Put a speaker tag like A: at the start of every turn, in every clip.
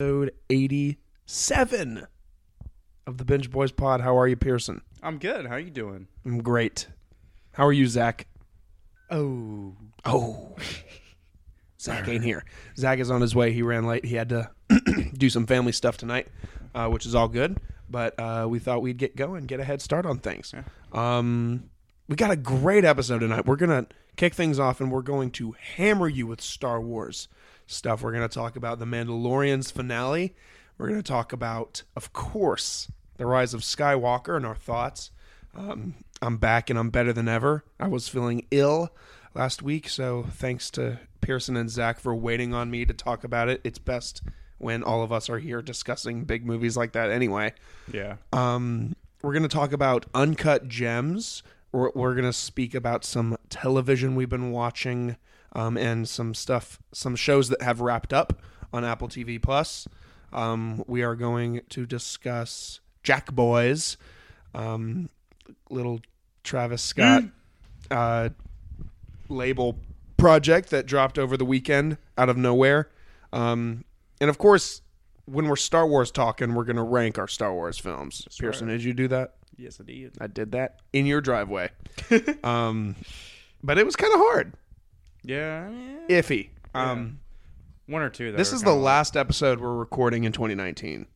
A: episode 87 of the Binge Boys Pod. How are you, Pearson?
B: I'm good. How you doing?
A: I'm great. How are you, Zach?
B: Oh,
A: Oh, Zach ain't here. Zach is on his way. He ran late. He had to do some family stuff tonight, uh, which is all good. But uh, we thought we'd get going, get a head start on things. Um, we got a great episode tonight. We're gonna kick things off, and we're going to hammer you with Star Wars stuff. We're gonna talk about the Mandalorian's finale. We're gonna talk about, of course, the rise of Skywalker and our thoughts. Um, I'm back and I'm better than ever. I was feeling ill last week, so thanks to Pearson and Zach for waiting on me to talk about it. It's best when all of us are here discussing big movies like that anyway.
B: yeah.
A: Um, we're going to talk about uncut gems. We're, we're going to speak about some television we've been watching um, and some stuff, some shows that have wrapped up on Apple TV Plus. Um, we are going to discuss Jack Boys, um, little Travis Scott uh, label project that dropped over the weekend out of nowhere. Um, and of course, when we're Star Wars talking, we're going to rank our Star Wars films. Pearson, did you do that?
B: Yes, I did.
A: I did that in your driveway. um, but it was kind of hard,
B: Yeah. I mean,
A: iffy. Um,
B: one or two. That
A: This
B: were
A: is the
B: kinda
A: last episode we're recording in 2019.
B: like,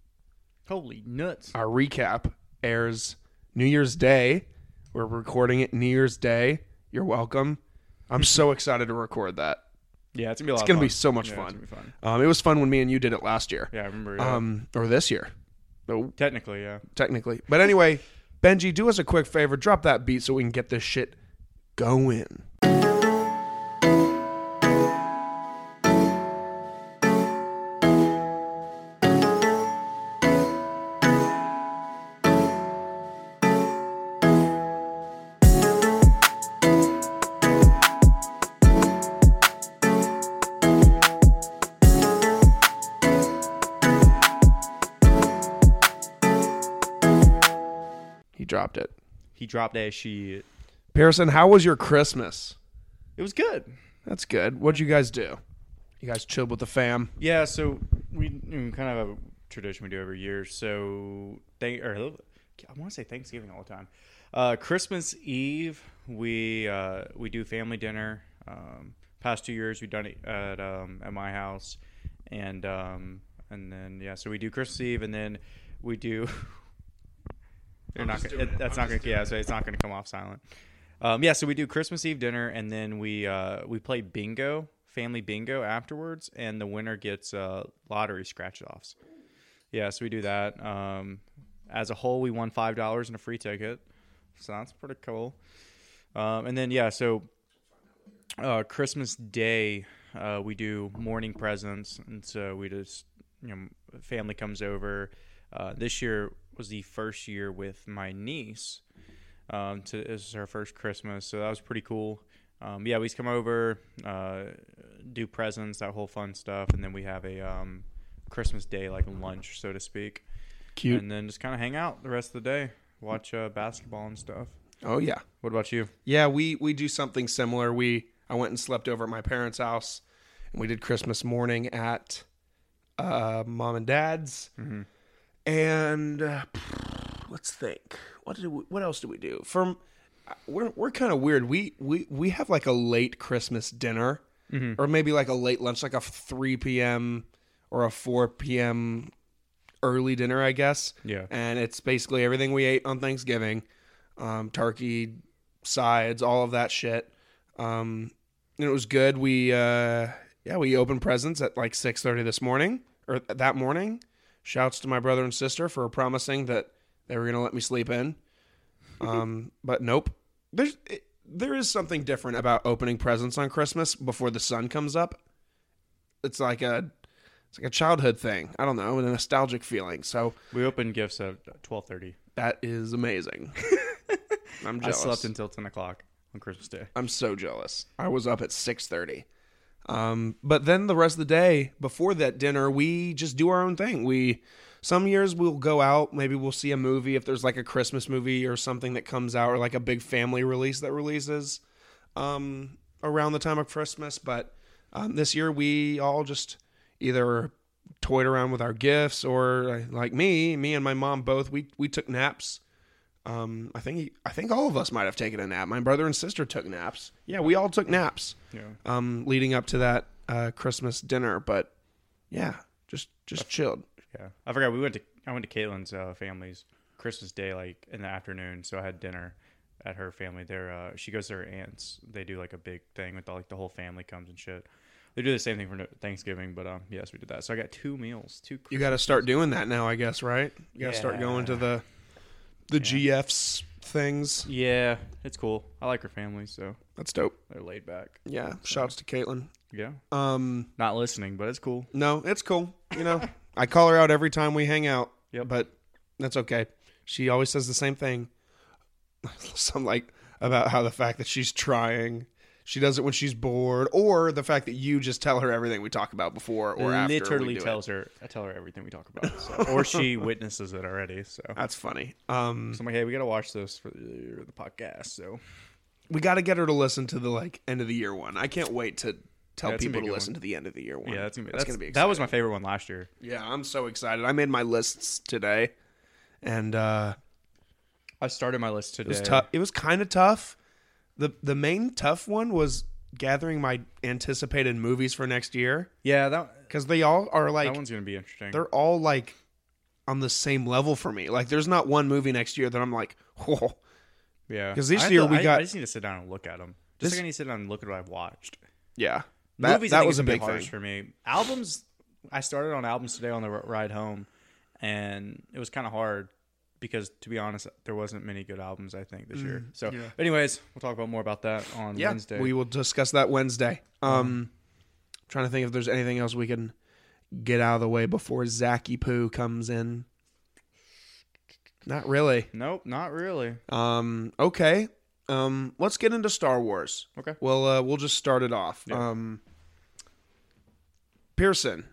B: holy nuts.
A: Our recap airs New Year's Day. We're recording it New Year's Day. You're welcome. I'm so excited to record that.
B: Yeah, it's gonna be a lot.
A: It's
B: of
A: gonna
B: fun.
A: be so much
B: Yeah,
A: fun.
B: It's gonna be fun.
A: Um, it was fun when me and you did it last year,
B: Yeah, I remember. yeah.
A: um, or this year, though,
B: Technically, yeah.
A: technically. But anyway, Benji, do us a quick favor. Drop that beat so we can get this shit going. He dropped it.
B: He dropped that shit.
A: Pearson, how was your Christmas?
B: It was good.
A: That's good. What'd you guys do? You guys chilled with the fam.
B: Yeah. So we mm, kind of have a tradition we do every year. So they or I want to say Thanksgiving all the time. Uh, Christmas Eve we uh, we do family dinner. Um, past two years we've done it at um, at my house, and um, and then yeah. So we do Christmas Eve, and then we do. They're not. Gonna, it, that's not going to. Yeah, so it's not going to come off silent. Um, yeah, so we do Christmas Eve dinner, and then we uh, we play bingo, family bingo afterwards, and the winner gets uh, lottery scratch offs. Yeah, so we do that. Um, as a whole, we won five dollars and a free ticket, so that's pretty cool. Um, and then yeah, so uh, Christmas Day uh, we do morning presents, and so we just you know family comes over. Uh, this year was the first year with my niece. Um, to this is her first Christmas, so that was pretty cool. Um, yeah, we just come over, uh, do presents, that whole fun stuff, and then we have a um, Christmas Day like lunch, so to speak,
A: Cute.
B: and then just kind of hang out the rest of the day, watch uh, basketball and stuff.
A: Oh yeah.
B: What about you?
A: Yeah, we we do something similar. We I went and slept over at my parents' house, and we did Christmas morning at uh, mom and dad's. And uh, let's think. What did we, what else do we do? From uh, we're we're kind of weird. We we we have like a late Christmas dinner, or maybe like a late lunch, like a three p.m. or a four p.m. early dinner, I guess
B: Yeah,
A: and it's basically everything we ate on Thanksgiving, um, turkey, sides, all of that shit. Um, and it was good. We uh, yeah, we opened presents at like six thirty this morning or that morning. Shouts to my brother and sister for promising that they were gonna let me sleep in. Um, but nope. There's it, there is something different about opening presents on Christmas before the sun comes up. It's like a it's like a childhood thing. I don't know, a nostalgic feeling. So
B: we opened gifts at twelve thirty.
A: that is amazing. I'm
B: I
A: jealous.
B: slept until ten o'clock on Christmas Day.
A: I'm so jealous. I was up at 6:30. Um, but then the rest of the day before that dinner, we just do our own thing. We some years we'll go out, maybe we'll see a movie if there's like a Christmas movie or something that comes out or like a big family release that releases um around the time of Christmas, but um, this year we all just either toyed around with our gifts, or uh, like me, me and my mom both, we we took naps. Um, I think I think all of us might have taken a nap. My brother and sister took naps. Yeah, we all took naps
B: Yeah.
A: um, leading up to that uh, Christmas dinner. But yeah, just just chilled.
B: Yeah. I forgot we went to I went to Caitlin's uh, family's Christmas Day like in the afternoon, so I had dinner at her family. There, uh, she goes to her aunt's. They do like a big thing with like the whole family comes and shit. They do the same thing for no- Thanksgiving, but um, yes, we did that. So I got two meals, two.
A: You got to start doing that now, I guess, right? You got to start
B: Yeah.
A: going to the the GFs things.
B: yeah, it's cool. I like her family, so
A: That's dope.
B: they're laid back.
A: Yeah, shouts to Caitlin.
B: Yeah,
A: Um,
B: not listening, but it's cool.
A: no, it's cool. You know, I call her out every time we hang out.
B: Yep.
A: but that's okay. She always says the same thing. Some like about how the fact that she's trying. She does it when she's bored, or the fact that you just tell her everything we talk about before or after. we
B: literally
A: do it.
B: tells her. I tell her everything we talk about, so. or she witnesses it already. So.
A: That's funny. Um,
B: So I'm like, hey, we gotta watch this for the, the podcast. So
A: we got to get her to listen to the like end of the year one. I can't wait to tell
B: That's
A: people
B: gonna be a
A: to
B: good
A: listen to the end of the year one.
B: yeah, that's gonna be
A: that's,
B: that's-
A: gonna be
B: that was my favorite one last year.
A: yeah. I'm so excited. I made my lists today, and uh,
B: I started my list today.
A: it was tough. It was kind of tough. the The main tough one was gathering my anticipated movies for next year
B: Yeah, that
A: because they all are
B: that
A: like
B: one's gonna be interesting.
A: they're all like on the same level for me. Like, there's not one movie next year that I'm like, whoa.
B: Yeah,
A: 'Cause this
B: I have
A: year
B: to-
A: we
B: I-
A: got-
B: I just need to sit down and look at them. Just
A: This-
B: like I need to sit down and look at what I've watched.
A: Yeah, that,
B: Movies, I
A: that
B: think
A: was a
B: it's gonna be
A: big
B: hard
A: thing.
B: for me. Albums, I started on albums today on the r- ride home, and it was kind of hard because, to be honest, there wasn't many good albums I think this year. So,
A: Mm, yeah.
B: anyways, we'll talk about more about that on
A: Yeah,
B: Wednesday. Uh-huh.
A: we will discuss that Wednesday. Um, trying to think if there's anything else we can get out of the way before Zacky Poo comes in. Not really.
B: nope, not really.
A: Um, okay. Um, let's get into Star Wars.
B: Okay.
A: Well, uh, we'll just start it off. Um, Pearson,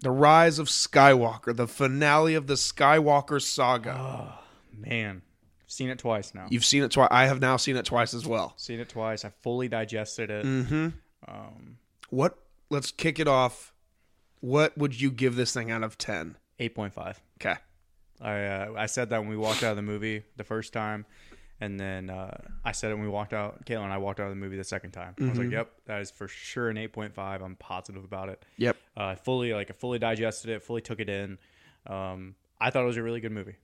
A: the rise of Skywalker, the finale of the Skywalker saga.
B: Ah. Man, I've seen it twice now.
A: You've seen it twice. I have now seen it twice as well.
B: seen it twice. I fully digested it.
A: Mm-hmm.
B: Um,
A: What? Let's kick it off. What would you give this thing out of ten?
B: eight point five.
A: Okay.
B: I uh, I said that when we walked out of the movie the first time, and then uh, I said it when we walked out. Caitlin and I walked out of the movie the second time. I was like, "Yep, that is for sure an eight point five. I'm positive about it.
A: Yep.
B: Uh, I fully like I fully digested it, fully took it in. Um, I thought it was a really good movie.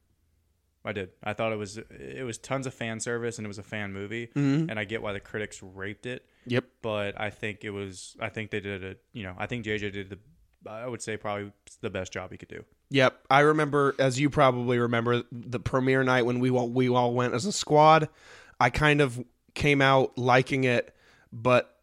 B: I did. I thought it was it was tons of fan service and it was a fan movie, and I get why the critics raped it.
A: Yep.
B: but I think it was. I think they did a. You know, I think JJ did the. I would say probably the best job he could do.
A: Yep. I remember, as you probably remember, the premiere night when we all, we all went as a squad. I kind of came out liking it, but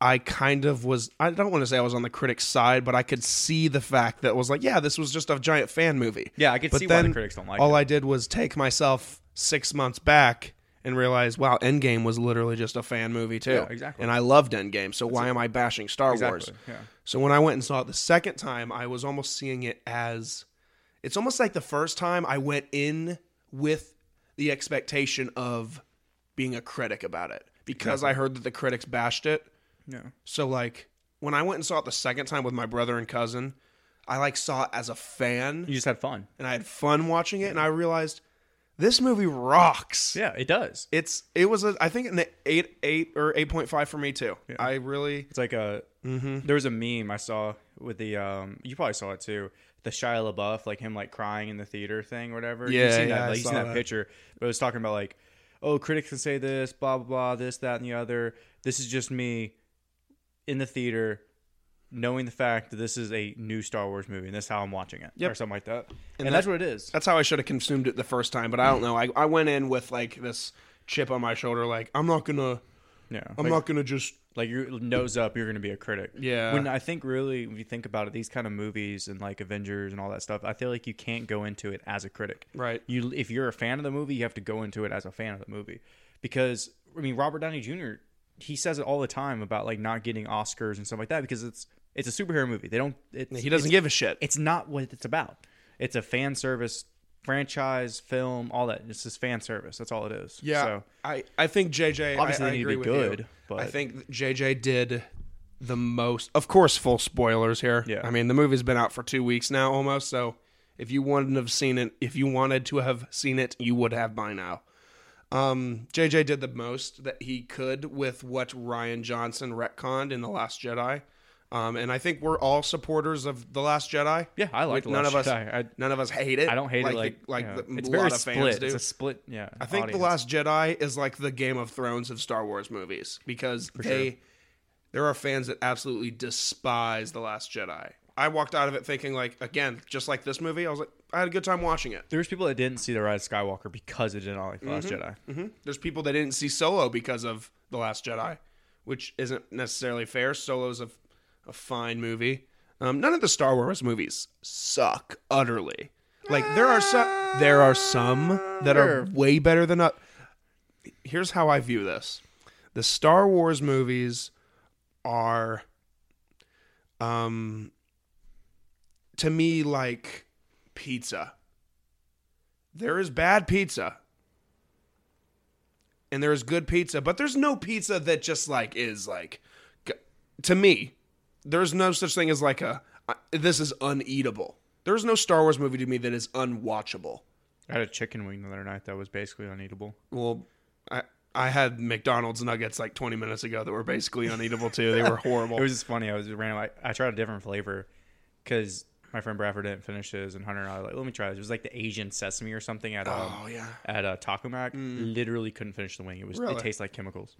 A: I kind of was. I don't want to say I was on the critic's side, but I could see the fact that it was like, yeah, this was just a giant fan movie.
B: Yeah, I could
A: But
B: see why
A: then
B: the critics don't like
A: all
B: it.
A: I did was take myself six months back and realize, wow, Endgame was literally just a fan movie too.
B: Yeah, exactly.
A: And I loved Endgame, so why am I bashing Star Wars?
B: Exactly, yeah.
A: So when I went and saw it the second time, I was almost seeing it as it's almost like the first time I went in with the expectation of being a critic about it because I heard that the critics bashed it.
B: No.
A: So like when I went and saw it the second time with my brother and cousin, I like saw it as a fan
B: You just had fun.
A: and I had fun watching it, and I realized this movie rocks.
B: Yeah, it does.
A: It's it was a I think an eight eight or eight point five for me too. I really
B: It's like a.
A: Mm-hmm.
B: There was a meme I saw with the. Um, you probably saw it too. The Shia LaBeouf, like him, like crying in the theater thing, or whatever.
A: Yeah,
B: you've seen
A: yeah,
B: that.
A: I
B: Like, you've seen
A: saw
B: that,
A: that.
B: picture, but it was talking about like, oh, critics can say this, blah blah blah, this, that, and the other. This is just me in the theater, knowing the fact that this is a new Star Wars movie, and this is how I'm watching it, or something like that. And, that's what it is.
A: that's how I should have consumed it the first time, but I don't know. I I went in with like this chip on my shoulder, like I'm not gonna
B: Yeah,
A: I'm
B: like,
A: not gonna just
B: like your nose up, you're gonna be a critic.
A: Yeah.
B: When I think really, when you think about it, these kind of movies and like Avengers and all that stuff, I feel like you can't go into it as a critic.
A: right.
B: You, if you're a fan of the movie, you have to go into it as a fan of the movie, because I mean, Robert Downey Jr. He says it all the time about like not getting Oscars and stuff like that because it's it's a superhero movie. They don't. It's,
A: He doesn't
B: it's-
A: give a shit.
B: it's not what it's about. It's a fan service franchise film, all that. It's just fan service. That's all it is.
A: Yeah,
B: So
A: I, I think JJ.
B: Obviously
A: I,
B: they
A: I
B: need to
A: agree
B: be
A: with
B: good,
A: you.
B: but-
A: I think JJ did the most. Of course, full spoilers here.
B: Yeah.
A: I mean, the movie's been out for two weeks now almost, so if you wanted to have seen it, if you wanted to have seen it, you would have by now. Um, JJ did the most that he could with what Ryan Johnson retconned in The Last Jedi. Um, and I think we're all supporters of The Last Jedi.
B: Yeah, I like
A: Like,
B: The
A: none
B: Last
A: of us-
B: Jedi. I,
A: None of us hate it.
B: I don't hate
A: like
B: it like
A: the, like
B: you know,
A: the,
B: it's
A: a
B: very
A: lot of
B: split.
A: fans do.
B: It's a split. Yeah,
A: I think
B: audience.
A: The Last Jedi is like the Game of Thrones of Star Wars movies because they there are fans that absolutely despise The Last Jedi. I walked out of it thinking like again, just like this movie, I was like I had a good time watching it.
B: There's people that didn't see The Rise of Skywalker because it didn't like The Last Jedi.
A: hmm There's people that didn't see Solo because of The Last Jedi, which isn't necessarily fair. Solo's a, a fine movie. Um, none of the Star Wars movies suck utterly. Like there are some, there are some that are
B: Sure.
A: way better than. oth- Here's how I view this: the Star Wars movies are, um, to me like pizza. There is bad pizza, and there is good pizza, but there's no pizza that just like is like g- to me. There's no such thing as like a I- this is uneatable. There's no Star Wars movie to me that is unwatchable.
B: I had a chicken wing the other night that was basically uneatable.
A: Well, I I had McDonald's nuggets like 20 minutes ago that were basically uneatable too. They were horrible.
B: It was just funny. I was random. I, I tried a different flavor because my friend Bradford didn't finish his, and Hunter and I were like, let me try this. It was like the Asian sesame or something at um,
A: oh yeah,
B: at uh, Taco Mac. Literally couldn't finish the wing. It was
A: Really?
B: it tastes like chemicals.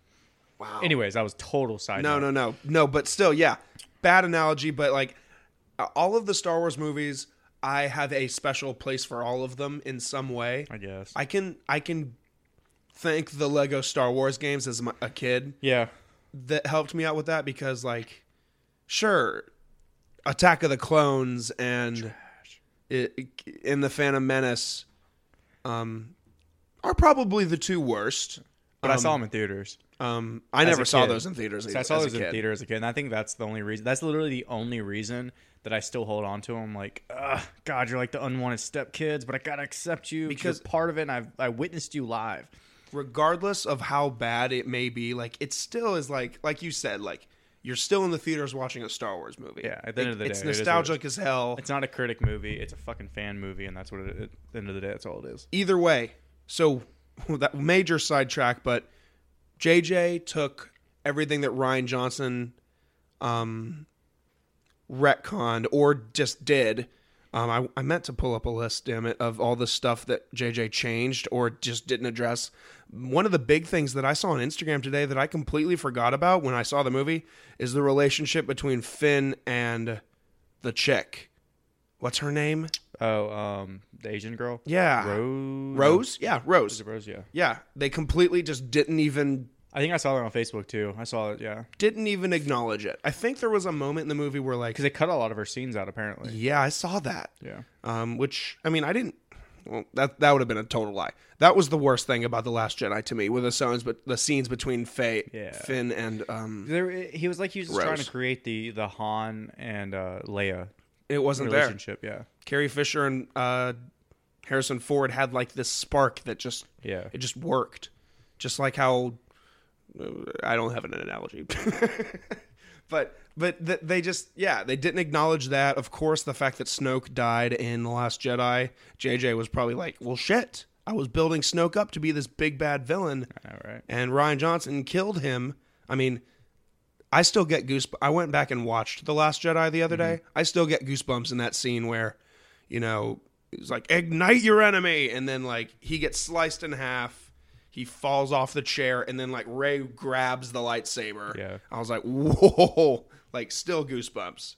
A: wow.
B: Anyways, I was total side.
A: No,
B: note.
A: no, no, no. But still, yeah, bad analogy. But like uh, all of the Star Wars movies, I have a special place for all of them in some way.
B: I guess.
A: I can I can thank the Lego Star Wars games as my, a kid
B: yeah.
A: that helped me out with that because like sure Attack of the Clones and it, in the Phantom Menace um are probably the two worst.
B: But I saw them in theaters.
A: Um I
B: a
A: never saw
B: kid.
A: those in theaters
B: So
A: either,
B: I saw
A: as a
B: those in
A: kid.
B: theater as a kid, and I think that's the only reason. That's literally the only reason that I still hold on to them. Like, Ugh, God, you're like the unwanted stepkids, but I gotta accept you because
A: Because-
B: you're part of it. and I've I witnessed you live.
A: regardless of how bad it may be, like it still is like like you said, like you're still in the theaters watching a Star Wars movie.
B: Yeah, at the end
A: Like,
B: of the
A: it's
B: day, it is what it is.
A: nostalgic as hell.
B: It's not a critic movie; it's a fucking fan movie, and that's what it. At the end of the day, that's all it is.
A: Either way, so that major sidetrack, but JJ took everything that Ryan Johnson um retconned or just did. Um, I, I meant to pull up a list, damn it, of all the stuff that JJ changed or just didn't address. One of the big things that I saw on Instagram today that I completely forgot about when I saw the movie is the relationship between Finn and the chick. What's her name?
B: Oh, um, the Asian girl,
A: Yeah.
B: Rose.
A: Rose? Yeah, Rose.
B: Is it Rose? Yeah,
A: Yeah, they completely just didn't even
B: I think I saw that on Facebook too. I saw it. Yeah,
A: didn't even acknowledge it. I think there was a moment in the movie where like,
B: because they cut a lot of her scenes out apparently.
A: yeah, I saw that.
B: Yeah.
A: Um, which I mean, I didn't. Well, that that would have been a total lie. That was the worst thing about the Last Jedi to me, were the scenes, but the scenes between Faye,
B: Yeah.
A: Finn, and um,
B: There, he was like he was just trying
A: Rose.
B: to create the the Han and uh, Leia
A: it wasn't there.
B: relationship.
A: Carrie Fisher and uh, Harrison Ford had like this spark that just
B: Yeah, yeah.
A: it just worked, just like how uh, I don't have an analogy, but but th- they just yeah they didn't acknowledge that. Of course, the fact that Snoke died in the Last Jedi, JJ was probably like, well, shit, I was building Snoke up to be this big bad villain,
B: All right.
A: and Ryan Johnson killed him. I mean. I still get goosebumps. I went back and watched The Last Jedi the other day. I still get goosebumps in that scene where, you know, it's like ignite your enemy, and then like he gets sliced in half. He falls off the chair, and then like Ray grabs the lightsaber.
B: Yeah.
A: I was like, whoa! Like still goosebumps.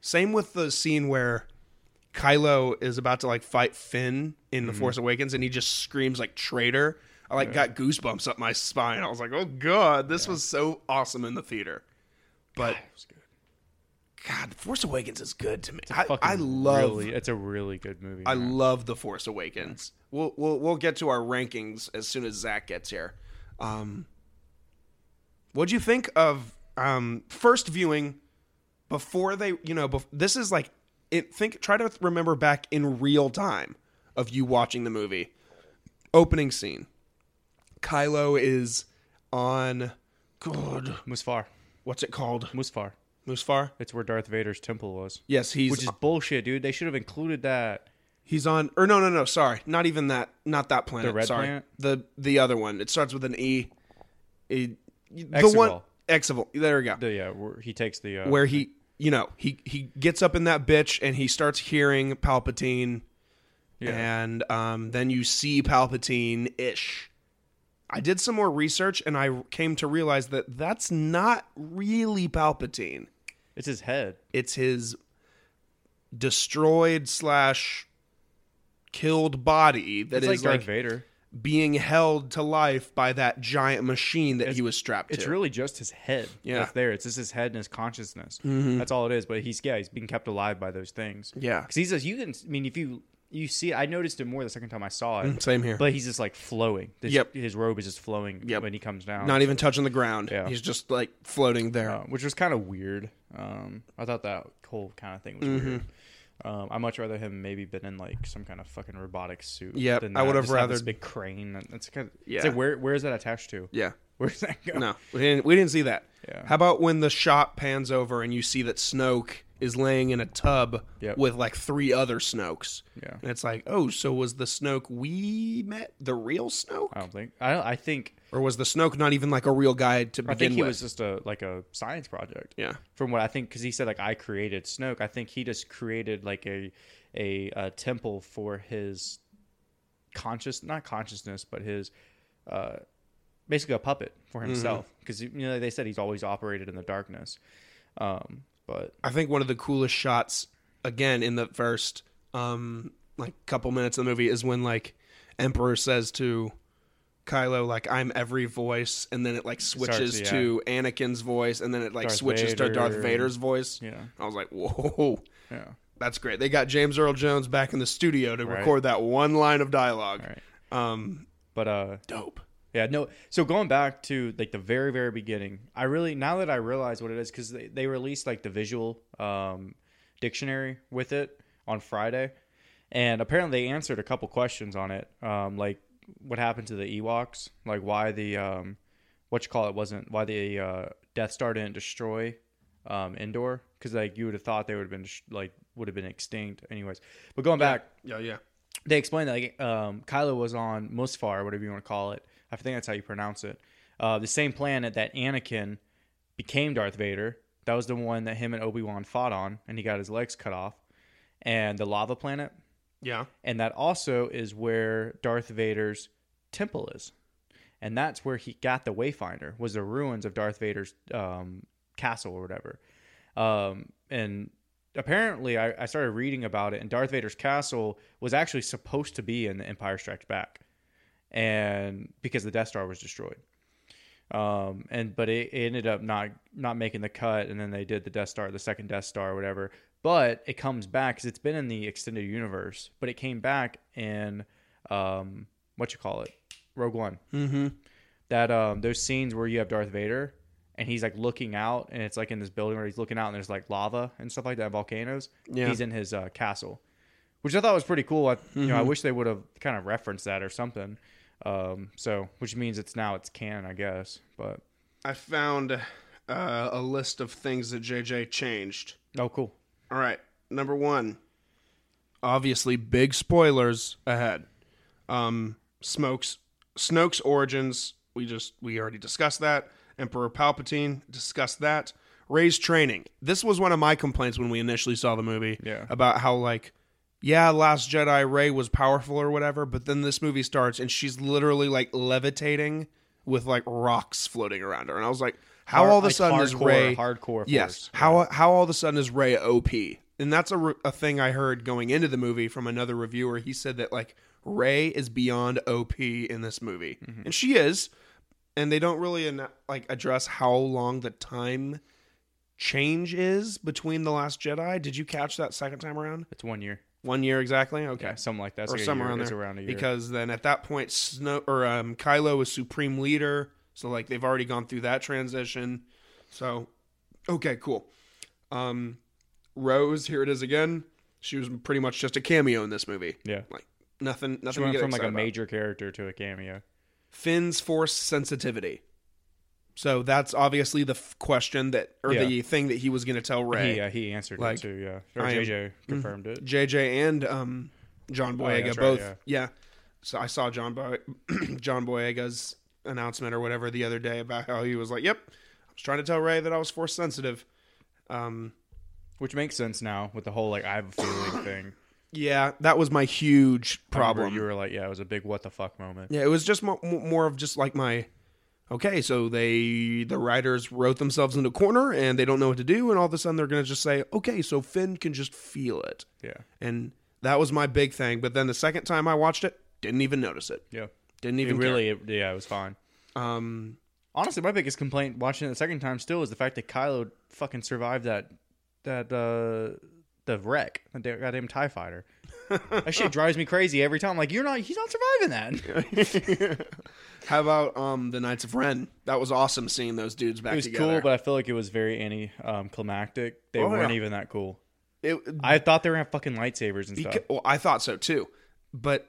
A: Same with the scene where Kylo is about to like fight Finn in The Force Awakens, and he just screams like traitor. I like got goosebumps up my spine. I was like, oh god, this was so awesome in the theater. But God, The Force Awakens is good to me. I, I love
B: Really, it's a really good movie.
A: I
B: man.
A: love The Force Awakens. We'll we'll we'll get to our rankings as soon as Zach gets here. Um, what'd you think of um, first viewing before they you know bef- this is like it, think try to remember back in real time of you watching the movie opening scene. Kylo is on God.
B: Musfar.
A: What's it called?
B: Musfar.
A: Mustafar.
B: It's where Darth Vader's temple was,
A: Yes, he's
B: which is bullshit, dude. They should have included that.
A: he's on. Or no, no, no. Sorry, not even that. Not that planet.
B: The red
A: sorry,
B: planet?
A: the the other one. It starts with an E. E- the
B: Exegol.
A: one Exegol. There we go.
B: The, yeah, where he takes the uh,
A: where he, you know, he he gets up in that bitch and he starts hearing Palpatine,
B: Yeah.
A: and um, then you see Palpatine ish. I did some more research and I came to realize that that's not really Palpatine.
B: it's his head.
A: it's his destroyed slash killed body that
B: It's
A: is
B: like
A: like,
B: Darth Vader.
A: being held to life by that giant machine that he was strapped
B: It's
A: to.
B: really just his head.
A: Yeah. Mm-hmm.
B: that's there. It's just his head and his consciousness. That's all it is. But he's yeah, he's being kept alive by those things.
A: yeah,
B: because he's just you can. I mean, if you you see, I noticed it more the second time I saw it.
A: same here.
B: But he's just like flowing. His,
A: Mm-hmm. Yep.
B: his robe is just flowing
A: Yep.
B: when he comes down.
A: Not even touching the ground.
B: Yeah.
A: He's just like floating there.
B: uh, which was kind of weird. Um, I thought that whole kind of thing was weird.
A: Mm-hmm.
B: Um, I much rather him maybe been in like some kind of fucking robotic suit.
A: Yep,
B: than
A: I
B: that.
A: would've
B: Just have this
A: rather-
B: big crane. That- That's kind of
A: Yeah.
B: It's like where where is that attached to?
A: Yeah.
B: Where's that go?
A: No, we didn't, we didn't see that.
B: Yeah.
A: How about when the shot pans over and you see that Snoke is laying in a tub
B: Yep.
A: with like three other Snokes?
B: Yeah.
A: And it's like, oh, so was the Snoke we met the real Snoke?
B: I don't think. I don't, I think
A: Or was the Snoke not even like a real guy to
B: I
A: begin
B: think he
A: with?
B: was just a like a science project.
A: Yeah.
B: From what I think, because he said like I created Snoke. I think he just created like a a, uh temple for his conscious, not consciousness, but his uh, basically a puppet for himself. Because you know they said he's always operated in the darkness. Um, but
A: I think one of the coolest shots again in the first um like couple minutes of the movie is when like Emperor says to Kylo like I'm every voice and then it like switches
B: Starts-
A: to Anakin's voice and then it like
B: Darth
A: switches to Darth
B: Vader.
A: Vader's voice.
B: yeah,
A: I was like, "Whoa,
B: yeah.
A: that's great." They got James Earl Jones back in the studio to
B: Right.
A: record that one line of dialogue.
B: Right.
A: Um
B: But uh,
A: dope.
B: Yeah, no. So going back to like the very, very beginning, I really now that I realize what it is because they, they released like the visual um, dictionary with it on Friday, and apparently they answered a couple questions on it, um, like what happened to the Ewoks, like why the um, what you call it wasn't why the uh, Death Star didn't destroy um, Endor because like you would have thought they would have been dest- like would have been extinct anyways. But going back,
A: Yeah, yeah.
B: they explained that like, um, Kylo was on Mustafar, whatever you want to call it. I think that's how you pronounce it. Uh, the same planet that Anakin became Darth Vader. That was the one that him and Obi Wan fought on, and he got his legs cut off. And the lava planet,
A: Yeah.
B: and that also is where Darth Vader's temple is, and that's where he got the Wayfinder. Was the ruins of Darth Vader's um, castle or whatever, um, and apparently I, I started reading about it, and Darth Vader's castle was actually supposed to be in The Empire Strikes Back, and because the Death Star was destroyed. Um, and but it, it ended up not not making the cut, and then they did the Death Star, the second Death Star, or whatever. But it comes back because it's been in the extended universe, but it came back in um, what you call it, Rogue One.
A: Mhm.
B: That um, those scenes where you have Darth Vader and he's like looking out, and it's like in this building where he's looking out, and there's like lava and stuff like that, volcanoes.
A: Yeah.
B: he's in his uh, castle, which I thought was pretty cool. I, you know, I wish they would have kind of referenced that or something. Um, so which means it's now it's canon, I guess. But
A: I found uh, a list of things that JJ changed.
B: oh, cool.
A: All right. Number one, obviously, big spoilers ahead. Um, Smokes, Snoke's origins. We just we already discussed that. Emperor Palpatine discussed that. Ray's training. This was one of my complaints when we initially saw the movie.
B: Yeah.
A: About how like, yeah, Last Jedi Ray was powerful or whatever, but then this movie starts and she's literally like levitating with like rocks floating around her, and I was like, how all of a
B: Like
A: sudden
B: hardcore,
A: is Ray
B: hardcore?
A: Yes.
B: Force.
A: How how all of a sudden is Ray OP? And that's a, re- a thing I heard going into the movie from another reviewer. He said that like Ray is beyond OP in this movie, and she is. And they don't really an- like address how long the time change is between the Last Jedi. Did you catch that second time around?
B: It's one year.
A: One year exactly. Okay,
B: Yeah, something like that. It's
A: or
B: like a
A: somewhere
B: year.
A: around
B: It's
A: there.
B: around a year.
A: because then at that point, Snow or um, Kylo is supreme leader. So like they've already gone through that transition. So okay, cool. Um, Rose, here it is again. She was pretty much just a cameo in this movie.
B: yeah,
A: Like nothing, nothing.
B: she
A: to
B: went
A: get
B: from like a
A: excited about.
B: major character to a cameo.
A: Finn's force sensitivity. So that's obviously the f- question that, or
B: Yeah.
A: the thing that he was going to tell Ray.
B: He, uh, he answered
A: Like,
B: it too. Yeah, or
A: I am- Mm.
B: JJ confirmed it.
A: JJ and um, John
B: Oh, yeah,
A: Boyega
B: that's right,
A: both.
B: yeah.
A: yeah. So I saw John Boy- John Boyega's announcement or whatever the other day about how he was like, "Yep, I was trying to tell Ray that I was force sensitive." Um,
B: Which makes sense now with the whole like I have a feeling thing.
A: yeah, that was my huge
B: I remember
A: problem.
B: You were like, yeah, it was a big what the fuck moment.
A: Yeah, it was just mo- mo- more of just like my okay, so they the writers wrote themselves into a corner and they don't know what to do, and all of a sudden they're gonna just say, okay, so Finn can just feel it,
B: Yeah,
A: and that was my big thing. But then the second time I watched it, didn't even notice it,
B: yeah.
A: didn't
B: It
A: even really.
B: really, it, yeah, it was fine.
A: Um,
B: Honestly, my biggest complaint watching it the second time still is the fact that Kylo fucking survived that that uh the wreck, the da- goddamn Tie Fighter. that shit drives me crazy every time. Like you're not, he's not surviving that.
A: how about um the Knights of Ren? That was awesome seeing those dudes back
B: It was
A: together.
B: cool, but I feel like it was very anti um, climactic. They
A: Oh,
B: weren't
A: yeah.
B: even that cool.
A: it,
B: I thought they were gonna have fucking lightsabers and stuff.
A: Beca- well, I thought so too, but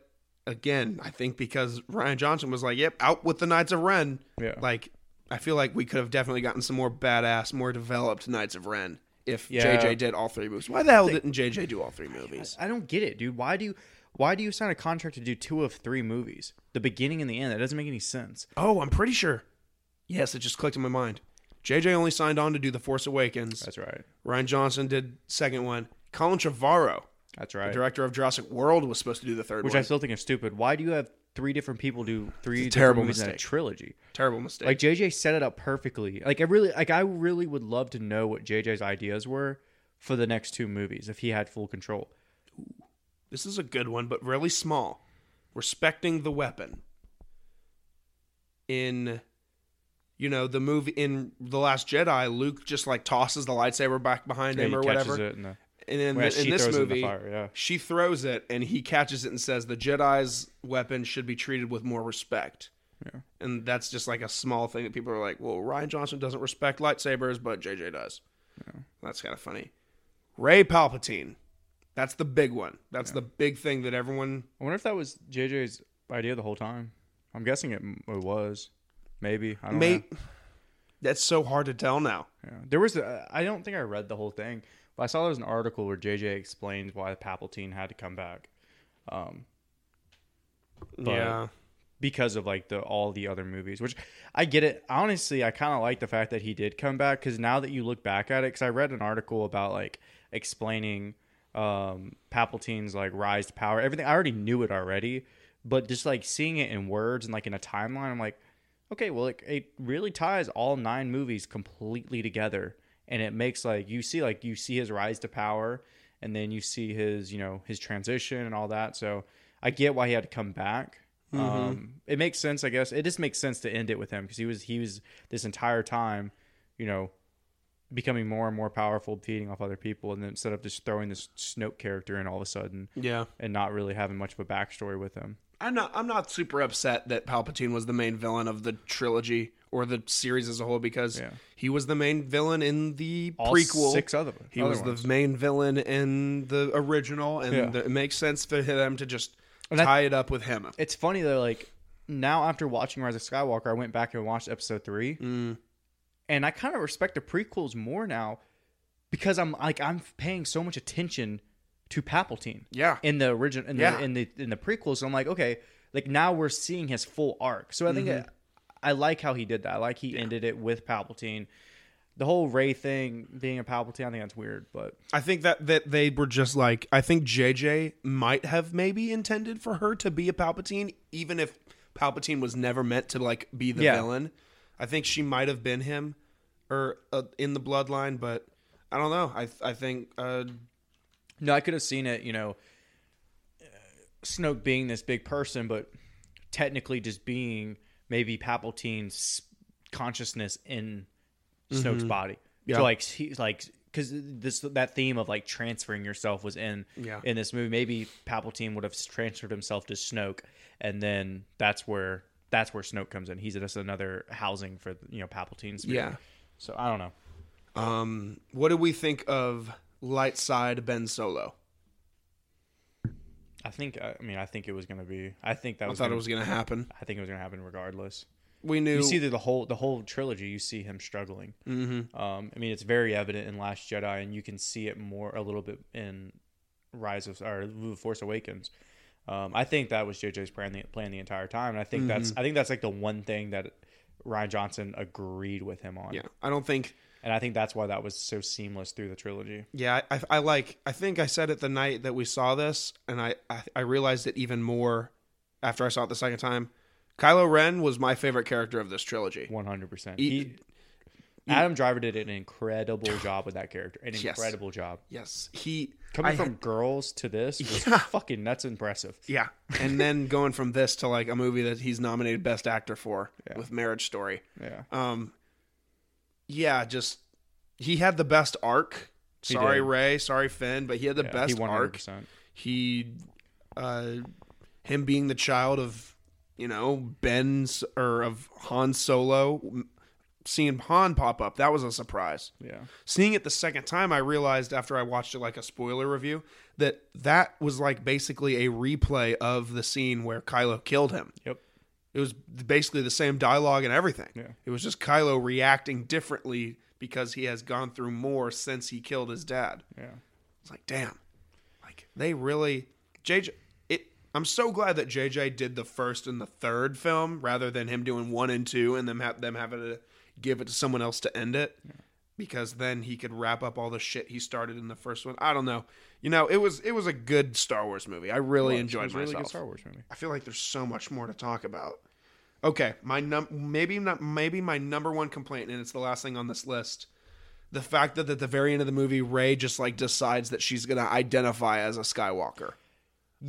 A: again, I think because Ryan Johnson was like, "Yep, out with the Knights of Ren."
B: Yeah.
A: Like, I feel like we could have definitely gotten some more badass, more developed Knights of Ren if
B: Yeah.
A: JJ did all three movies. Why the hell didn't JJ do all three movies?
B: I don't get it, dude. Why do you why do you sign a contract to do two of three movies? The beginning and the end. That doesn't make any sense.
A: Oh, I'm pretty sure. Yes, it just clicked in my mind. JJ only signed on to do The Force Awakens.
B: That's right.
A: Ryan Johnson did second one. Colin Trevorrow,
B: That's right.
A: director of Jurassic World, was supposed to do the third
B: Which I
A: one.
B: still think is stupid. Why do you have three different people do three different
A: terrible
B: movies in a
A: mistake.
B: trilogy?
A: Terrible mistake.
B: Like JJ set it up perfectly. Like I really like I really would love to know what JJ's ideas were for the next two movies if he had full control.
A: This is a good one, but really small. Respecting the weapon. In, you know, the movie in the Last Jedi, Luke just like tosses the lightsaber back behind
B: Yeah,
A: him
B: he
A: or
B: catches
A: whatever.
B: it in the-
A: And then
B: well,
A: in
B: she
A: this
B: throws it in the
A: movie,
B: fire, yeah.
A: she throws it and he catches it and says the Jedi's weapon should be treated with more respect.
B: Yeah.
A: And that's just like a small thing that people are like, well, Ryan Johnson doesn't respect lightsabers, but JJ does. That's kind of funny. Ray Palpatine. That's the big one. That's the big thing that everyone
B: I wonder if that was JJ's idea the whole time. I'm guessing it, m- it was. Maybe I don't know.
A: Mate, that's so hard to tell now.
B: Yeah. There was, a, I don't think I read the whole thing, but I saw there was an article where JJ explained why Palpatine had to come back um, But-
A: yeah,
B: because of like the all the other movies, which I get it. Honestly, I kind of like the fact that he did come back because now that you look back at it, because I read an article about like explaining um, Palpatine's like rise to power, everything. I already knew it already, but just like seeing it in words and like in a timeline, I'm like, okay, well, it, it really ties all nine movies completely together, and it makes like you see like you see his rise to power, and then you see his you know his transition and all that. So I get why he had to come back. Um, it makes sense, I guess. It just makes sense to end it with him because he was he was this entire time, you know, becoming more and more powerful, feeding off other people, and then instead of just throwing this Snoke character in all of a sudden
A: yeah.
B: and not really having much of a backstory with him.
A: I'm not. I'm not super upset that Palpatine was the main villain of the trilogy or the series as a whole because
B: Yeah.
A: he was the main villain in the
B: All
A: prequel.
B: six other ones.
A: he was the main villain in the original, and
B: Yeah.
A: the- it makes sense for them to just
B: I-
A: tie it up with him.
B: It's funny though, like now after watching Rise of Skywalker, I went back and watched episode three,
A: Mm.
B: and I kind of respect the prequels more now because I'm like I'm paying so much attention to Palpatine.
A: Yeah.
B: in the original in,
A: Yeah.
B: the, in the in the prequels and i'm like okay like now we're seeing his full arc so i think
A: Mm-hmm.
B: I, I like how he did that i like he ended it with palpatine the whole ray thing being a palpatine i think that's weird but
A: I think that that they were just like I think JJ might have maybe intended for her to be a Palpatine, even if Palpatine was never meant to like be the
B: Yeah.
A: villain. I think she might have been him or uh, in the bloodline, but I don't know. I I think uh,
B: no i could have seen it you know uh, snoke being this big person but technically just being maybe palpatine's consciousness in snoke's body
A: Mm-hmm. Yeah.
B: so like he's like because this that theme of like transferring yourself was in
A: Yeah.
B: in this movie. Maybe Palpatine would have transferred himself to Snoke, and then that's where that's where Snoke comes in. He's just another housing for you know Palpatine's. spirit.
A: Yeah.
B: So I don't know.
A: um, what do we think of light side Ben Solo?
B: I think I mean I think it was gonna be. I think that
A: I
B: was.
A: thought
B: gonna-
A: it was gonna happen.
B: I think it was gonna happen regardless.
A: we knew.
B: You see through the whole the whole trilogy, you see him struggling. Mm-hmm. Um, I mean, it's very evident in Last Jedi, and you can see it more a little bit in Rise of or The Force Awakens. Um, I think that was JJ's plan the, plan the entire time, and I think
A: Mm-hmm.
B: that's I think that's like the one thing that Ryan Johnson agreed with him on.
A: yeah, I don't think.
B: and I think that's why that was so seamless through the trilogy.
A: Yeah, I, I like. I think I said it the night that we saw this, and I, I I realized it even more after I saw it the second time. Kylo Ren was my favorite character of this trilogy.
B: One hundred percent.
A: E-
B: He Adam Driver did an incredible job with that character. An
A: Yes.
B: incredible job.
A: Yes, he
B: Coming
A: I-
B: from girls to this was fucking that's impressive.
A: yeah, and then going from this to like a movie that he's nominated Best Actor for with Marriage Story.
B: Yeah.
A: Um, yeah, just he had the best arc. Sorry,
B: did.
A: Ray. Sorry, Finn, but he had the
B: Yeah,
A: best
B: he
A: arc.
B: 100%.
A: he uh him being the child of you know ben's or of han solo m- seeing han pop up that was a surprise
B: Yeah.
A: seeing it the second time i realized after i watched it like a spoiler review that that was like basically a replay of the scene where kylo killed him
B: Yep.
A: it was basically the same dialogue and everything
B: Yeah.
A: it was just kylo reacting differently because he has gone through more since he killed his dad
B: Yeah.
A: it's like, damn. Like they really JJ it I'm so glad that JJ did the first and the third film rather than him doing one and two and them have them having to give it to someone else to end it. Because then he could wrap up all the shit he started in the first one. I don't know. You know, it was it was a good Star Wars movie. I really enjoyed
B: It was a really
A: myself.
B: good Star Wars movie.
A: I feel like there's so much more to talk about. Okay, my num maybe not maybe my number one complaint, and it's the last thing on this list. The fact that at the very end of the movie, Ray just like decides that she's gonna identify as a Skywalker.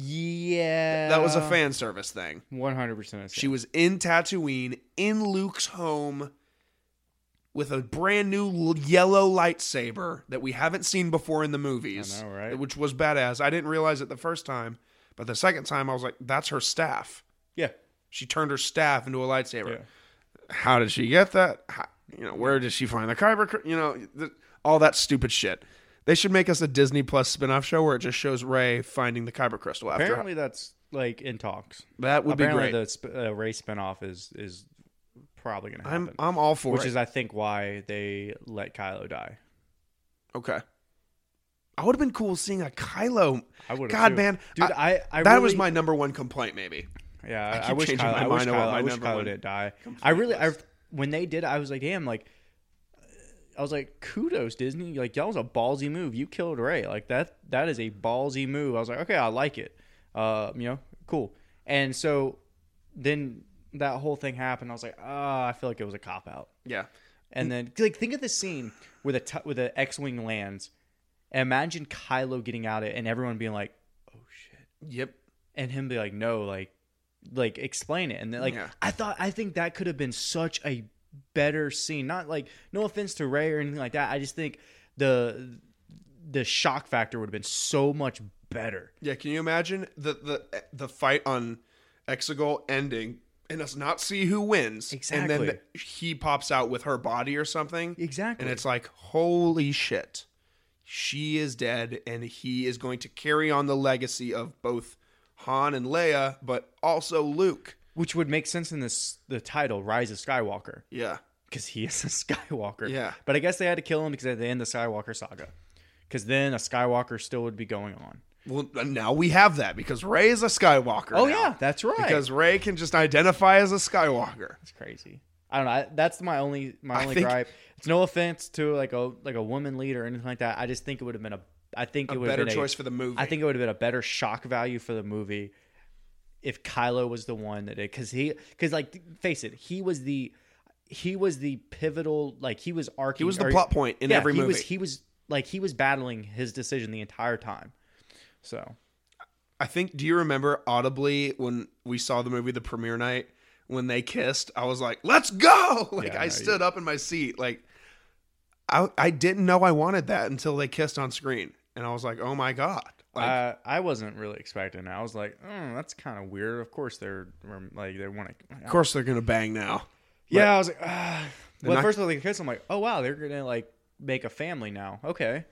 B: Yeah.
A: That was a fan service thing.
B: 100%.
A: She was in Tatooine in Luke's home with a brand new l- yellow lightsaber that we haven't seen before in the movies,
B: I know, right?
A: Which was badass. I didn't realize it the first time, but the second time I was like, "That's her staff."
B: yeah.
A: She turned her staff into a lightsaber.
B: Yeah.
A: How did she get that? How, you know, where did she find the kyber? cr- You know, th- all that stupid shit. They should make us a Disney Plus spin-off show where it just shows Ray finding the kyber crystal after.
B: Apparently that's like in talks.
A: that would be
B: Apparently
A: great.
B: the sp- uh, Ray spinoff is is probably going to happen.
A: I'm I'm all for
B: which
A: it.
B: is I think why they let Kylo die.
A: okay. I would have been cool seeing a Kylo.
B: I would
A: God, man,
B: dude.
A: I-
B: I, I,
A: that was
B: really-
A: my number one complaint. Maybe
B: yeah.
A: I
B: I,
A: keep
B: wish
A: changing
B: Kylo,
A: my
B: I wish
A: mind on what
B: Kylo,
A: my
B: I wish
A: number
B: Kylo
A: one
B: didn't die. I really, I when they did, I was like, damn, like I was like, kudos Disney, like that was a ballsy move. You killed Ray, like that. That is a ballsy move. I was like, okay, I like it. Uh, you know, cool. And so then that whole thing happened. I was like, ah, I feel like it was a cop out.
A: yeah.
B: And then, like, think of the scene where the t- where the X-wing lands. And imagine Kylo getting out of it, and everyone being like, "Oh shit,"
A: Yep.
B: and him be like, "No, like, like explain it." And then, like,
A: Yeah.
B: I thought, I think that could have been such a better scene. Not like, no offense to Ray or anything like that. I just think the the shock factor would have been so much better.
A: Yeah, can you imagine the the the fight on Exegol ending and us not see who wins? And then
B: Exactly.
A: he pops out with her body or something,
B: Exactly.
A: and it's like, holy shit, she is dead, and he is going to carry on the legacy of both Han and Leia, but also Luke.
B: which would make sense in this the title, Rise of Skywalker,
A: Yeah,
B: because he is a Skywalker.
A: Yeah.
B: But I guess they had to kill him because at the end of the Skywalker saga, because then a Skywalker still would be going on.
A: well, now we have that because Ray is a Skywalker.
B: Oh
A: now.
B: yeah, that's right.
A: because Ray can just identify as a Skywalker.
B: it's crazy. I don't know. I, that's my only my
A: I
B: only
A: think-
B: gripe. It's no offense to like a like a woman lead or anything like that. I just think it would have been a I think it would have
A: Better
B: been
A: choice
B: a,
A: for the movie.
B: I think it would have been a better shock value for the movie if Kylo was the one that did because he because like face it, he was the he was the pivotal like he was arcing.
A: he was the
B: or-
A: plot point in
B: yeah,
A: every
B: he
A: movie.
B: Was, he was like he was battling his decision the entire time. So
A: I think. Do you remember audibly when we saw the movie the premiere night when they kissed? I was like, "Let's go!" Like
B: Yeah,
A: I
B: no,
A: stood up in my seat. Like I I didn't know I wanted that until they kissed on screen, and I was like, "Oh my god!" Like
B: I I wasn't really expecting. It. I was like, oh, that's kind of weird. Of course they're um, like they want
A: of
B: to.
A: course they're gonna bang now.
B: Yeah, I was like, ah. Well,
A: I-
B: at first of all, the kids, I'm like, oh wow, they're gonna like make a family now. Okay,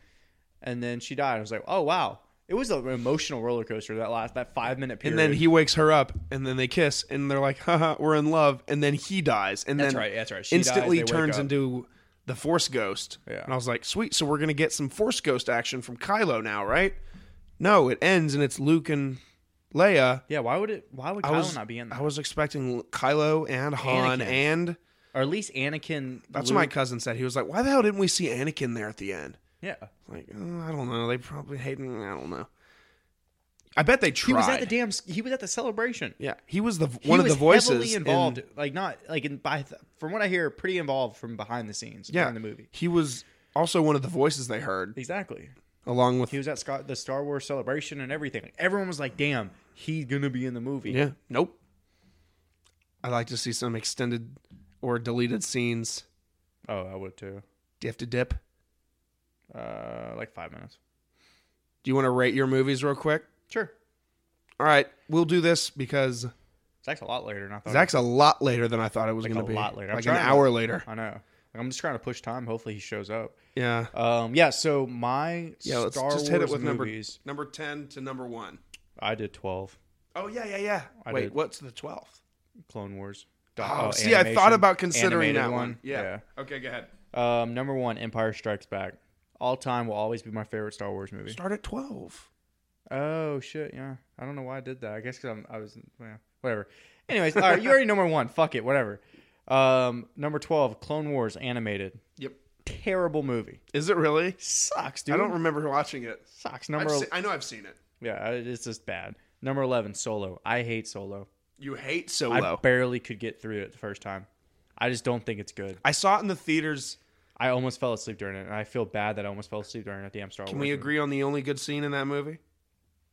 B: and then she died. I was like, oh wow. It was an emotional roller coaster that last that five minute period.
A: And then he wakes her up, and then they kiss, and they're like, haha, we're in love. And then he dies. And
B: That's
A: then
B: right, that's right. She dies,
A: instantly
B: they wake
A: turns
B: up.
A: into the Force Ghost.
B: Yeah.
A: And I was like, sweet. So we're going to get some Force Ghost action from Kylo now, right? No, it ends, and it's Luke and Leia.
B: yeah, why would it? Why would
A: I
B: Kylo
A: was,
B: not be in
A: I
B: that?
A: was expecting Kylo and Han
B: Anakin.
A: and.
B: Or at least Anakin.
A: That's
B: Luke-
A: what my cousin said. He was like, why the hell didn't we see Anakin there at the end?
B: yeah.
A: Like, oh, I don't know. They probably hate him. I don't know. I bet they tried.
B: He was at the damn. s- He was at the celebration.
A: yeah, he was the
B: He
A: one
B: was
A: of the voices
B: heavily
A: and-
B: involved, like not like in by from what I hear, pretty involved from behind the scenes.
A: yeah,
B: behind the movie.
A: He was also one of the voices they heard,
B: Exactly.
A: along with
B: He was at Scott the Star Wars celebration and everything. Like, everyone was like, "Damn, he's gonna be in the movie."
A: yeah. Nope. I like to see some extended or deleted scenes.
B: Oh, I would too.
A: Do you have to dip?
B: Uh, like five minutes.
A: Do you want to rate your movies real quick?
B: Sure.
A: All right, we'll do this because
B: Zach's a lot later than I thought.
A: Zach's a lot later than I thought it was
B: Oh. Like
A: going
B: a
A: to be.
B: lot later. I'm
A: like an
B: trying to-
A: hour later.
B: I know. I'm just trying to push time. Hopefully, he shows up.
A: Yeah.
B: Um, yeah. So my
A: Yeah, let's
B: Star
A: just
B: Wars
A: hit it with number-
B: movies.
A: Number ten to number one.
B: I did twelve.
A: Oh yeah, yeah, yeah.
B: I
A: Wait,
B: did.
A: what's the twelfth?
B: Clone Wars. uh,
A: Oh, see, I thought
B: animation-
A: about considering
B: animated
A: that one. Yeah. Okay, go ahead.
B: Yeah. Um, number one, Empire Strikes Back. All time will always be my favorite Star Wars movie.
A: Start at twelve.
B: Oh shit, yeah. I don't know why I did that. I guess because I was yeah, whatever. Anyways, all right, you already know number one. Fuck it, whatever. Um, number twelve, Clone Wars animated.
A: Yep.
B: Terrible movie.
A: Is it really?
B: Sucks, dude.
A: I don't remember watching it.
B: Sucks.
A: I've
B: Number
A: se- I know I've seen it.
B: yeah, I- it's just bad. Number eleven, Solo. I hate Solo.
A: You hate
B: I
A: Solo. I,
B: barely could get through it the first time. I just don't think it's good.
A: saw it in the theaters.
B: I almost fell asleep during it, and I feel bad that I almost fell asleep during it. Damn Star
A: Can
B: Wars.
A: we
B: movie.
A: agree on the only good scene in that movie?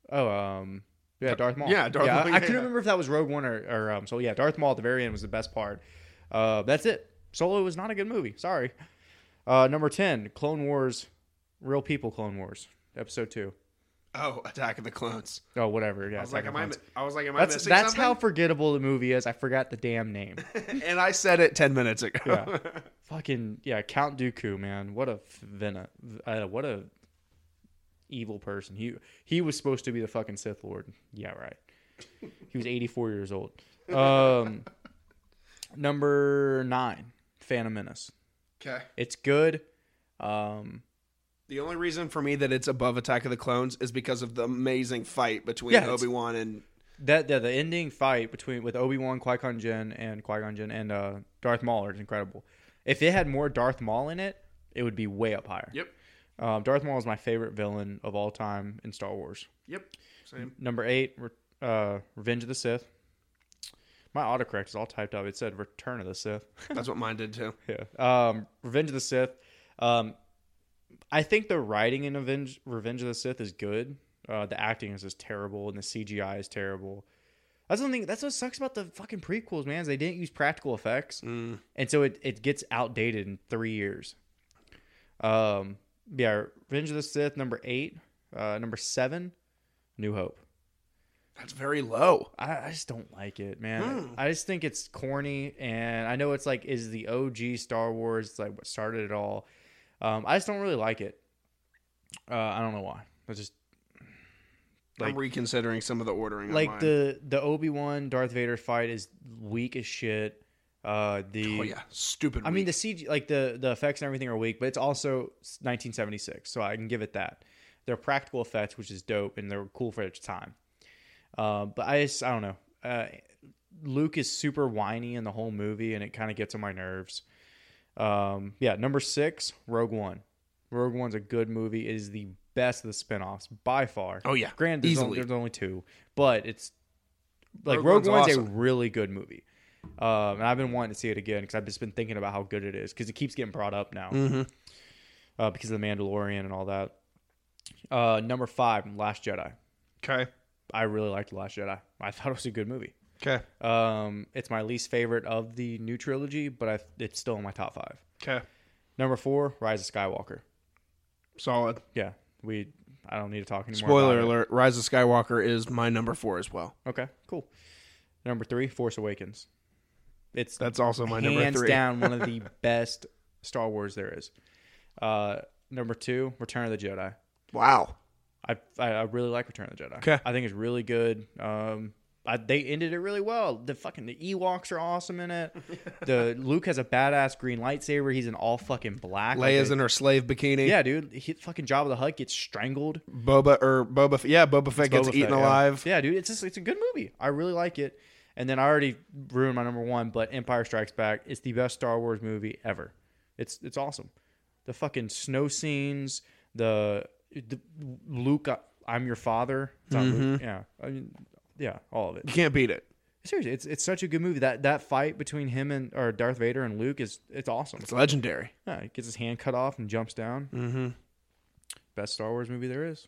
B: Oh, um, yeah, Darth Maul.
A: yeah, Darth
B: I-
A: Maul,
B: I
A: yeah,
B: couldn't
A: yeah.
B: remember if that was Rogue One or, or um. So yeah, Darth Maul at the very end was the best part. Uh, that's it. Solo was not a good movie. Sorry. Uh, number ten, Clone Wars, real people Clone Wars, episode two.
A: Oh, Attack of the Clones.
B: Oh, whatever. Yeah,
A: I was like,
B: Attack
A: am
B: of
A: I?
B: Clones.
A: mi- I was like, am I
B: That's
A: missing
B: that's how
A: something?
B: forgettable the movie is. I forgot the damn name.
A: and I said it ten minutes ago.
B: Yeah. Fucking yeah, Count Dooku, man. What a vena, uh, what a evil person. He he was supposed to be the fucking Sith Lord. Yeah, right. He was 84 years old. Um, number nine, Phantom Menace.
A: okay.
B: It's good. Um,
A: The only reason for me that it's above Attack of the Clones is because of the amazing fight between
B: Yeah, it's-
A: Obi Wan and
B: that the, the ending fight between with Obi Wan, Qui Gon Jinn, and Qui Gon Jinn and uh, Darth Maul is incredible. If it had more Darth Maul in it, it would be way up higher.
A: Yep.
B: Um, Darth Maul is my favorite villain of all time in Star Wars.
A: Yep. Same.
B: Number eight, Re- uh, Revenge of the Sith. My autocorrect is all typed up. It said Return of the Sith.
A: That's what mine did too.
B: yeah. Um, Revenge of the Sith. Um, I think the writing in Revenge, Revenge of the Sith is good. Uh, the acting is just terrible, and the CGI is terrible. That's the thing. That's what sucks about the fucking prequels, man. Is they didn't use practical effects,
A: Mm.
B: and so it, it gets outdated in three years. Um, yeah, Revenge of the Sith, number eight, uh, number seven, New Hope.
A: That's very low.
B: I, I just don't like it, man.
A: Hmm.
B: I just think it's corny, and I know it's like is the OG Star Wars it's like what started it all. Um, I just don't really like it. Uh, I don't know why. I just
A: I'm
B: Like-
A: reconsidering some of the ordering. on
B: like
A: mine.
B: the the Obi Wan Darth Vader fight is weak as shit. Uh, the
A: Oh yeah, stupid.
B: I
A: weak.
B: mean the CG like the the effects and everything are weak, but it's also 1976, so I can give it that. They're practical effects, which is dope, and they're cool for its time. Uh, but I just I don't know. Uh, Luke is super whiny in the whole movie, and it kind of gets on my nerves. Um, yeah, number six, Rogue One. Rogue One's a good movie. It is the best of the spinoffs by far.
A: oh yeah,
B: Granted, there's,
A: easily.
B: only, there's only two, but it's like
A: Rogue
B: Rogue,
A: One's
B: One's, a
A: awesome.
B: really good movie. Um, and I've been wanting to see it again because I've just been thinking about how good it is because it keeps getting brought up now
A: Mhm.
B: uh, because of the Mandalorian and all that. Uh, number five, Last Jedi.
A: Okay.
B: I really liked Last Jedi. I thought it was a good movie.
A: Okay.
B: Um, it's my least favorite of the new trilogy, but I, it's still in my top five.
A: Okay.
B: Number four, Rise of Skywalker.
A: Solid.
B: Yeah, we. I don't need to talk anymore. about
A: Spoiler
B: it.
A: alert: Rise of Skywalker is my number four as well.
B: Okay, cool. Number three, Force Awakens. It's
A: That's also my number
B: hands
A: three.
B: down one of the best Star Wars there is. Uh, number two, Return of the Jedi.
A: Wow.
B: I I I really like Return of the Jedi.
A: Okay.
B: I think it's really good. Um, I, they ended it really well. The fucking the Ewoks are awesome in it. the Luke has a badass green lightsaber. He's in all fucking black. Like,
A: Leia's
B: they-
A: in her slave bikini.
B: yeah, dude. He, fucking Jabba the Hutt gets strangled.
A: Boba or Boba. F- Yeah, Boba Fett gets
B: Boba
A: eaten
B: Fett, yeah.
A: alive.
B: Yeah, dude, it's just, it's a good movie. I really like it. And then I already ruined my number one, but Empire Strikes Back. It's the best Star Wars movie ever. It's it's awesome. The fucking snow scenes, the, the Luke, I, I'm your father. It's not
A: Mm-hmm.
B: Luke. Yeah, I mean, yeah, all of it.
A: You can't beat it.
B: Seriously, it's it's such a good movie. That that fight between him and or Darth Vader and Luke is it's awesome.
A: It's legendary.
B: Yeah, he gets his hand cut off and jumps down.
A: Mm-hmm.
B: Best Star Wars movie there is.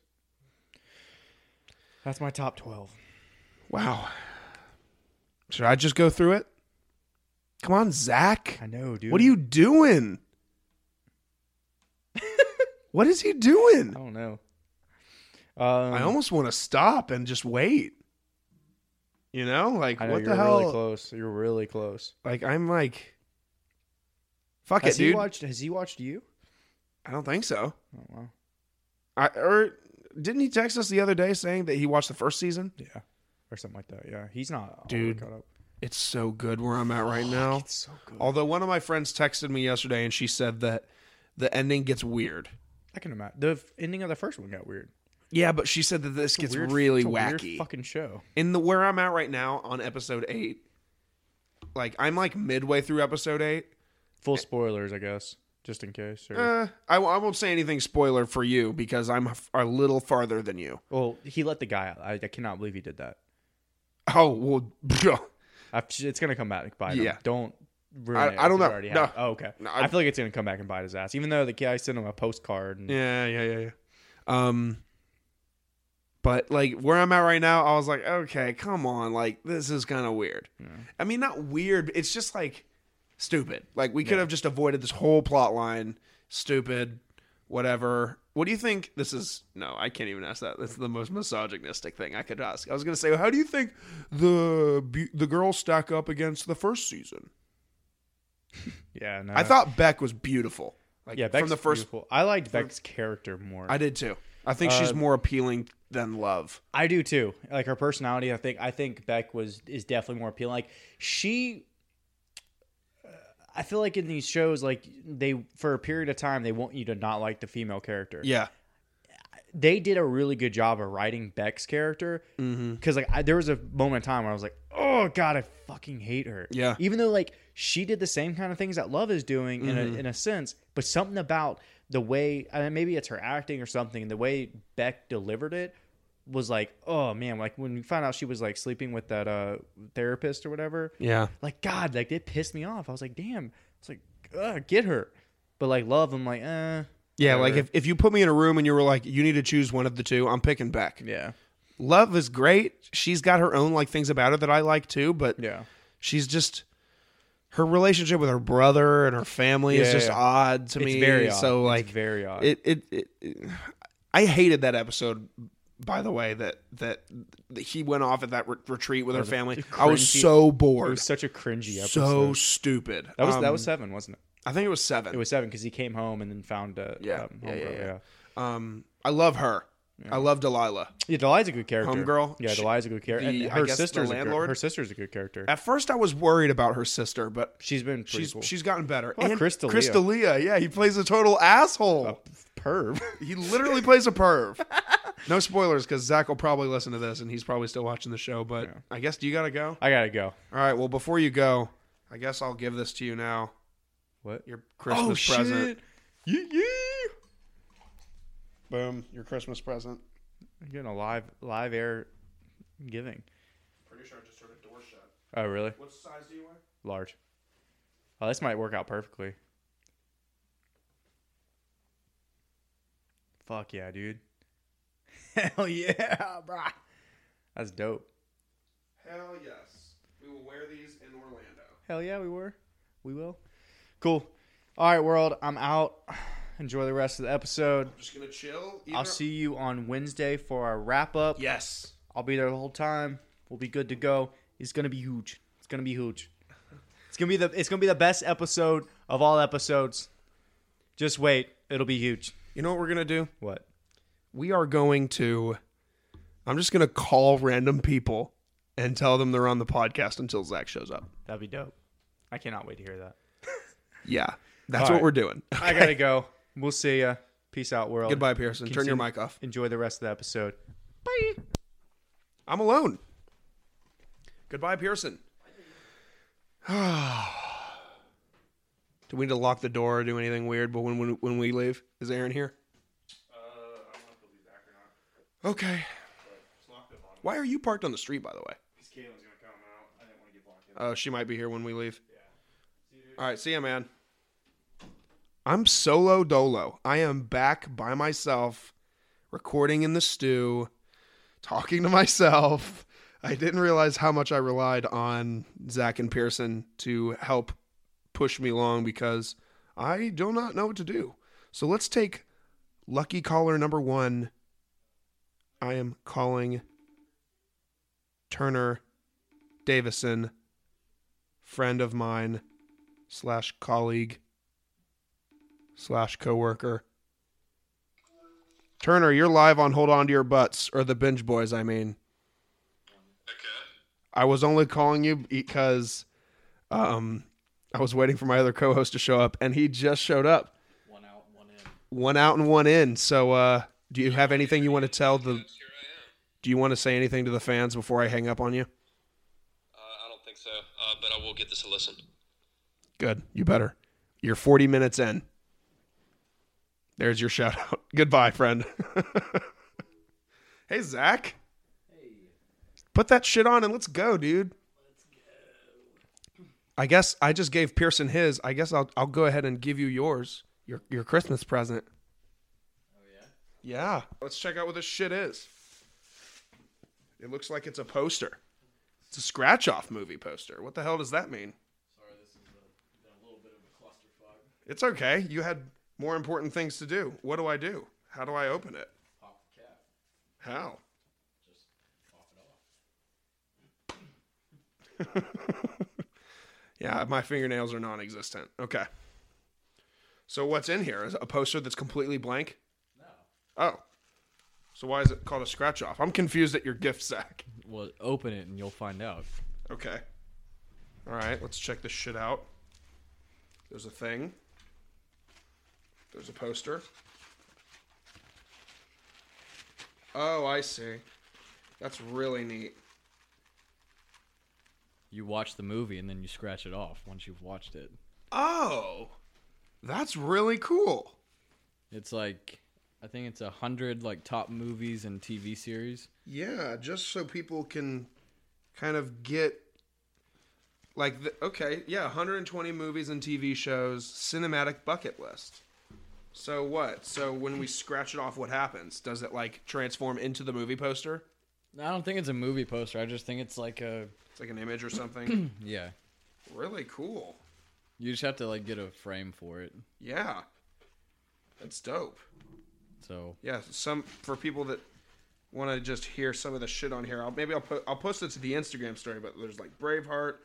B: That's my top twelve.
A: Wow. Should I just go through it? Come on, Zach.
B: I know, dude.
A: What are you doing? what is he doing?
B: I don't know.
A: I
B: Um,
A: almost want to stop and just wait. You know, like
B: I know
A: what
B: you're
A: the hell?
B: Really close. You're really close.
A: Like I'm like, fuck
B: Has
A: it,
B: he
A: dude.
B: watched? Has he watched you?
A: I don't think so.
B: Oh wow.
A: I or didn't he text us the other day saying that he watched the first season?
B: Yeah, or something like that. Yeah, he's not. all
A: Dude,
B: caught up.
A: It's so good where I'm at right now.
B: It's so good.
A: Although one of my friends texted me yesterday and she said that the ending gets weird.
B: I can imagine. The f- ending of the first one got weird.
A: Yeah, but she said that this
B: It's
A: gets
B: a weird-
A: really
B: it's a weird
A: wacky.
B: fucking show.
A: in the where I'm at right now on episode eight, like I'm like midway through episode eight.
B: Full spoilers, I guess, just in case. Or,
A: Uh, I, w- I won't say anything spoiler for you because I'm a f- a little farther than you.
B: well, he let the guy out. I, I cannot believe he did that.
A: Oh well,
B: I, it's gonna come back and bite him.
A: Yeah.
B: Don't. Ruin
A: I-
B: it
A: I don't
B: if you
A: know.
B: already
A: No.
B: have- Oh, okay.
A: No, I-
B: I, feel like it's gonna come back and bite his ass, even though the guy sent him a postcard. And,
A: yeah, yeah, yeah, yeah. Um, but like where I'm at right now, I was like, okay, come on, like this is kind of weird. I mean, not weird. It's just like stupid. Like we could have just avoided this whole plot line. Stupid, whatever. What do you think? This is no, I can't even ask that. That's the most misogynistic thing I could ask. I was gonna say, how do you think the bu- the girls stack up against the first season?
B: yeah no.
A: I thought Beck was beautiful. Like
B: Uh, Yeah, Beck's
A: from the first,
B: beautiful. I liked Beck's character more.
A: I did too. I think she's
B: Uh,
A: more appealing than Love.
B: I do too. Like her personality, I think I think Beck was is definitely more appealing. Like she, uh, I feel like in these shows, like they for a period of time they want you to not like the female character.
A: Yeah.
B: They did a really good job of writing Beck's character because like I, there was a moment in time where I was like, oh god, I fucking hate her.
A: Yeah.
B: Even though like she did the same kind of things that Love is doing in
A: Mm-hmm.
B: a in a sense, but something about the way I mean, maybe it's her acting or something, the way Beck delivered it was like, oh man, like when we found out she was like sleeping with that uh therapist or whatever,
A: Yeah.
B: like God, like it pissed me off. I was like, damn, it's like, Ugh, get her. But like Love, I'm like, eh.
A: Yeah, like
B: whatever.
A: if, if you put me in a room and you were like, you need to choose one of the two, I'm picking Beck.
B: yeah,
A: Love is great. She's got her own like things about her that I like too, but
B: yeah.
A: she's just her relationship with her brother and her family is
B: Yeah,
A: just
B: yeah.
A: odd to
B: It's
A: me.
B: very odd.
A: So
B: It's
A: like
B: very odd.
A: It, it it it- I hated that episode. By the way, that that, that he went off at that re- retreat with her family. I was
B: cringy-
A: so
B: it
A: bored,
B: was such a cringy
A: so
B: episode.
A: stupid.
B: that was that
A: Um,
B: was seven, wasn't it?
A: I think it was seven.
B: It was seven because he came home and then found uh,
A: Yeah.
B: um,
A: Yeah, yeah,
B: homegirl,
A: yeah. Um, I love her. I love Delilah.
B: Yeah, Delilah's a good character.
A: Homegirl?
B: Yeah,
A: She-
B: Delilah's a good character.
A: the-
B: And
A: I
B: her
A: guess the
B: sister's a good-
A: landlord?
B: her sister's a good character.
A: At first, I was worried about her sister, but
B: She's been pretty
A: she's
B: cool.
A: she's gotten better.
B: about Chris D'Elia?
A: Chris D'Elia, yeah, he plays a total asshole.
B: perv.
A: He literally plays a perv. No spoilers, because Zach will probably listen to this, and he's probably still watching the show. But I guess do you gotta go?
B: I gotta go.
A: All right. Well, before you go, I guess I'll give this to you now.
B: What?
A: Your
B: Oh,
A: Christmas present.
B: Yeah, yeah.
A: Boom. Your Christmas present.
B: I'm getting a live live air giving.
A: Pretty sure I just heard a door shut.
B: Oh really?
A: What size do you want?
B: Large. Oh, this might work out perfectly. Fuck yeah, dude. Hell yeah, bruh. That's dope.
A: Hell yes. We will wear these in Orlando.
B: Hell yeah, we were. We will. Cool. All right, world. I'm out. Enjoy the rest of the episode.
A: just gonna chill.
B: I'll see you on Wednesday for our wrap up.
A: Yes.
B: I'll be there the whole time. We'll be good to go. It's gonna be huge. It's gonna be huge. It's gonna be the it's gonna be the best episode of all episodes. Just wait. It'll be huge.
A: You know what we're gonna do?
B: What?
A: we are going to. I'm just going to call random people and tell them they're on the podcast until Zach shows up.
B: That'd be dope. I cannot wait to hear that.
A: Yeah, that's
B: All
A: what
B: right.
A: we're doing.
B: I gotta go. We'll see ya. Peace out, world.
A: Goodbye, Pearson. Turn your
B: Continue-
A: mic off.
B: Enjoy the rest of the episode.
A: I'm alone. Goodbye, Pearson. do we need to lock the door or do anything weird? But when when, when we leave, is Aaron here? Uh, I don't know if he'll be back or not. Okay. Why are you parked on the street, by the way? Oh, she might be here when we leave. All right, see ya, man. I'm solo dolo. I am back by myself, recording in the stew talking to myself. I didn't realize how much I relied on Zach and Pearson to help push me along because I do not know what to do. So let's take lucky caller number one. I am calling Turner Davison, friend of mine, slash colleague, slash coworker. Turner, you're live on Hold On to Your Butts, or the Binge Boys, I mean.
C: Okay.
A: I was only calling you because um, I was waiting for my other co host to show up, and he just showed up.
C: One out, one in.
A: One out and one in. So, uh, do you have anything you want to tell the.
C: Yes, here I am.
A: Do you want to say anything to the fans before I hang up on you?
C: Uh, I don't think so, uh, but I will get this a listen.
A: Good. You better. You're 40 minutes in. There's your shout out. Goodbye, friend. hey, Zach. Hey. Put that shit on and let's go, dude. Let's go. I guess I just gave Pearson his. I guess I'll I'll go ahead and give you yours. Your your Christmas present. Oh yeah. Yeah. Let's check out what this shit is. It looks like it's a poster. It's a scratch off movie poster. What the hell does that mean? It's okay. You had more important things to do. What do I do? How do I open it? Pop the cap. How? Just pop it off. yeah, my fingernails are non existent. Okay. So what's in here? Is it a poster that's completely blank? No. Oh. So why is it called a scratch off? I'm confused at your gift sack.
D: Well, open it and you'll find out.
A: Okay. All right, let's check this shit out. There's a thing. There's a poster. Oh, I see. That's really neat.
D: You watch the movie and then you scratch it off once you've watched it.
A: Oh, that's really cool.
D: It's like I think it's a hundred like top movies and TV series.
A: Yeah, just so people can kind of get like the, okay, yeah, 120 movies and TV shows cinematic bucket list. So what? So when we scratch it off what happens? Does it like transform into the movie poster?
D: I don't think it's a movie poster. I just think it's like a
A: It's like an image or something.
D: yeah.
A: really cool.
D: You just have to like get a frame for it.
A: Yeah. That's dope.
D: So
A: Yeah, some for people that want to just hear some of the shit on here. I'll maybe I'll put I'll post it to the Instagram story, but there's like Braveheart,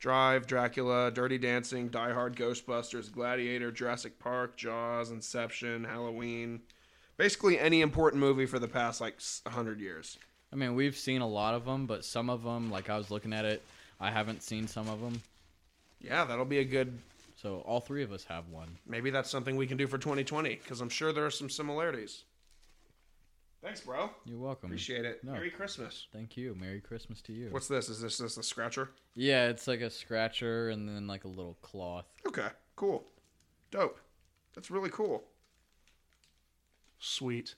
A: Drive, Dracula, Dirty Dancing, Die Hard, Ghostbusters, Gladiator, Jurassic Park, Jaws, Inception, Halloween. Basically any important movie for the past like s- 100 years.
D: I mean, we've seen a lot of them, but some of them, like I was looking at it, I haven't seen some of them.
A: Yeah, that'll be a good
D: So all three of us have one.
A: maybe that's something we can do for 2020 cuz I'm sure there are some similarities. Thanks, bro.
D: You're welcome.
A: Appreciate it.
D: No.
A: Merry Christmas.
D: Thank you. Merry Christmas to you.
A: What's this? Is this this a scratcher?
D: Yeah, it's like a scratcher and then like a little cloth.
A: Okay, cool. Dope. That's really cool. Sweet.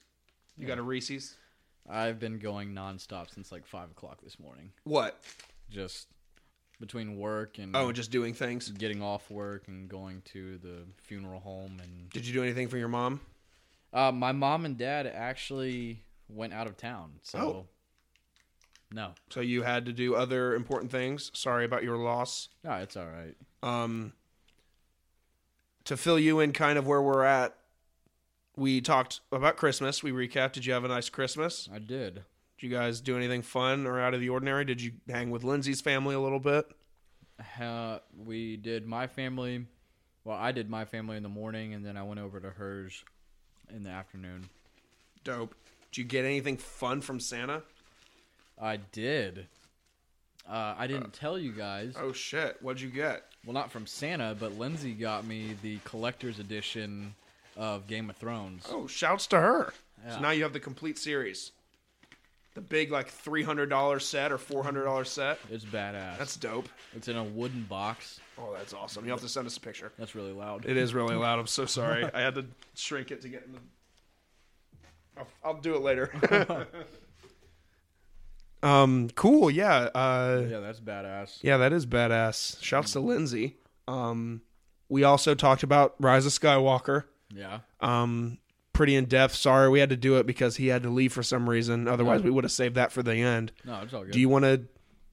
A: You got a Reese's?
D: I've been going nonstop since like five o'clock this morning.
A: What?
D: Just between work and
A: Oh, just doing things.
D: getting off work and going to the funeral home and
A: Did you do anything for your mom?
D: uh, my mom and dad actually went out of town. So
A: Oh.
D: no,
A: So you had to do other important things. Sorry about your loss.
D: no, it's all right.
A: Um to fill you in kind of where we're at, we talked about Christmas. We recapped. Did you have a nice Christmas?
D: I did.
A: Did you guys do anything fun or out of the ordinary? Did you hang with Lindsay's family a little bit?
D: Uh, we did my family. Well, I did my family in the morning, and then I went over to hers in the afternoon.
A: Dope. Did you get anything fun from Santa?
D: I did. Uh, I didn't tell you guys.
A: Oh shit! What'd you get?
D: Well, not from Santa, but Lindsay got me the collector's edition of Game of Thrones.
A: Oh, shouts to her. So
D: Yeah.
A: now you have the complete series. The big like three hundred dollar set or four hundred dollar set.
D: It's badass.
A: That's dope.
D: it's in a wooden box.
A: Oh, that's awesome. You have to send us a picture.
D: That's really loud.
A: It is really loud. I'm so sorry. I had to shrink it to get in the. I'll, I'll do it later. um. Cool. Yeah. Uh.
D: yeah, that's badass.
A: Yeah, that is badass. Shouts to Lindsay. Um, we also talked about Rise of Skywalker.
D: Yeah.
A: Um, pretty in depth. Sorry, we had to do it because he had to leave for some reason. Otherwise, we would have saved that for the end.
D: No, it's all good.
A: Do you want to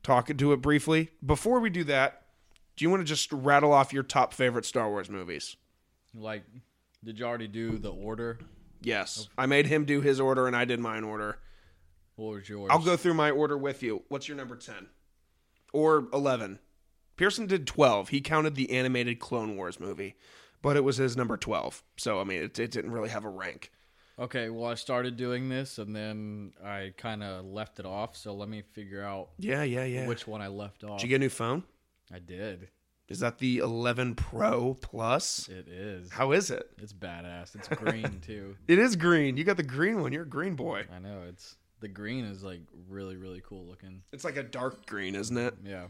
A: talk to it briefly before we do that? Do you want to just rattle off your top favorite Star Wars movies?
D: like, did you already do the order?
A: Yes, I made him do his order and I did mine order.
D: What was yours?
A: I'll go through my order with you. What's your number 10 or 11? Pearson did 12. He counted the animated Clone Wars movie, but it was his number 12. So, I mean, it, it didn't really have a rank.
D: Okay, well, I started doing this and then I kind of left it off. So let me figure out
A: Yeah, yeah, yeah.
D: which one I left off.
A: did you get a new phone?
D: I did.
A: Is that the 11 Pro Plus?
D: It is.
A: How is it?
D: It's badass. It's green too.
A: It is green. You got the green one. You're a green boy.
D: I know. It's the green is like really really cool looking.
A: It's like a dark green, isn't it?
D: Yeah.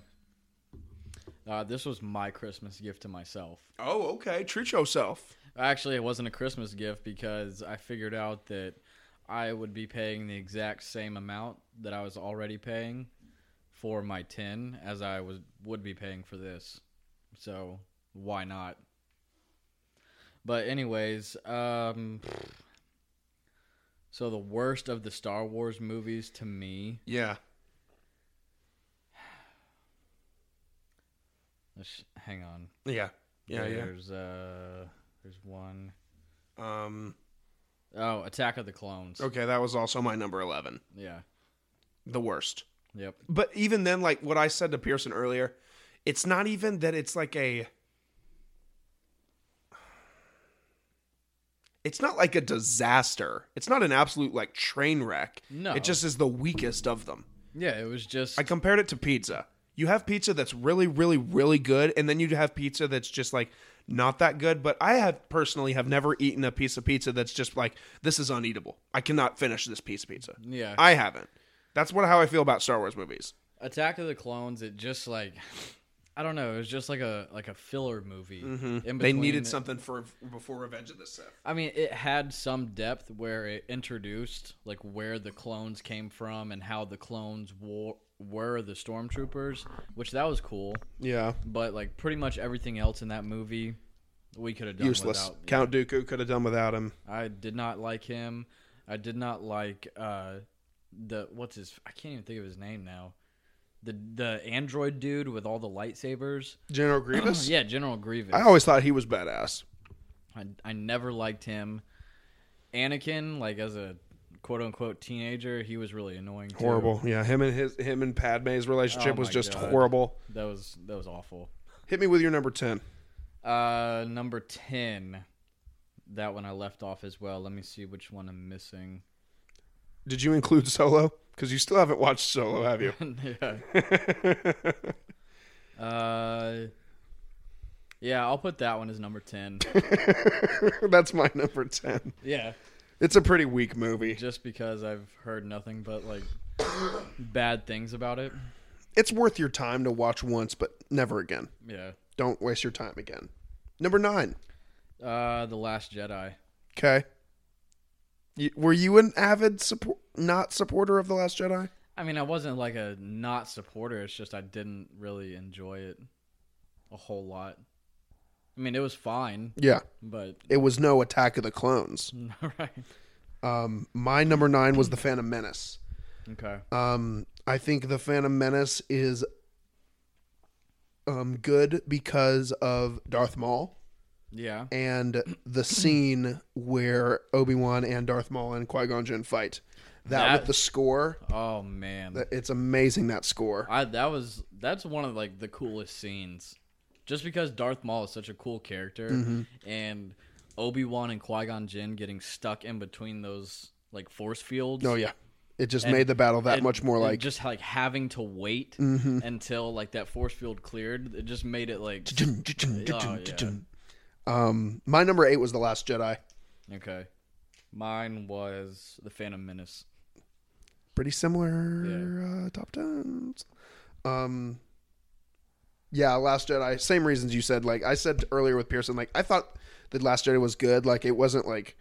D: Uh, this was my Christmas gift to myself.
A: Oh, okay. Treat yourself.
D: Actually, it wasn't a Christmas gift because I figured out that I would be paying the exact same amount that I was already paying for my 10 as I was would be paying for this. So, why not? But anyways, um so the worst of the Star Wars movies to me,
A: Yeah.
D: let's sh- hang on.
A: Yeah. Yeah, yeah.
D: There's uh there's one
A: Um,
D: Oh, Attack of the Clones.
A: okay, that was also my number 11.
D: Yeah.
A: The worst.
D: Yep.
A: but even then like what i said to pearson earlier it's not even that it's like a it's not like a disaster it's not an absolute like train wreck
D: No.
A: it just is the weakest of them
D: Yeah, it was just
A: i compared it to pizza you have pizza that's really really really good and then you have pizza that's just like not that good but i have personally have never eaten a piece of pizza that's just like this is uneatable i cannot finish this piece of pizza
D: yeah.
A: i haven't that's what how i feel about star wars movies
D: Attack of the Clones, it just like I don't know, it was just like a like a filler movie. In
A: Mm-hmm. They
D: between
A: needed
D: the-
A: something for before Revenge of the Sith.
D: I mean, it had some depth where it introduced like where the clones came from and how the clones war- were the stormtroopers, which that was cool.
A: Yeah,
D: But like pretty much everything else in that movie, we could have done
A: useless.
D: without.
A: Count Dooku could have done without him.
D: I did not like him. I did not like uh the what's his I can't even think of his name now. The the android dude with all the lightsabers.
A: General Grievous.
D: yeah, General Grievous.
A: I
D: I,
A: always thought he was badass.
D: I, never liked him. Anakin, like as a quote unquote teenager, he was really annoying. Too.
A: Horrible. Yeah, him and his him and Padme's relationship
D: Oh
A: was
D: my
A: just
D: God.
A: horrible.
D: That was that was awful.
A: Hit me with your number ten.
D: Uh, number ten. That one I left off as well. Let me see which one I'm missing.
A: Did you include Solo? Because you still haven't watched Solo, have you?
D: yeah. Uh, yeah, I'll put that one as number ten.
A: That's my number ten.
D: yeah,
A: It's a pretty weak movie.
D: just because I've heard nothing but like bad things about it.
A: It's worth your time to watch once, but never again.
D: Yeah.
A: Don't waste your time again. Number nine.
D: Uh, the Last Jedi.
A: Okay. You, were you an avid support, not supporter of the Last Jedi?
D: I mean, I wasn't like a not supporter. It's just I didn't really enjoy it a whole lot. I mean, it was fine,
A: Yeah.
D: but
A: It was no Attack of the Clones.
D: right.
A: Um, my number nine was the Phantom Menace.
D: Okay.
A: Um, I think the Phantom Menace is um, good because of Darth Maul
D: Yeah.
A: and the scene where Obi Wan and Darth Maul and Qui Gon Jinn fight. That,
D: That-
A: with the score,
D: Oh man.
A: it's amazing. That score.
D: I that was that's one of like the coolest scenes, just because Darth Maul is such a cool
A: Mm-hmm.
D: character, and Obi Wan and Qui Gon Jinn getting stuck in between those like force fields.
A: Oh yeah, it just
D: And
A: made the battle that
D: it-
A: much more
D: it
A: like Mm-hmm.
D: just like having to wait until like that force field cleared. It just made it like Oh, yeah.
A: Um, my number eight was the Last Jedi.
D: okay. Mine was the Phantom Menace.
A: Pretty similar uh, top tens. Um, yeah, Last Jedi. Same reasons you said. Like I said earlier with Pearson, like I thought the Last Jedi was good. Like it wasn't like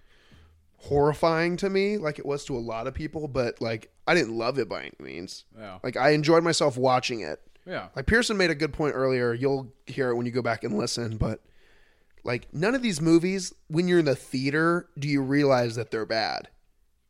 A: horrifying to me, like it was to a lot of people. But like I didn't love it by any means.
D: Yeah,
A: Like I enjoyed myself watching it.
D: yeah,
A: Like Pearson made a good point earlier. You'll hear it when you go back and listen, but like none of these movies, when you're in the theater, do you realize that they're bad?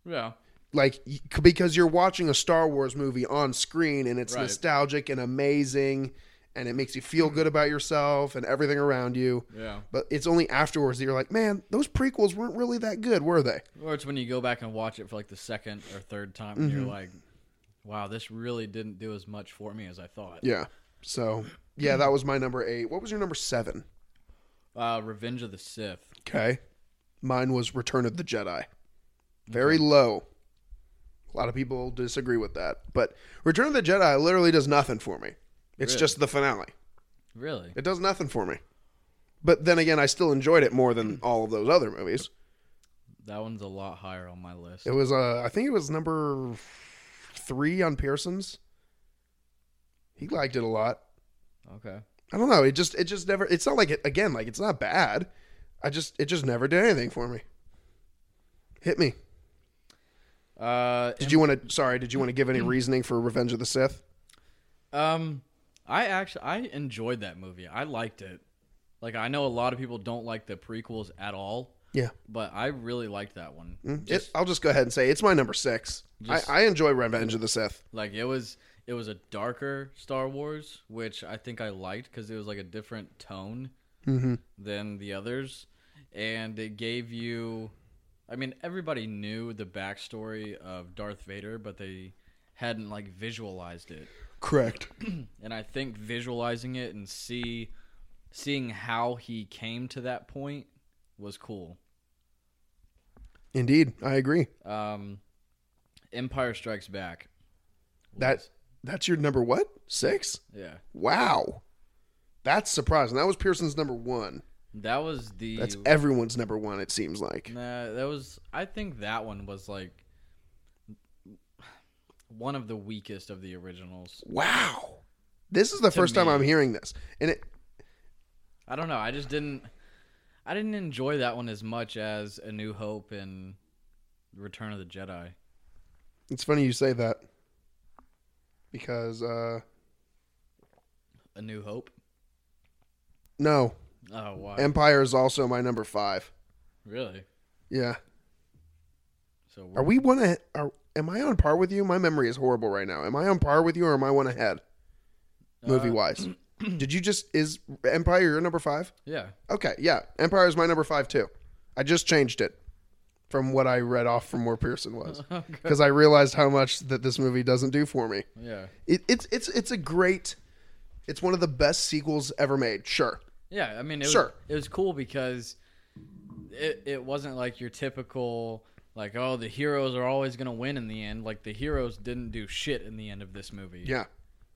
D: yeah.
A: Like y- because you're watching a Star Wars movie on screen and it's
D: Right.
A: nostalgic and amazing, and it makes you feel good about yourself and everything around you.
D: Yeah.
A: But it's only afterwards that you're like, man, those prequels weren't really that good, were they?
D: Or it's when you go back and watch it for like the second or third time, and
A: Mm-hmm.
D: you're like, "Wow, this really didn't do as much for me as I thought."
A: Yeah. So yeah, that was my number eight. What was your number seven?
D: Uh, Revenge of the Sith.
A: Okay. Mine was Return of the Jedi. Very low. A lot of people disagree with that. But Return of the Jedi literally does nothing for me. It's
D: Really?
A: just the finale.
D: Really?
A: It does nothing for me. But then again, I still enjoyed it more than all of those other movies.
D: That one's a lot higher on my list.
A: It was, uh, I think it was number three on Pearson's. He liked it a lot.
D: Okay.
A: I don't know. It just, it just never. It's not like it again. Like it's not bad. I just, it just never did anything for me. Hit me.
D: Uh,
A: Did you want to? Sorry, did you want to give any reasoning for Revenge of the Sith?
D: um, I actually I enjoyed that movie. I liked it. Like I know a lot of people don't like the prequels at all,
A: Yeah,
D: but I really liked that one.
A: Hmm? it, I'll just go ahead and say it's my number six.
D: Just-
A: I, I enjoy Revenge of the Sith.
D: Like it was it was a darker Star Wars, which I think I liked because it was like a different tone than the others, and it gave you. I mean, everybody knew the backstory of Darth Vader, but they hadn't like visualized it.
A: Correct.
D: and I think visualizing it and see seeing how he came to that point was cool.
A: Indeed, I agree.
D: Um, Empire Strikes Back.
A: That that's your number what six?
D: Yeah,
A: Wow, that's surprising. That was Pearson's number one.
D: that was the
A: That's everyone's number one. It seems like.
D: nah, that was I think that one was like one of the weakest of the originals.
A: Wow, this is the first time
D: me.
A: I'm hearing this, and it
D: I don't know. I just didn't I didn't enjoy that one as much as A New Hope and Return of the Jedi.
A: it's funny you say that because uh
D: A New Hope.
A: no,
D: Oh wow,
A: Empire is also my number five.
D: really?
A: Yeah.
D: So
A: Are we one ahead? Are, am I on par with you? My memory is horrible right now. Am I on par with you, or am I one ahead, movie wise? Did you just is Empire your number five?
D: Yeah.
A: Okay, yeah, Empire is my number five too. I just changed it from what I read off from where Pearson was
D: Uh-huh.
A: because I realized how much that this movie doesn't do for me.
D: Yeah.
A: It, it's it's it's a great, it's one of the best sequels ever made. Sure,
D: Yeah, I mean, it was,
A: Sure.
D: it was cool because it it wasn't like your typical like oh the heroes are always going to win in the end. Like the heroes didn't do shit in the end of this movie.
A: yeah,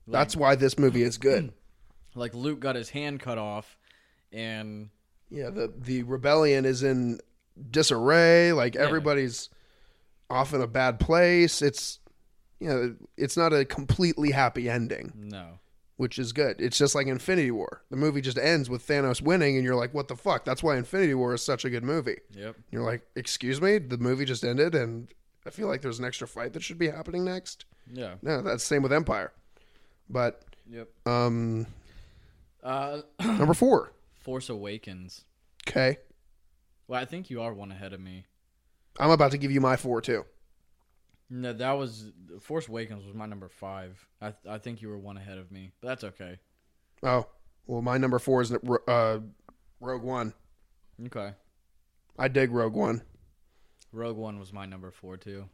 A: that's why this movie is good.
D: Like Luke got his hand cut off and
A: Yeah, the the rebellion is in disarray. Like everybody's off in a bad place. It's you know, it's not a completely happy ending,
D: no.
A: which is good. It's just like Infinity War. The movie just ends with Thanos winning and you're like, "What the fuck?" That's why Infinity War is such a good movie.
D: Yep.
A: You're like, "Excuse me, the movie just ended and I feel like there's an extra fight that should be happening next."
D: Yeah.
A: No, that's the same with Empire. But
D: Yep.
A: um
D: Uh
A: number 4.
D: Force Awakens.
A: Okay.
D: Well, I think you are one ahead of me.
A: I'm about to give you my 4 too.
D: No, that was Force Awakens was my number 5. I I think you were one ahead of me. But that's okay.
A: Oh, well, my number four is uh, Rogue One.
D: Okay.
A: I dig Rogue One.
D: Rogue One was my number 4 too.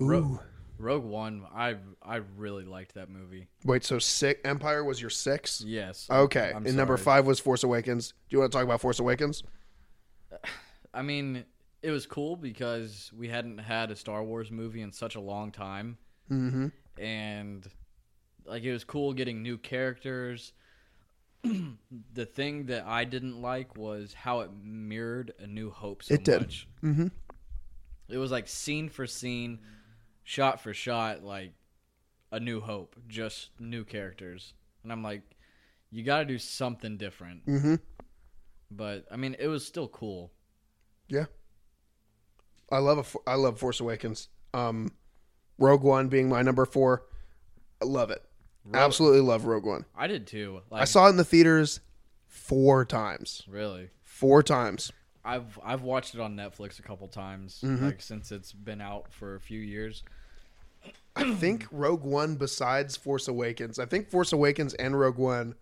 D: Ro- Rogue One, I I really liked that movie.
A: Wait, so sick Empire was your six?
D: Yes.
A: Okay,
D: I'm
A: and number
D: sorry.
A: five was Force Awakens. Do you want to talk about Force Awakens?
D: I mean, it was cool because we hadn't had a Star Wars movie in such a long time,
A: Mm-hmm.
D: and like it was cool getting new characters. the thing that I didn't like was how it mirrored A New Hope so
A: It did.
D: much.
A: Mm-hmm.
D: It was like scene for scene, shot for shot, like A New Hope, just new characters, and I'm like, you got to do something different.
A: Mm-hmm.
D: But I mean, it was still cool.
A: I love a fo- I love Force Awakens. Um, Rogue One being my number four. I love it. Absolutely love Rogue One.
D: I did too. Like,
A: I saw it in the theaters four times.
D: really.
A: Four times.
D: I've I've watched it on Netflix a couple times,
A: Mm-hmm.
D: like since it's been out for a few years.
A: I think Rogue One, besides Force Awakens, I think Force Awakens and Rogue One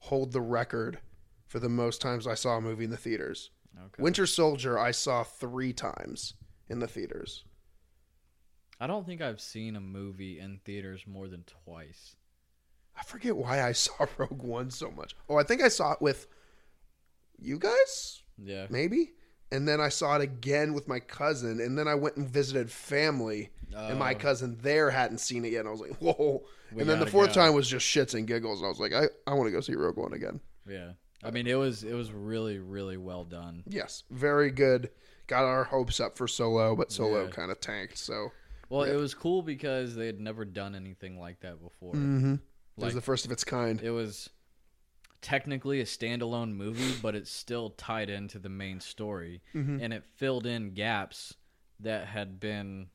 A: hold the record for the most times I saw a movie in the theaters.
D: Okay.
A: Winter Soldier, I saw three times in the theaters.
D: I don't think I've seen a movie in theaters more than twice.
A: I forget why I saw Rogue One so much. Oh, I think I saw it with you guys,
D: Yeah.
A: maybe? And then I saw it again with my cousin, and then I went and visited family, and my
D: Oh.
A: cousin there hadn't seen it yet. And I was like, whoa.
D: We
A: and then the
D: gotta
A: fourth
D: go.
A: time was just shits and giggles. And I was like, I, I want to go see Rogue One again.
D: Yeah. I mean, it was it was really really well done.
A: Yes, very good. Got our hopes up for Solo, but Solo
D: Yeah.
A: kind of tanked. So
D: Well,
A: Yeah.
D: it was cool because they had never done anything like that before.
A: Mm. mm-hmm. it was
D: Like-
A: the first of its kind.
D: It was technically a standalone movie, but it's still tied into the main story,
A: Mm-hmm. Mm.
D: and it filled in gaps that had been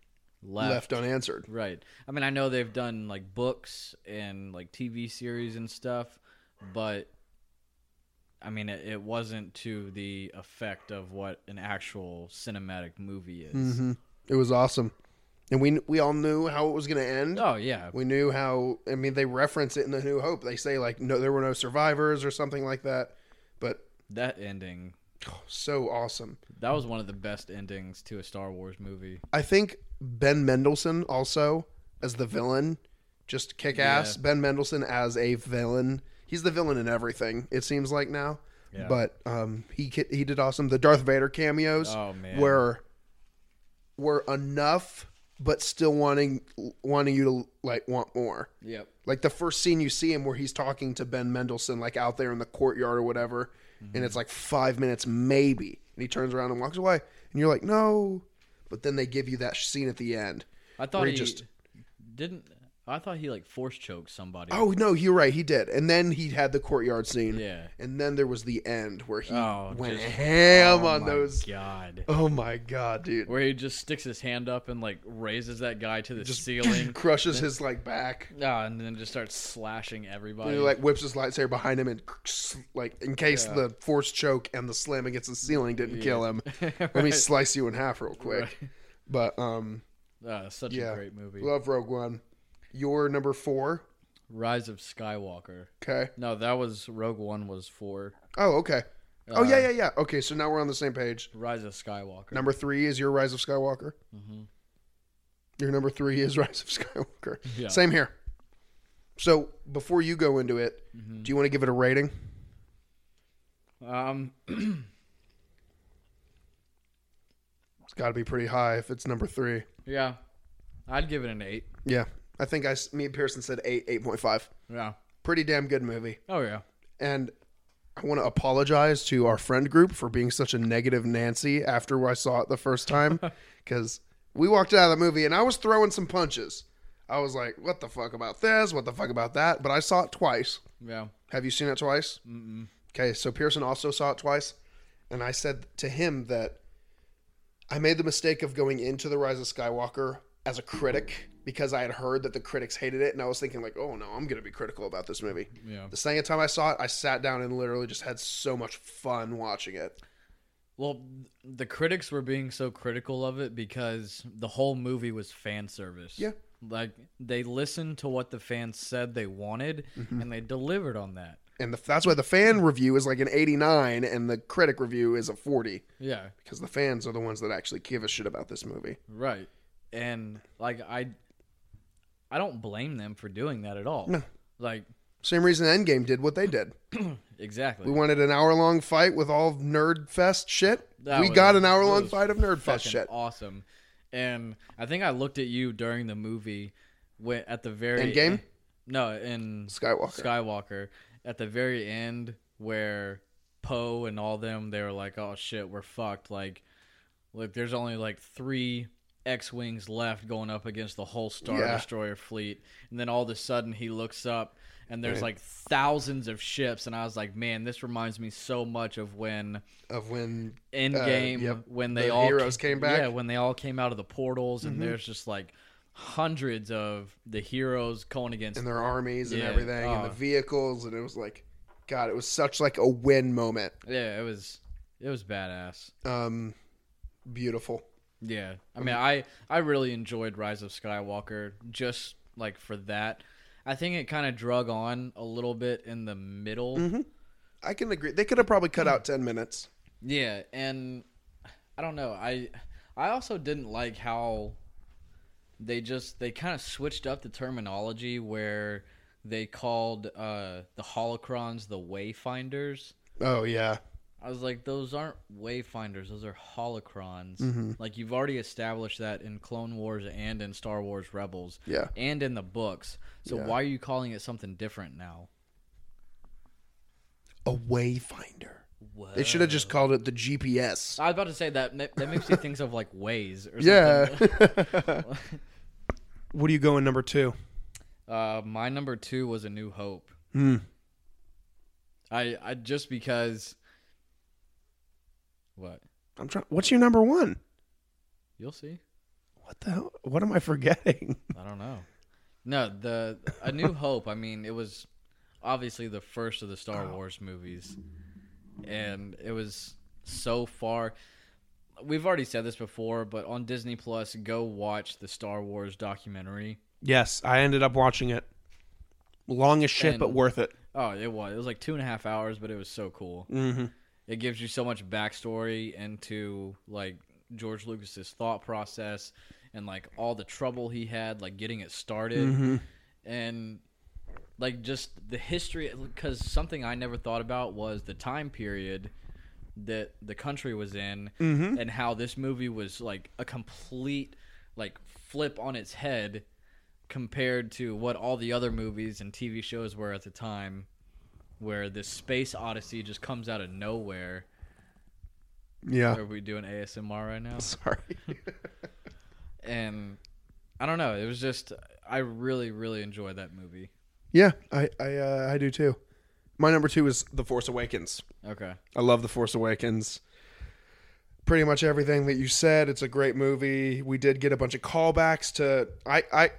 A: Left unanswered.
D: Right. I mean, I know they've done like books and like TV series and stuff, but I mean, it, it wasn't to the effect of what an actual cinematic movie is.
A: Mm-hmm. It was awesome, and we we all knew how it was going to end.
D: Oh yeah,
A: We knew how. I mean, they reference it in the New Hope. They say like, no, there were no survivors or something like that. But
D: that ending.
A: oh, so awesome.
D: That was one of the best endings to a Star Wars movie.
A: I think Ben Mendelsohn also as the villain, just kick ass.
D: Yeah.
A: Ben Mendelsohn as a villain. He's the villain in everything. It seems like now,
D: Yeah.
A: but um, he ki- he did awesome. The Darth Vader cameos
D: Oh, man.
A: were were enough, but still wanting wanting you to like want more.
D: Yep.
A: Like the first scene you see him where he's talking to Ben Mendelsohn, like out there in the courtyard or whatever, and it's like five minutes maybe, and he turns around and walks away, and you're like, no. But then they give you that scene at the end.
D: I thought
A: Where he
D: he
A: just-
D: didn't. I thought he like force choked somebody.
A: Oh no, you're right, he did. And then he had the courtyard scene.
D: Yeah.
A: And then there was the end where he
D: Oh,
A: went
D: just-
A: ham
D: Oh,
A: on
D: my
A: those.
D: God.
A: Oh my god, dude!
D: Where he just sticks his hand up and like raises that guy to the ceiling.
A: Crushes his like back.
D: Ah, and then just starts slashing everybody.
A: And he like whips his lightsaber behind him and like in case the force choke and the slam against the ceiling didn't kill him. Let me slice you in half real quick. But um
D: Ah, such
A: yeah.
D: a great movie.
A: Love Rogue One. Your number 4,
D: Rise of Skywalker.
A: okay?
D: No, that was Rogue One was for
A: Oh, okay. oh yeah, yeah, yeah. Okay, so now we're on the same page.
D: Rise of Skywalker.
A: Number 3 is your Rise of Skywalker. Your number 3 is Rise of Skywalker.
D: Yeah.
A: Same here. So, before you go into it, do you want to give it a rating?
D: Um,
A: It's got to be pretty high if it's number 3.
D: yeah, I'd give it an eight.
A: Yeah, I think I s- me and Pearson said eight, eight point five.
D: Yeah.
A: Pretty damn good movie.
D: Oh yeah.
A: And I want to apologize to our friend group for being such a negative Nancy after I saw it the first time, because we walked out of the movie and I was throwing some punches. I was like, "What the fuck about this? What the fuck about that?" But I saw it twice.
D: Yeah.
A: Have you seen it twice? Mm-mm. Okay, so Pearson also saw it twice, and I said to him that I made the mistake of going into The Rise of Skywalker as a critic because I had heard that the critics hated it, and I was thinking like, oh no, I'm gonna be critical about this movie.
D: Yeah.
A: The second time I saw it, I sat down and literally just had so much fun watching it.
D: Well, the critics were being so critical of it because the whole movie was fan service.
A: Yeah.
D: Like they listened to what the fans said they wanted,
A: Mm-hmm.
D: and they delivered on that.
A: And the, that's why the fan review is like an 89 and the critic review is a 40
D: Yeah.
A: because the fans are the ones that actually give a shit about this movie.
D: Right. And like I I don't blame them for doing that at all. Like
A: Same reason Endgame did what they did.
D: Exactly.
A: We wanted an hour long fight with all nerd fest shit.
D: That
A: we
D: was-
A: got an hour
D: that
A: long
D: was
A: fight of nerd fest
D: fucking
A: shit.
D: Awesome. And I think I looked at you during the movie when, at the very
A: Endgame?
D: No, in
A: Skywalker.
D: Skywalker at the very end where Poe and all them they were like, "Oh shit, we're fucked." Like look, there's only like 3 X-wings left going up against the whole star
A: Yeah.
D: destroyer fleet. And then all of a sudden he looks up and there's
A: Right.
D: like thousands of ships and I was like, "Man, this reminds me so much of when
A: Of when
D: Endgame
A: Uh, yep.
D: when
A: The
D: they all
A: heroes came back. Mm-hmm.
D: Yeah, when they all came out of the portals, and there's just like hundreds of the heroes going against.
A: and their armies and
D: Yeah,
A: everything and
D: uh.
A: the vehicles and it was like, God, it was such like a win moment.
D: yeah, it was it was badass.
A: Um, beautiful.
D: Yeah, I mean, I I really enjoyed Rise of Skywalker just like for that. I think it kind of drug on a little bit in the middle.
A: I can agree. They could have probably cut out ten minutes.
D: Yeah, and I don't know. I I also didn't like how they just they kind of switched up the terminology where they called uh the holocrons the wayfinders.
A: Oh yeah,
D: I was like, those aren't wayfinders; those are holocrons.
A: Mm-hmm.
D: Like you've already established that in Clone Wars and in Star Wars Rebels,
A: Yeah.
D: and in the books. So
A: Yeah.
D: why are you calling it something different now?
A: a wayfinder.
D: What?
A: They should have just called it the GPS.
D: I was about to say that that that makes me think of like ways or something.
A: Yeah. what do you go in number two?
D: Uh, my number two was A New Hope.
A: Hmm.
D: I I just because. What
A: I'm trying. What's your number one?
D: you'll see?
A: What the hell? What am I forgetting?
D: I don't know. No, the A New Hope. I mean, it was obviously the first of the Star Wars movies, and it was so far. We've already said this before, but on Disney Plus, go watch the Star Wars documentary.
A: Yes, I ended up watching it. Long as shit, but
D: And-
A: worth it.
D: Oh, it was. It was like two and a half hours, but it was so cool.
A: Mm-hmm.
D: it gives you so much backstory into like George Lucas's thought process and like all the trouble he had like getting it started and like just the history cuz something I never thought about was the time period that the country was in and how this movie was like a complete like flip on its head compared to what all the other movies and TV shows were at the time where this space odyssey just comes out of nowhere
A: Yeah.
D: are we doing ASMR right now?
A: Sorry.
D: And I don't know. It was just I really, really enjoyed that movie.
A: yeah, I I, uh, I do too. My number two is The Force Awakens.
D: Okay.
A: I love The Force Awakens. Pretty much everything that you said. It's a great movie. We did get a bunch of callbacks to I I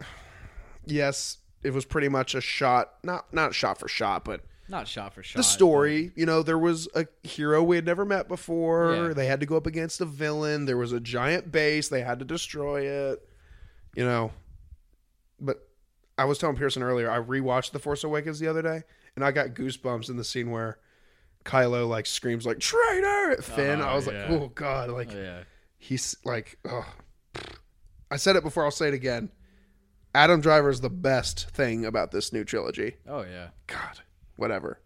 A: yes, it was pretty much a shot not not shot for shot, but
D: Not shot for shot.
A: the story, you know, there was a hero we had never met before.
D: Yeah.
A: They had to go up against a villain. There was a giant base. They had to destroy it. You know, but I was telling Pearson earlier, I rewatched The Force Awakens the other day, and I got goosebumps in the scene where Kylo like screams like traitor at Finn.
D: Oh,
A: I was
D: yeah.
A: like, oh god, like
D: but- Yeah.
A: he's like, oh. I said it before. I'll say it again. Adam Driver is the best thing about this new trilogy.
D: Oh yeah.
A: God, whatever.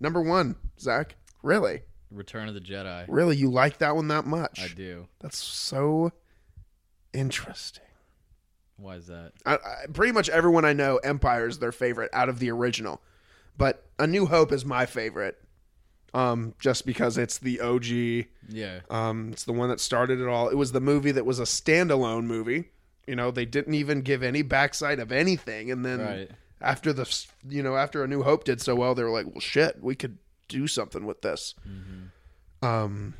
A: Number one, Zach. Really?
D: Return of the Jedi.
A: Really? You like that one that much?
D: I do.
A: That's so interesting.
D: Why is that?
A: I, I, pretty much everyone I know, Empire is their favorite out of the original, but A New Hope is my favorite. Um, just because it's the OG.
D: Yeah.
A: Um, it's the one that started it all. It was the movie that was a standalone movie. You know, they didn't even give any backside of anything, and then
D: Right.
A: after the s- you know after a new hope did so well they were like well shit we could do something with this
D: Mm-hmm.
A: um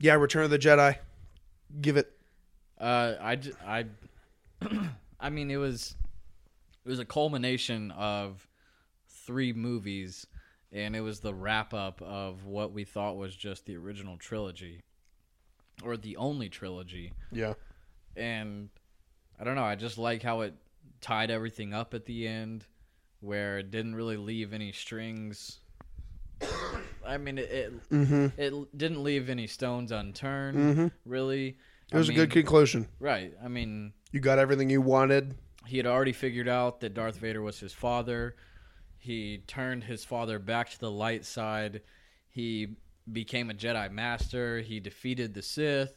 A: yeah return of the jedi give it
D: Uh, I, j- I, I mean, it was, it was a culmination of three movies, and it was the wrap up of what we thought was just the original trilogy, or the only trilogy.
A: yeah
D: and I don't know. I just like how it tied everything up at the end, where it didn't really leave any strings. I mean, it it,
A: Mm-hmm.
D: it didn't leave any stones unturned. Really,
A: it was
D: I
A: a good
D: mean-
A: conclusion
D: right. I mean,
A: you got everything you wanted
D: he had already figured out that Darth Vader was his father. He turned his father back to the light side. He became a Jedi master. He defeated the Sith.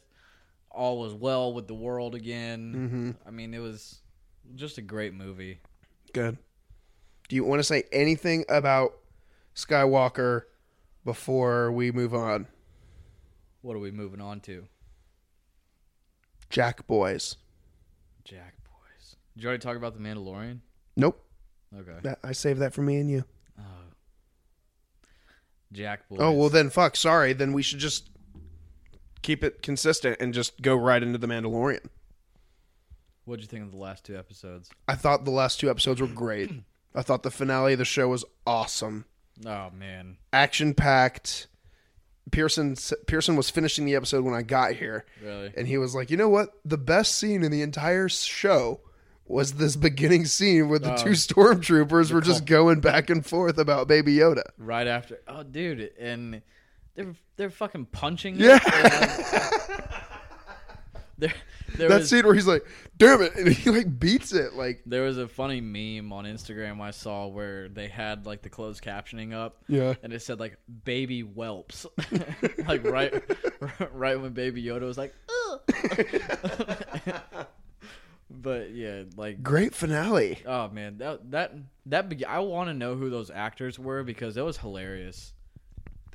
D: All was well with the world again.
A: Mm-hmm.
D: I mean, it was just a great movie.
A: Good. Do you want to say anything about Skywalker before we move on?
D: What are we moving on to?
A: Jack Boys.
D: Jack Boys. Did you already talk about The Mandalorian?
A: Nope.
D: Okay.
A: That, I saved that for me and you.
D: Oh. Jack Boys.
A: Oh, well, then fuck. Sorry. Then we should just keep it consistent and just go right into The Mandalorian.
D: What'd you think of the last two episodes?
A: I thought the last two episodes were great. I thought the finale of the show was awesome.
D: Oh, man.
A: Action packed. Pearson Pearson was finishing the episode when I got here.
D: Really?
A: and he was like, "You know what? The best scene in the entire show was this beginning scene where
D: Oh.
A: the two stormtroopers were just going back and forth about Baby Yoda."
D: Right after. Oh, dude. And they're, they're fucking punching.
A: Yeah.
D: There, there
A: that
D: was-
A: scene where he's like, "Damn it!" and he like beats it. Like,
D: There was a funny meme on Instagram I saw where they had like the closed captioning up.
A: Yeah.
D: And it said like baby whelps. like right right when baby Yoda was like "Ugh." But yeah, like
A: great finale.
D: oh man, that that that be- I want to know who those actors were because that was hilarious.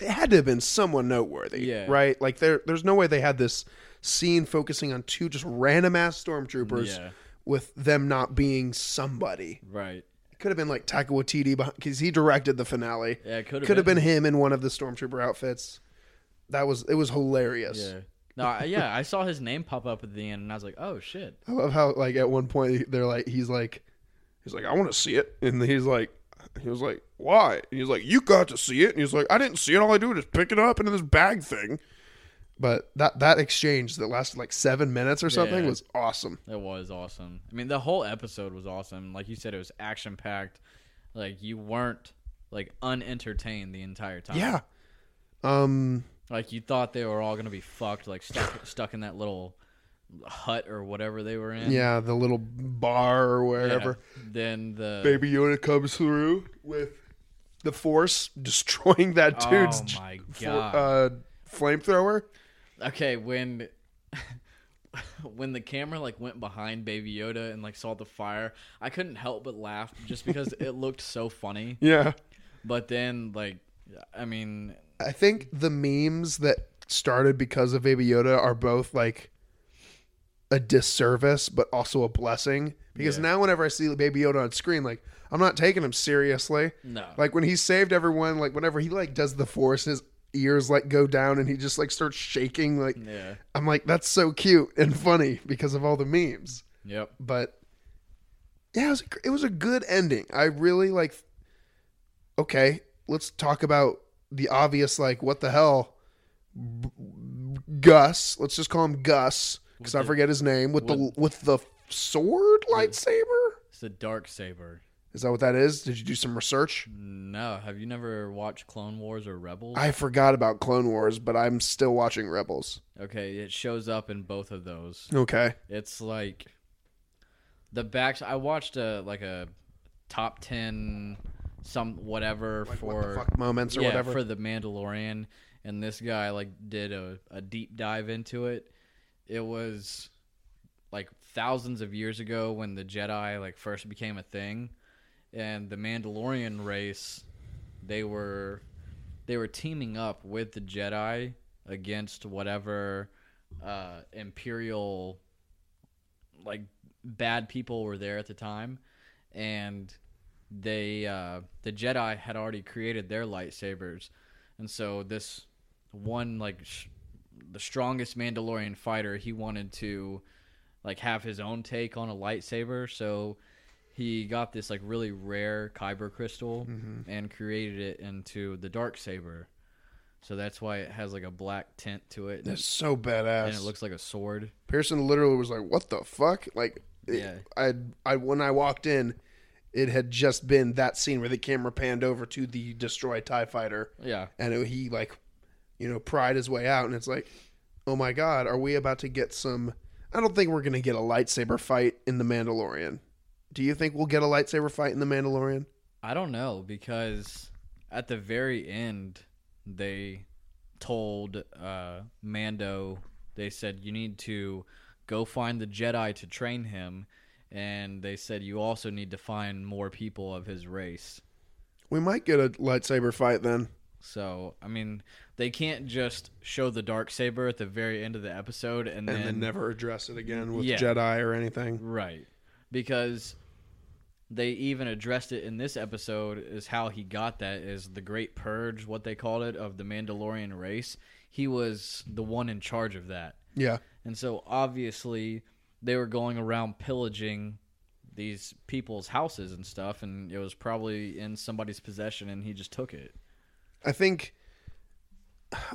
A: It had to have been someone noteworthy,
D: Yeah.
A: right? Like, there, there's no way they had this scene focusing on two just random ass stormtroopers.
D: Yeah.
A: With them not being somebody,
D: Right.
A: it could have been like Taika Waititi because he directed the finale.
D: Yeah, it could
A: could have been him in one of the stormtrooper outfits. That was it was hilarious.
D: Yeah. No, I, yeah, I saw his name pop up at the end and I was like, "Oh shit."
A: I love how like at one point they're like he's like he's like I want to see it and he's like he was like why and he's like you got to see it and he's like I didn't see it all I do is pick it up into this bag thing. But that that exchange that lasted like seven minutes or something
D: Yeah.
A: was awesome.
D: That was awesome. I mean, the whole episode was awesome. Like you said, it was action packed. Like you weren't like unentertained the entire time.
A: Yeah. Um.
D: Like you thought they were all gonna be fucked, like stuck stuck in that little hut or whatever they were in.
A: Yeah. The little bar or
D: Yeah.
A: wherever
D: Then the
A: Baby Yoda comes through with the Force destroying that
D: Oh
A: dude's
D: my
A: fl-
D: god.
A: uh, flamethrower.
D: okay, when when the camera like went behind Baby Yoda and like saw the fire, I couldn't help but laugh just because it looked so funny.
A: Yeah.
D: But then like I mean,
A: I think the memes that started because of Baby Yoda are both like a disservice, but also a blessing. Because
D: Yeah.
A: now, whenever I see Baby Yoda on screen, like I'm not taking him seriously.
D: no.
A: Like when he saved everyone, like whenever he like does the Force, his ears like go down and he just like starts shaking. Like
D: yeah.
A: I'm like, that's so cute and funny because of all the memes.
D: Yep.
A: but yeah, it was a, gr- it was a good ending. I really like. Okay, let's talk about the obvious. Like, what the hell, B- Gus? Let's just call him Gus because I
D: the-
A: forget his name. With the with the sword lightsaber.
D: It's the dark saber.
A: Is that what that is? Did you do some research?
D: No, have you never watched Clone Wars or Rebels?
A: I forgot about Clone Wars, but I'm still watching Rebels.
D: okay, it shows up in both of those.
A: Okay.
D: It's like the backs. I watched a like a top ten some whatever for
A: what the fuck moments or
D: yeah
A: whatever.
D: for the Mandalorian, and this guy like did a, a deep dive into it. It was like thousands of years ago when the Jedi like first became a thing, and the Mandalorian race they were they were teaming up with the Jedi against whatever uh, Imperial like bad people were there at the time, and they uh, the Jedi had already created their lightsabers, and so this one like sh- the strongest Mandalorian fighter he wanted to like have his own take on a lightsaber, so he got this like really rare kyber crystal and created it into the dark saber. So that's why it has like a black tint to it,
A: That's so badass.
D: and it looks like a sword.
A: Pearson literally was like, "What the fuck?" Like, it-
D: Yeah.
A: I, I when I walked in, it had just been that scene where the camera panned over to the destroy Tie Fighter,
D: Yeah.
A: and it- he like, you know, pried his way out, and it's like, "Oh my god, are we about to get some?" I don't think we're gonna get a lightsaber fight in the Mandalorian. Do you think we'll get a lightsaber fight in the Mandalorian?
D: I don't know because at the very end they told uh, Mando they said you need to go find the Jedi to train him, and they said you also need to find more people of his race.
A: We might get a lightsaber fight then.
D: So I mean, they can't just show the dark saber at the very end of the episode and,
A: And
D: then,
A: then never address it again with
D: Yeah.
A: Jedi or anything.
D: right because they even addressed it in this episode is how he got that is the great purge what they called it of the Mandalorian race. He was the one in charge of that.
A: Yeah.
D: And so obviously they were going around pillaging these people's houses and stuff and it was probably in somebody's possession and he just took it.
A: I think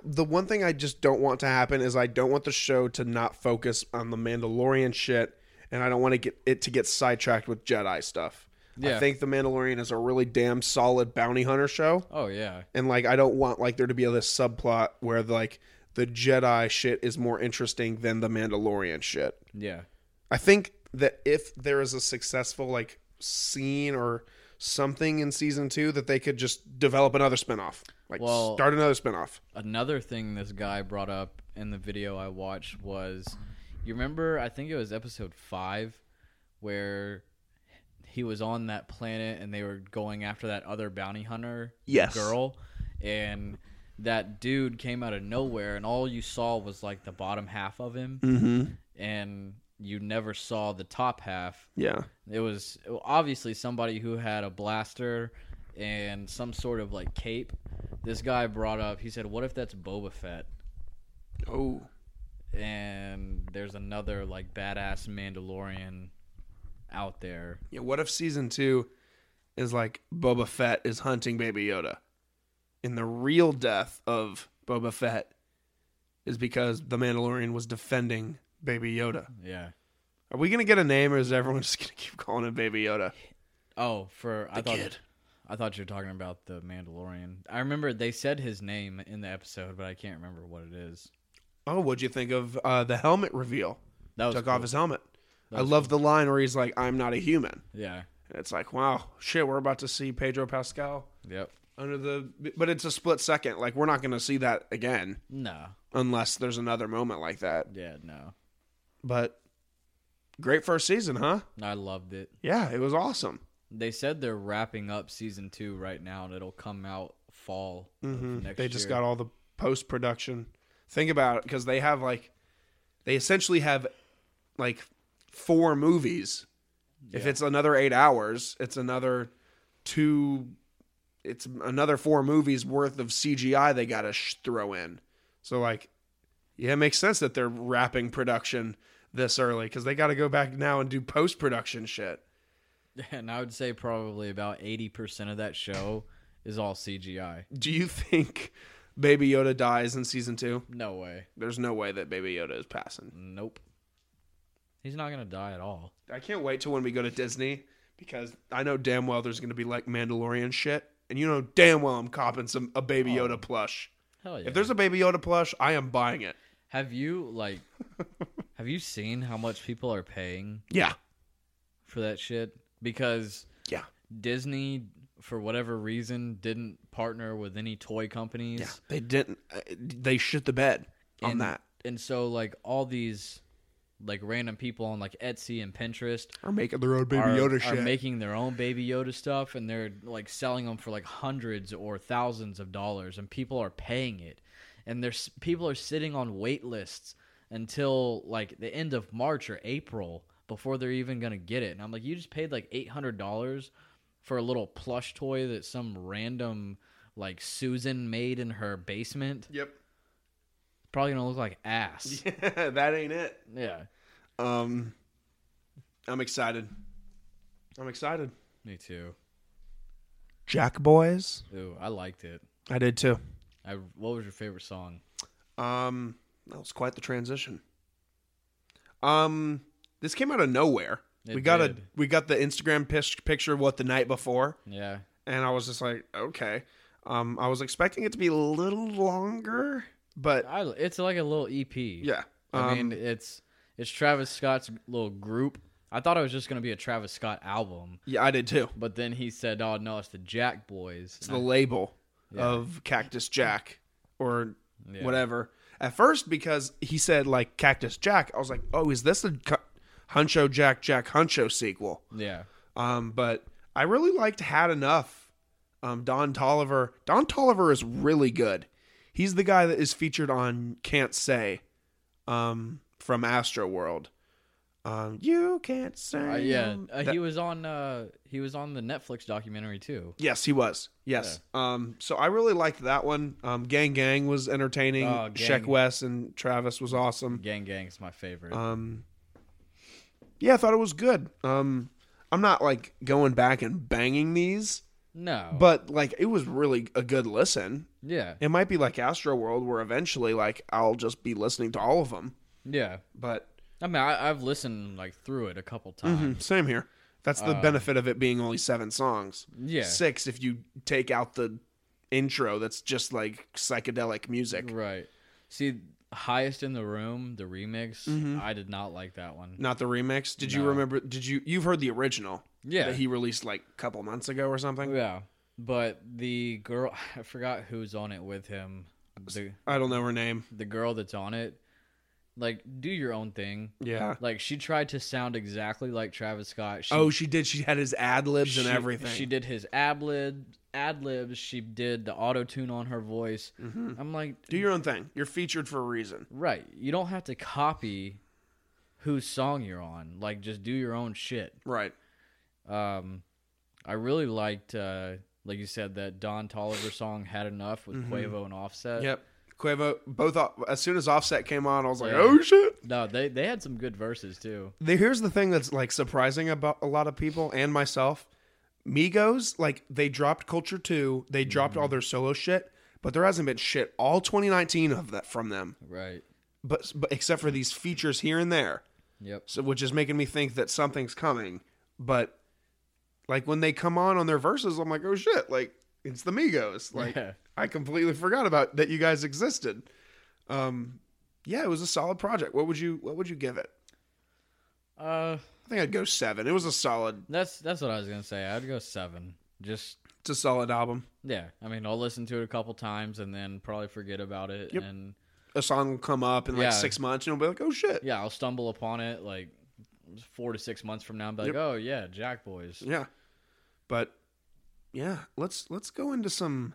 A: the one thing I just don't want to happen is I don't want the show to not focus on the Mandalorian shit, and I don't want to get it to get sidetracked with Jedi stuff. I
D: Yeah.
A: think the Mandalorian is a really damn solid bounty hunter show,
D: Oh yeah.
A: and like I don't want like there to be this subplot where like the Jedi shit is more interesting than the Mandalorian shit.
D: Yeah.
A: I think that if there is a successful like scene or something in season two, that they could just develop another spinoff, like
D: Well-
A: start another spinoff.
D: another thing this guy brought up in the video I watched was you remember I think it was episode 5 where he was on that planet and they were going after that other bounty hunter
A: Yes.
D: girl and that dude came out of nowhere and all you saw was like the bottom half of him
A: Mm-hmm.
D: and you never saw the top half
A: Yeah.
D: it was obviously somebody who had a blaster and some sort of like cape. This guy brought up, he said, What if that's Boba Fett?
A: Oh.
D: And there's another like badass Mandalorian out there.
A: Yeah. What if season two is like Boba Fett is hunting Baby Yoda, and the real death of Boba Fett is because the Mandalorian was defending Baby Yoda?
D: Yeah.
A: Are we gonna get a name, or is everyone just gonna keep calling him Baby Yoda?
D: Oh, for I
A: The
D: thought
A: kid.
D: I thought you were talking about the Mandalorian. I remember they said his name in the episode, but I can't remember what it is.
A: Oh, what'd you think of uh, the helmet reveal?
D: That was
A: Took
D: cool.
A: off his helmet.
D: That
A: I
D: was
A: love the line where he's like, "I'm not a human."
D: Yeah.
A: And it's like, wow, shit, we're about to see Pedro Pascal
D: Yep.
A: under the, but it's a split second. Like we're not gonna see that again.
D: No.
A: unless there's another moment like that.
D: Yeah, no.
A: But great first season, huh?
D: I loved it.
A: Yeah, it was awesome.
D: They said they're wrapping up season two right now, and it'll come out fall of next
A: Mm-hmm. They just
D: year.
A: got all the post production. Think about it because they have like, they essentially have like four movies. If
D: Yeah.
A: it's another eight hours, it's another two, it's another four movies worth of CGI they got to sh- throw in. So, like, yeah, it makes sense that they're wrapping production this early because they got to go back now and do post production shit.
D: and I would say probably about eighty percent of that show is all CGI.
A: Do you think Baby Yoda dies in season two?
D: No way.
A: There's no way that Baby Yoda is passing.
D: Nope. He's not gonna die at all.
A: I can't wait till when we go to Disney because I know damn well there's going to be like Mandalorian shit, and you know damn well I'm copping some a Baby Yoda plush.
D: Hell Oh. yeah.
A: If there's a Baby Yoda plush, I am buying it.
D: have you like, have you seen how much people are paying
A: Yeah,
D: for that shit? Because
A: yeah,
D: Disney, for whatever reason, didn't partner with any toy companies.
A: yeah. They didn't. uh, They shit the bed on
D: and,
A: that.
D: And so like all these like random people on like Etsy and Pinterest
A: Are making their own Baby
D: are,
A: Yoda
D: are
A: shit.
D: making their own baby Yoda stuff and they're like selling them for like hundreds or thousands of dollars and people are paying it. And there's people are sitting on wait lists until like the end of March or April before they're even going to get it. And I'm like you just paid like $800 for a little plush toy that some random like Susan made in her basement.
A: yep.
D: Probably going to look like ass.
A: that ain't it.
D: Yeah,
A: Um, I'm excited. I'm excited.
D: me too.
A: Jack boys.
D: Ooh, I liked it.
A: I did too.
D: I what was your favorite song?
A: Um, that was quite the transition. Um, this came out of nowhere.
D: It
A: we got a
D: did.
A: we got the Instagram pis- picture of what the night before,
D: Yeah,
A: and I was just like, okay. Um, I was expecting it to be a little longer, but
D: I it's like a little EP.
A: yeah.
D: I
A: Um,
D: mean it's it's Travis Scott's little group I thought it was just gonna be a Travis Scott album,
A: Yeah, I did too.
D: but then he said, "Oh no, it's the Jack Boys."
A: It's
D: And
A: the label of Cactus Jack or
D: Yeah.
A: whatever. At first, because he said like Cactus Jack, I was like, oh, is this the Cu- Huncho Jack Jack Huncho sequel?
D: I- yeah,
A: Um, but I really liked Had Enough. Um, Don Tolliver. Don Tolliver is really good. He's the guy that is featured on Can't Say um, from Astro World. Um, you can't say.
D: Uh, yeah. Uh,
A: That-
D: he was on. Uh, he was on the Netflix documentary too.
A: Yes, he was. Yes. Um, so I really liked that one. Um, Gang Gang was entertaining.
D: Oh,
A: Sheck
D: Gang.
A: West and Travis was awesome.
D: Gang Gang's my favorite.
A: Um, yeah, I thought it was good. Um, I'm not like going back and banging these,
D: no,
A: but like it was really a good listen.
D: yeah,
A: It might be like Astro World, where eventually like I'll just be listening to all of them.
D: yeah.
A: But
D: I mean, I, I've listened like through it a couple times.
A: hmm, same here. That's the benefit of it being only seven songs.
D: Uh, Yeah.
A: six if you take out the intro. That's just like psychedelic music.
D: Right. See, highest in the room, the remix.
A: Mm-hmm.
D: I did not like that one.
A: not the remix. Did you
D: No.
A: remember? Did you you've heard the original?
D: Yeah.
A: that he released like a couple months ago or something.
D: Yeah, but the girl, I forgot who's on it with him. The
A: I don't know her name.
D: the girl that's on it, like, do your own thing.
A: Yeah.
D: Like she tried to sound exactly like Travis Scott. She,
A: Uh, oh, she did. She had his ad libs and
D: she-
A: everything.
D: She did his ad lib ad libs. She did the auto tune on her voice. I'm like,
A: Mm-hmm. Do your own thing. You're featured for a reason.
D: right? You don't have to copy whose song you're on. Like, just do your own shit.
A: Right.
D: Um, I really liked, uh, like you said, that Don Tolliver song "Had Enough" with Quavo and Offset.
A: Mm-hmm. Yep. Quavo. Both. o- As soon as Offset came on, I was like,
D: Yeah.
A: oh shit.
D: No, they they had some good verses too.
A: The- here's the thing that's like surprising about a lot of people and myself. Migos, like they dropped Culture Two. They dropped all their solo shit, but there hasn't been shit all 2019 of that from them.
D: Right.
A: But, but except for these features here and there.
D: Yep.
A: so which is making me think that something's coming. But like when they come on on their verses, I'm like, oh shit! Like it's the Migos. Like
D: Yeah.
A: I completely forgot about that you guys existed. Um, yeah, it was a solid project. What would you What would you give it?
D: Uh,
A: I think I'd go seven. It was a solid.
D: that's that's what I was gonna say. I'd go seven. Just
A: It's a solid album.
D: yeah. I mean, I'll listen to it a couple times and then probably forget about it.
A: Yep.
D: And
A: A song will come up in like
D: Yeah.
A: six months, and you'll be like, oh shit!
D: yeah, I'll stumble upon it like four to six months from now and be like,
A: Yep.
D: oh yeah, Jack Boys.
A: Yeah. But yeah, let's let's go into some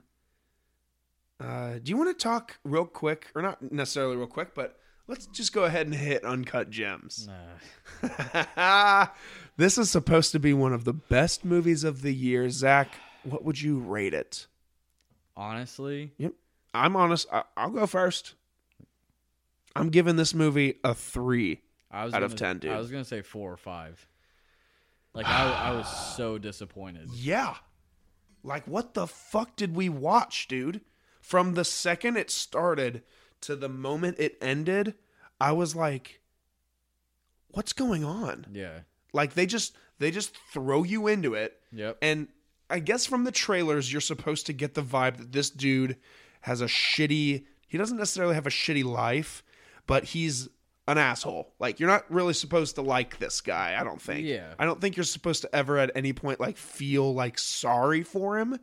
A: uh do you want to talk real quick or not necessarily real quick, but let's just go ahead and hit uncut gems.
D: Nah.
A: this is supposed to be one of the best movies of the year, Zach. What would you rate it?
D: honestly,
A: Yep. I'm honest. I- I'll go first. I'm giving this movie a three.
D: I was
A: Out of
D: gonna-
A: 10, dude.
D: I was gonna say four or five. Like I, I was so disappointed.
A: Yeah. Like, what the fuck did we watch, dude? From the second it started to the moment it ended, I was like, what's going on?
D: Yeah.
A: Like, they just, they just throw you into it.
D: Yep.
A: And I guess from the trailers, you're supposed to get the vibe that this dude has a shitty, he doesn't necessarily have a shitty life, but he's an asshole. Like, you're not really supposed to like this guy, I don't think.
D: Yeah.
A: I don't think you're supposed to ever at any point, like, feel like sorry for him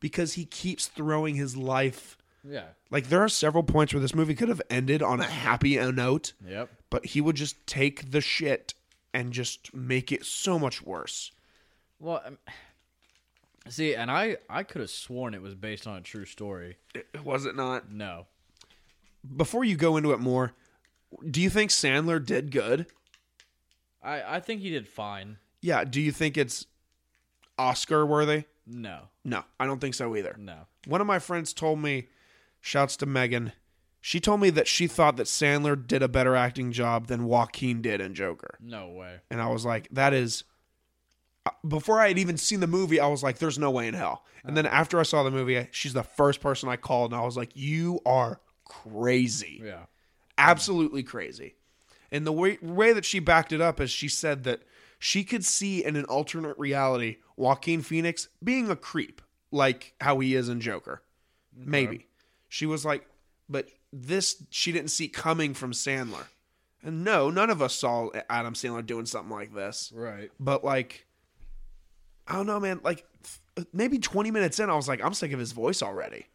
A: because he keeps throwing his life.
D: Yeah.
A: Like, there are several points where this movie could have ended on a happy note,
D: Yep.
A: but he would just take the shit and just make it so much worse.
D: Well, um, see, and I I could have sworn it was based on a true story.
A: Was it not?
D: No.
A: before you go into it more, do you think Sandler did good?
D: I I think he did fine.
A: Yeah. Do you think it's Oscar worthy?
D: No.
A: No, I don't think so either.
D: No.
A: One of my friends told me, shouts to Megan, she told me that she thought that Sandler did a better acting job than Joaquin did in Joker.
D: No way.
A: And I was like, that is. uh, Before I had even seen the movie, I was like, there's no way in hell. And then after I saw the movie, I- she's the first person I called, and I was like, you are crazy.
D: Yeah.
A: absolutely crazy. And the way, way that she backed it up is she said that she could see in an alternate reality Joaquin Phoenix being a creep, like how he is in Joker. Maybe. She was like, but this she didn't see coming from Sandler. And no, none of us saw Adam Sandler doing something like this.
D: Right.
A: But like, I don't know, man. Like, th- maybe 20 minutes in, I was like, I'm sick of his voice already.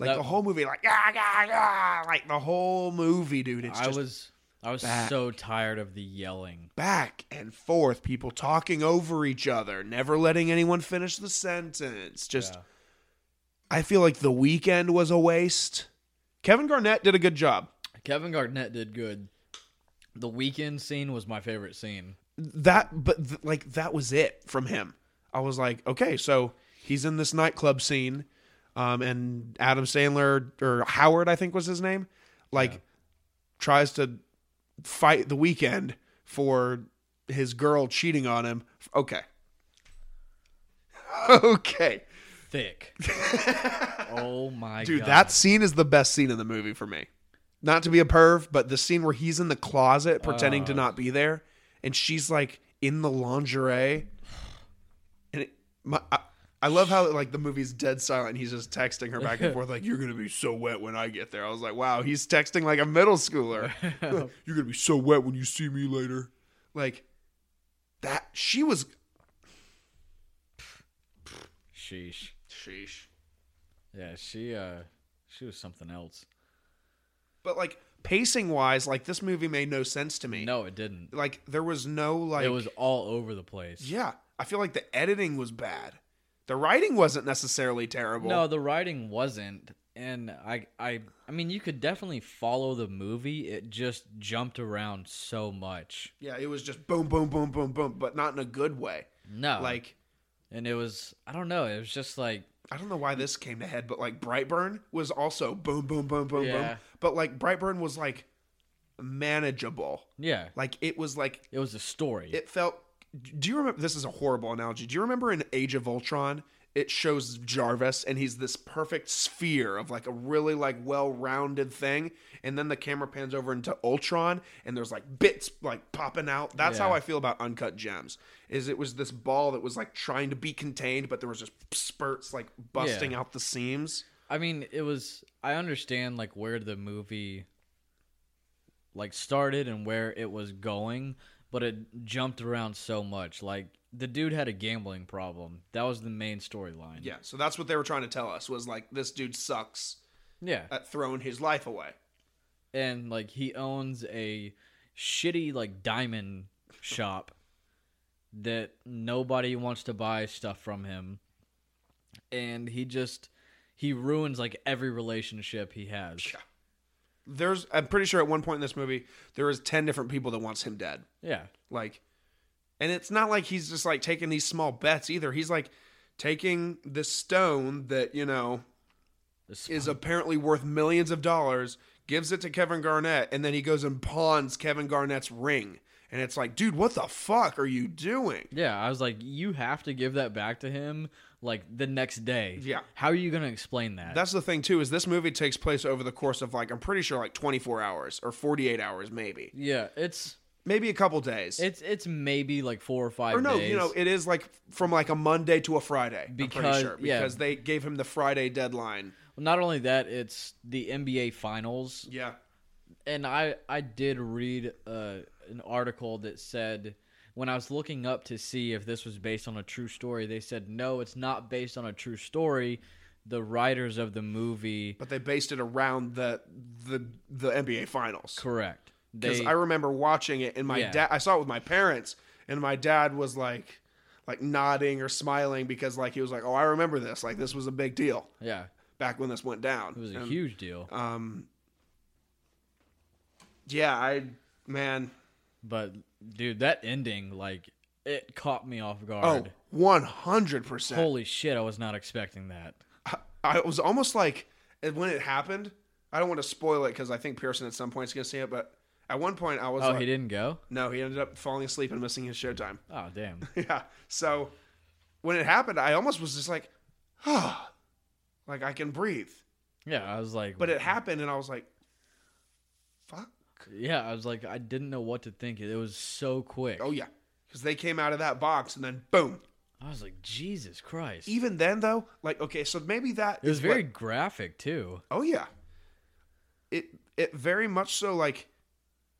A: Like
D: That-
A: the whole movie, like ah, ah, ah, like the whole movie, dude. It's
D: I
A: just
D: was I was
A: back.
D: so tired of the yelling.
A: back and forth, people talking over each other, never letting anyone finish the sentence. Just,
D: Yeah.
A: I feel like the weekend was a waste. Kevin Garnett did a good job.
D: Kevin Garnett did good. The weekend scene was my favorite scene.
A: that but th- like that was it from him i was like okay so he's in this nightclub scene um and adam sandler or howard i think was his name like tries to fight the weekend for his girl cheating on him okay okay
D: Thick. oh my
A: dude
D: god.
A: that scene is the best scene in the movie for me not to be a perv but the scene where he's in the closet pretending to not be there and she's like in the lingerie and it, my, I, I love how like the movie's dead silent he's just texting her back and forth like you're gonna be so wet when i get there i was like wow he's texting like a middle schooler you're gonna be so wet when you see me later like that she was
D: sheesh.
A: sheesh
D: Yeah, she uh she was something else.
A: but like pacing wise like this movie made no sense to me
D: No, it didn't.
A: like there was no like
D: it was all over the place.
A: Yeah, I feel like the editing was bad. The writing wasn't necessarily terrible.
D: No, the writing wasn't, and I, I, I mean, you could definitely follow the movie. It just jumped around so much.
A: Yeah, it was just boom, boom, boom, boom, boom, but not in a good way.
D: No,
A: Like
D: and it was, I don't know, it was just like,
A: I don't know why this came to head, but like Brightburn was also boom, boom, boom, boom, boom.
D: Yeah.
A: But like Brightburn was like manageable.
D: yeah,
A: Like it was like
D: it was a story.
A: it felt. Do you remember? This is a horrible analogy. Do you remember in Age of Ultron? It shows Jarvis, and he's this perfect sphere of like a really like well-rounded thing, and then the camera pans over into Ultron, and there's like bits like popping out. That's how
D: Yeah.
A: I feel about Uncut Gems. Is it was this ball that was like trying to be contained, but there was just spurts like busting out the seams.
D: I mean, it was. I understand like where the movie like started and where it was going, but it jumped around so much. Like the dude had a gambling problem. That was the main storyline.
A: Yeah, so that's what they were trying to tell us was like this dude sucks
D: yeah.
A: at throwing his life away.
D: and like he owns a shitty like diamond shop that nobody wants to buy stuff from him and he just he ruins like every relationship he has
A: Yeah. There's, I'm pretty sure at one point in this movie, there is ten different people that wants him dead.
D: yeah
A: Like, and it's not like he's just like taking these small bets either. He's like taking this stone that you know
D: This-
A: is apparently worth millions of dollars, gives it to Kevin Garnett, and then he goes and pawns Kevin Garnett's ring. And it's like, dude, what the fuck are you doing?
D: yeah i was like you have to give that back to him like the next day
A: Yeah.
D: how are you gonna explain that
A: That's the thing too is this movie takes place over the course of like I'm pretty sure like 24 hours or 48 hours maybe.
D: yeah it's
A: Maybe a couple days.
D: it's it's maybe like four or five
A: or no,
D: days.
A: you know, it is like from like a Monday to a Friday. I'm pretty
D: Because-
A: sure
D: yeah.
A: because they gave him the Friday deadline.
D: not only that it's the nba finals
A: Yeah,
D: and I I did read uh, an article that said when I was looking up to see if this was based on a true story, they said no, it's not based on a true story. The writers of the movie
A: but they based it around the the the NBA finals.
D: correct.
A: Because
D: They
A: I remember watching it, and my
D: Yeah.
A: dad, I saw it with my parents, and my dad was like, like nodding or smiling because like he was like, oh, I remember this. Like this was a big deal
D: yeah,
A: back when this went down.
D: it was a
A: And,
D: huge deal.
A: Um. Yeah, I man.
D: But dude, that ending like it caught me off
A: Oh,
D: guard.
A: 100 percent.
D: Holy shit, I was not expecting that.
A: I was almost like and when it happened. I don't want to spoil it because I think Pearson at some point is going to see it, but at one point I was
D: Oh,
A: like,
D: he didn't go.
A: no, he ended up falling asleep and missing his showtime.
D: Oh damn.
A: yeah. So when it happened, I almost was just like, ah, like I can breathe.
D: Yeah, I was like,
A: But it happened, and I was like, fuck.
D: yeah, I was like, I didn't know what to think. It was so quick.
A: Oh yeah, because they came out of that box, and then boom.
D: I was like, Jesus Christ.
A: Even then, though, like okay, so maybe that
D: It was
A: is
D: very
A: what-
D: graphic too.
A: Oh yeah. It it very much so like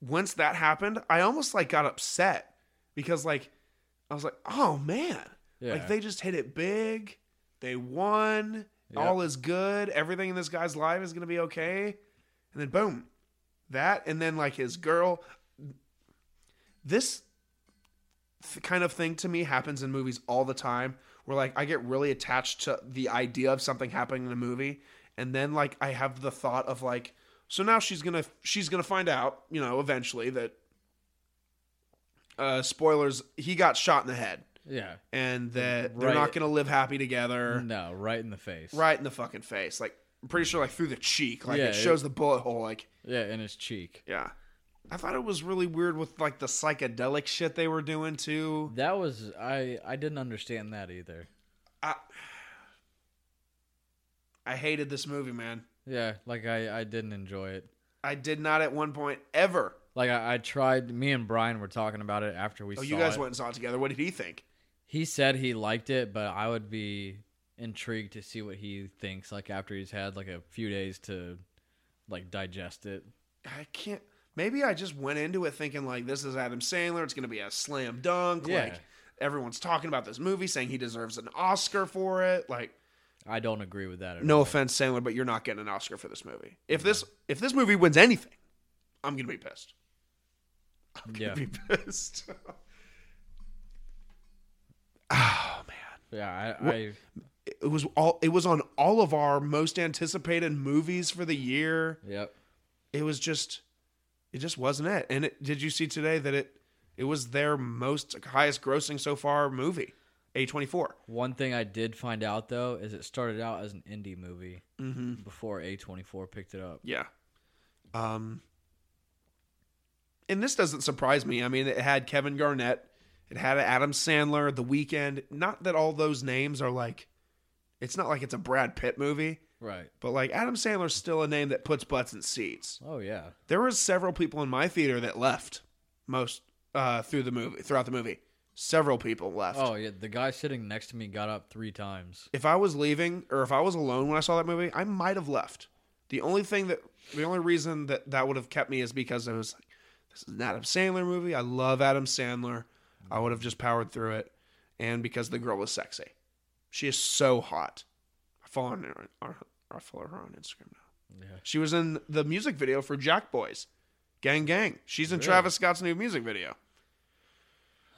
A: once that happened, I almost like got upset because like I was like, oh man,
D: Yeah.
A: like they just hit it big. They won. All is good. Everything in this guy's life is gonna be okay. And then boom, that and then like his girl. This th- kind of thing to me happens in movies all the time where like I get really attached to the idea of something happening in a movie and then like I have the thought of like so now she's going to she's going to find out, you know, eventually that uh spoilers he got shot in the head
D: Yeah.
A: and that they're
D: Right.
A: not going to live happy together
D: No, right in the face.
A: Er. right in the fucking face. Like I'm pretty sure like through the cheek, like
D: Yeah,
A: it
D: it-
A: shows the bullet hole like
D: Yeah, in his cheek.
A: yeah. I thought it was really weird with like the psychedelic shit they were doing too.
D: That was I. I didn't understand that either.
A: I I hated this movie, man.
D: Yeah, like I. I didn't enjoy it.
A: I did not at one point ever.
D: Like I, I tried. Me and Brian were talking about it after we
A: Oh,
D: saw
A: you guys
D: it.
A: went and saw it together. What did he think?
D: He said he liked it, but I would be intrigued to see what he thinks. Like after he's had like a few days to like digest it.
A: I can't. Maybe I just went into it thinking like this is Adam Sandler. It's going to be a slam dunk.
D: Yeah.
A: Like everyone's talking about this movie, saying he deserves an Oscar for it. Like
D: I don't agree with that. At
A: no
D: all.
A: offense, Sandler, but you're not getting an Oscar for this movie. If this if this movie wins anything, I'm going to be pissed. I'm
D: Yeah.
A: going to be pissed. oh man.
D: Yeah. I.
A: Wha-
D: I
A: it was all it was on all of our most anticipated movies for the year.
D: yep.
A: It was just it just wasn't it. And it, did you see today that it it was their most highest grossing so far movie, A24.
D: One thing I did find out though is it started out as an indie movie
A: Mhm.
D: before A24 picked it up.
A: Yeah. Um and this doesn't surprise me. I mean, it had Kevin Garnett, it had Adam Sandler, The Weeknd. Not that all those names are like it's not like it's a Brad Pitt movie,
D: Right.
A: but like Adam Sandler's still a name that puts butts in seats.
D: Oh yeah.
A: there was several people in my theater that left most uh, through the movie throughout the movie several people left
D: Oh yeah, the guy sitting next to me got up three times.
A: if i was leaving or if i was alone when i saw that movie i might have left the only thing that the only reason that that would have kept me is because i was like this is an adam sandler movie i love adam sandler i would have just powered through it and because the girl was sexy she is so hot i follow her on, I follow her on instagram now
D: Yeah.
A: She was in the music video for Jack Boys, Gang Gang. She's in
D: Really?
A: Travis Scott's new music video.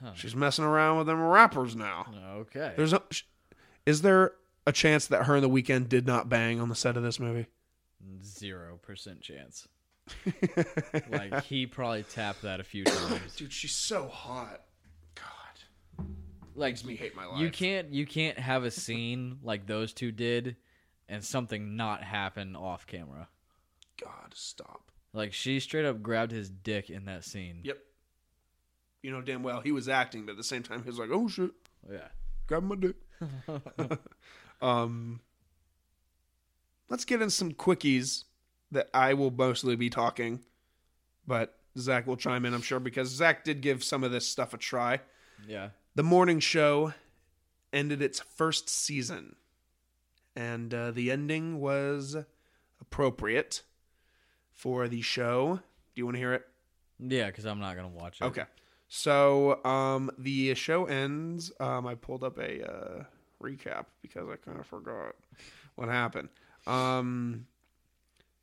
D: Huh.
A: She's messing around with them rappers now.
D: Okay.
A: There's a, sh- is there a chance that her and the weekend did not bang on the set of this movie?
D: Zero percent chance. Like he probably tapped that a few times.
A: Dude, she's so hot. God,
D: Like
A: makes me hate my life.
D: you can't you can't have a scene like those two did, and something not happen off camera.
A: God, stop.
D: Like she straight up grabbed his dick in that scene.
A: Yep. You know damn well he was acting, but at the same time he was like, "Oh shit,
D: Yeah.
A: grab my dick." um, let's get in some quickies that I will mostly be talking, but Zach will chime in, I'm sure, because Zach did give some of this stuff a try.
D: Yeah.
A: The morning show ended its first season, and uh, the ending was appropriate for the show. Do you want to hear it?
D: Yeah, because I'm not gonna watch it.
A: Okay. So um, the show ends. Um, I pulled up a uh, recap because I kind of forgot what happened. Um,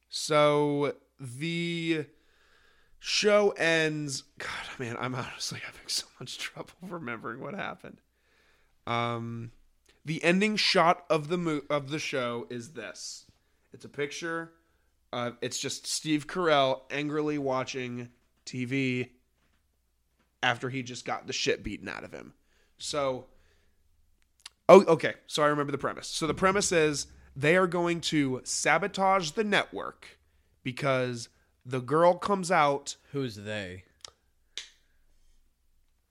A: so the show ends. God, man, I'm honestly having so much trouble remembering what happened. Um, the ending shot of the mo- of the show is this. It's a picture. Uh, it's just Steve Carell angrily watching TV after he just got the shit beaten out of him. So, oh, okay. So I remember the premise. So the premise is they are going to sabotage the network because the girl comes out.
D: Who's they?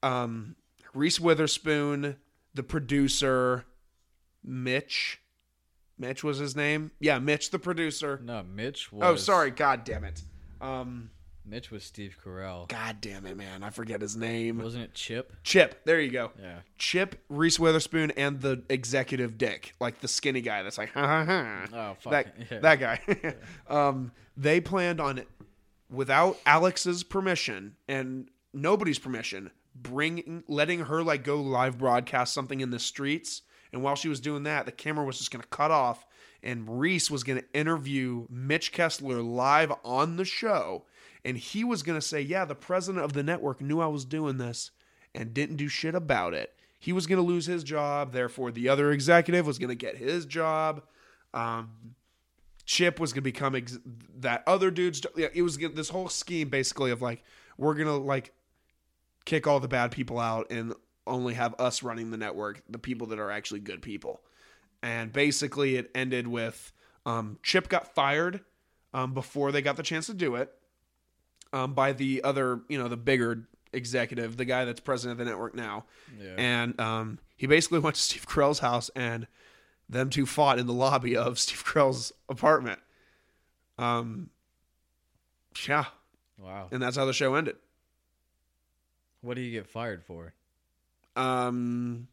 A: Um, Reese Witherspoon, the producer, Mitch. Mitch was his name. Yeah, Mitch, the producer.
D: No, Mitch was.
A: Oh, sorry. God damn it. Um,
D: Mitch was Steve Carell.
A: God damn it, man. I forget his name.
D: Wasn't it Chip?
A: Chip. There you go.
D: Yeah.
A: Chip, Reese Witherspoon, and the executive dick, like the skinny guy that's like, ha ha ha.
D: Oh fuck.
A: that,
D: yeah.
A: that guy. um, they planned on without Alex's permission and nobody's permission, bringing letting her like go live broadcast something in the streets. And while she was doing that, the camera was just going to cut off, and Reese was going to interview Mitch Kessler live on the show, and he was going to say, "Yeah, the president of the network knew I was doing this and didn't do shit about it." He was going to lose his job, therefore the other executive was going to get his job. Um, Chip was gonna become ex- that other dude's. yeah, It was gonna- this whole scheme basically of like we're gonna like kick all the bad people out and only have us running the network, the people that are actually good people. And basically, it ended with um, Chip got fired um, before they got the chance to do it um, by the other, you know, the bigger executive, the guy that's president of the network now.
D: Yeah.
A: And um, he basically went to Steve Carell's house, and them two fought in the lobby of Steve Carell's apartment. Um, yeah,
D: Wow.
A: and that's how the show ended.
D: What do you get fired for?
A: Um,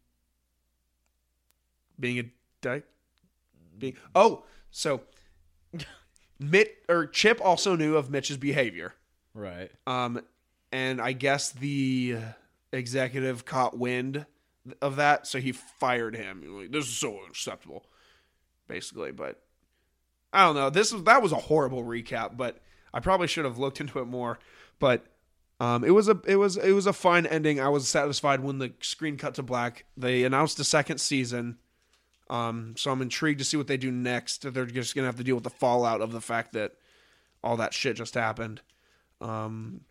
A: being a dyke. Being oh, so Mitch or Chip also knew of Mitch's behavior.
D: Right.
A: Um, and I guess the executive caught wind of that, so he fired him. He was Like, this is so unacceptable, basically. But I don't know. This was that was a horrible recap, but I probably should have looked into it more. But um, it was a it was it was a fine ending. I was satisfied when the screen cut to black. They announced a second season. Um, so I'm intrigued to see what they do next. They're just gonna have to deal with the fallout of the fact that all that shit just happened. Um,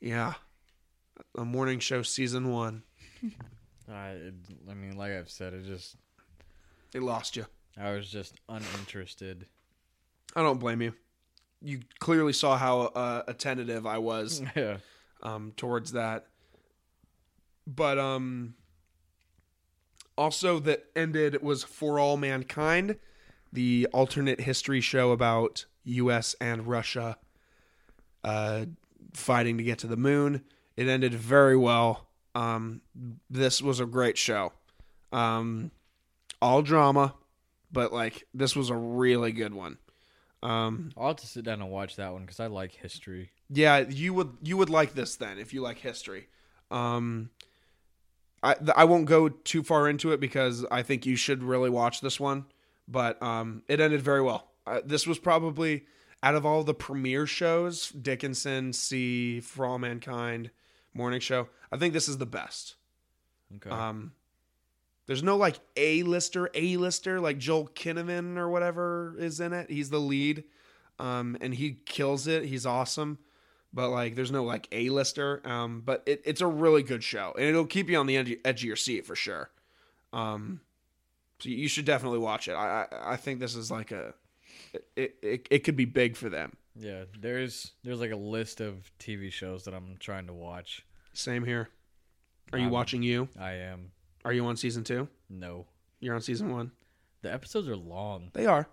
A: yeah, a morning show season one.
D: I it, I mean, like I've said, it just
A: They lost you.
D: I was just uninterested.
A: I don't blame you. You clearly saw how uh, attentive I was
D: yeah.
A: um, towards that. But um, also that ended was for all mankind, the alternate history show about U.S. and Russia uh, fighting to get to the moon. It ended very well. Um, this was a great show. Um, all drama, but like this was a really good one. Um,
D: I'll have to sit down and watch that one because I like history.
A: yeah, you would you would like this then if you like history. Um, I th- I won't go too far into it because I think you should really watch this one. But um, it ended very well. Uh, this was probably out of all the premiere shows, Dickinson, C, For All Mankind, Morning Show. I think this is the best.
D: Okay.
A: Um, there's no like A lister, A lister like Joel Kinnaman or whatever is in it. He's the lead, um, and he kills it. He's awesome, but like there's no like A lister. Um, but it, it's a really good show, and it'll keep you on the edge, edge of your seat for sure. Um, so you should definitely watch it. I I, I think this is like a it, it it could be big for them.
D: yeah. There's there's like a list of TV shows that I'm trying to watch.
A: Same here. Are you
D: Um,
A: watching you?
D: I am
A: Are you on season two?
D: no.
A: You're on season one.
D: The episodes are long
A: They are.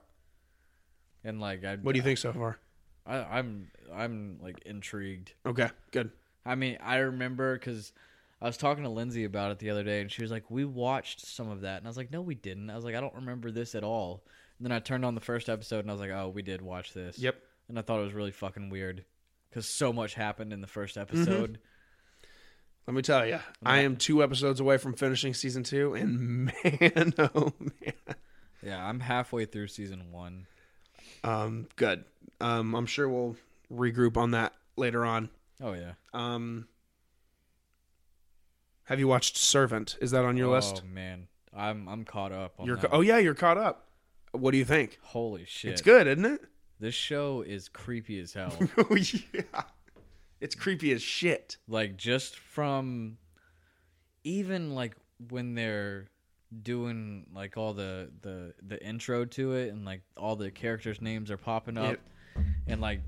D: and like I.
A: What do you think so far?
D: I, I'm I'm like intrigued.
A: Okay, good.
D: I mean, I remember because I was talking to Lindsay about it the other day, and she was like, "We watched some of that," and I was like, "No, we didn't." I was like, "I don't remember this at all." And then I turned on the first episode, and I was like, "Oh, we did watch this."
A: Yep.
D: And I thought it was really fucking weird because so much happened in the first
A: Mm-hmm.
D: episode.
A: Let me tell you, I am two episodes away from finishing season two, and man, oh man,
D: Yeah, I'm halfway through season one.
A: um, good. Um, I'm sure we'll regroup on that later on.
D: Oh yeah,
A: Um, have you watched Servant? Is that on your list?
D: Oh man, I'm I'm caught up. On
A: You're ca-
D: that.
A: oh yeah, you're caught up. What do you think?
D: holy shit!
A: It's good, isn't it?
D: This show is creepy as hell.
A: oh yeah, it's creepy as shit.
D: like just from even like when they're doing like all the the the intro to it and like all the characters names are popping up
A: Yep.
D: and like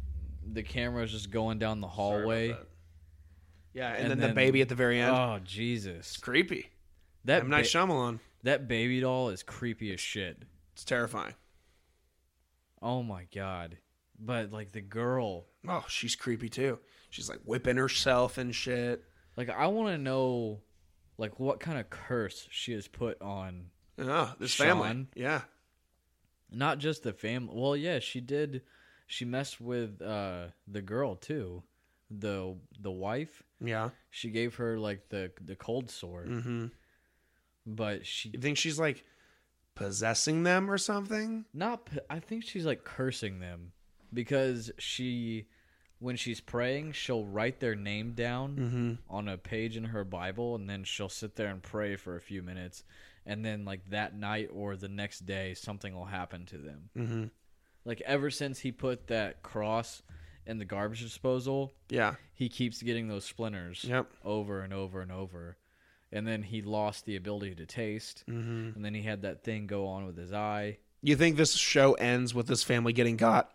D: the camera's just going down the hallway
A: Yeah, and,
D: And
A: then, the
D: then-
A: baby at the very end,
D: oh jesus
A: creepy.
D: that
A: M Night
D: ba-
A: Shyamalan,
D: that baby doll is creepy as shit
A: it's terrifying.
D: oh my god but like the girl
A: Oh, she's creepy too. She's like whipping herself and shit.
D: like i want to know like what kind of curse she has put on
A: Yeah, this
D: Sean.
A: family. Yeah,
D: not just the family. Well, yeah, she did. She messed with uh, the girl too, the the wife.
A: Yeah.
D: She gave her like the the cold sore,
A: Mm-hmm.
D: but she
A: You think she's like possessing them or something?
D: not. p- I think she's like cursing them because she, when she's praying, she'll write their name down
A: Mm-hmm.
D: on a page in her Bible, and then she'll sit there and pray for a few minutes, and then like that night or the next day, something will happen to them.
A: Mm-hmm.
D: Like ever since he put that cross in the garbage disposal,
A: Yeah.
D: he keeps getting those splinters
A: Yep.
D: over and over and over. And then he lost the ability to taste.
A: Mm-hmm.
D: And then he had that thing go on with his eye.
A: You think this show ends with this family getting got?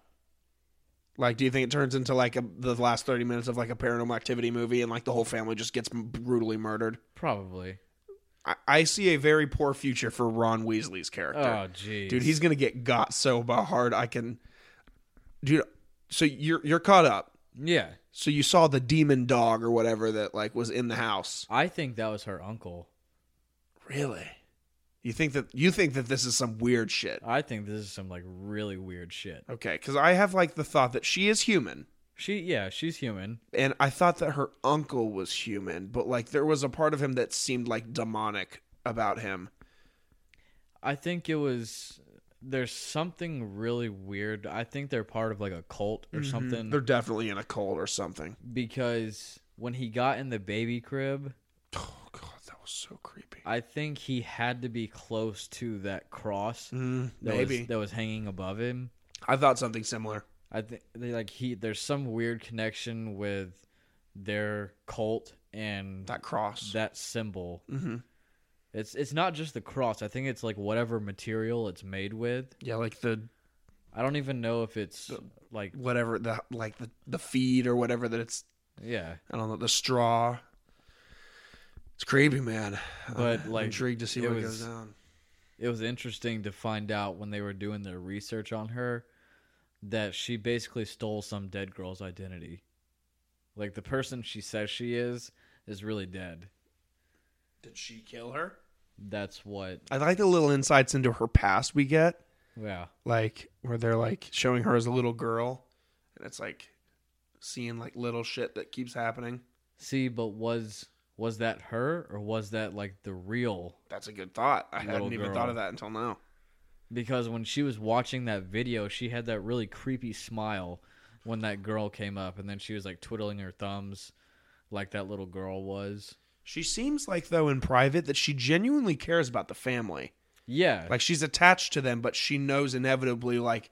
A: Like, do you think it turns into like a, the last thirty minutes of like a paranormal activity movie, and like the whole family just gets brutally murdered?
D: Probably.
A: I, I see a very poor future for Ron Weasley's character.
D: Oh, jeez.
A: dude, he's gonna get got so by hard. I can, dude. So you're you're caught up.
D: Yeah.
A: So you saw the demon dog or whatever that like was in the house.
D: I think that was her uncle.
A: Really? You think that you think that this is some weird shit?
D: I think this is some like really weird shit.
A: Okay, because I have like the thought that she is human,
D: She, yeah, she's human.
A: and I thought that her uncle was human, but like there was a part of him that seemed like demonic about him.
D: I think it was. There's something really weird. I think they're part of like a cult or something.
A: Mm-hmm. They're definitely in a cult or something.
D: because when he got in the baby crib,
A: Oh god, that was so creepy.
D: I think he had to be close to that cross
A: Mm,
D: that
A: maybe
D: was, that was hanging above him.
A: I thought something similar.
D: I think they like he there's some weird connection with their cult and
A: That cross.
D: that symbol.
A: mm-hmm.
D: It's it's not just the cross. I think it's like whatever material it's made with.
A: Yeah, like the
D: I don't even know if it's like
A: whatever the like the the feed or whatever that it's.
D: yeah.
A: I don't know the straw. It's creepy, man.
D: But,
A: I'm
D: like,
A: intrigued to see
D: it
A: what
D: was-
A: goes down.
D: it was interesting to find out when they were doing their research on her that she basically stole some dead girl's identity. Like the person she says she is is really dead.
A: Did she kill her?
D: That's what.
A: I like the little insights into her past we get,
D: Yeah.
A: like where they're like showing her as a little girl, and it's like seeing like little shit that keeps happening.
D: See, but was was that her or was that like the real?
A: That's a good thought. I
D: Little
A: hadn't even
D: girl.
A: thought of that until now.
D: Because when she was watching that video, she had that really creepy smile when that girl came up and then she was like twiddling her thumbs like that little girl was.
A: She seems like though in private that she genuinely cares about the family.
D: Yeah.
A: Like she's attached to them, but she knows inevitably like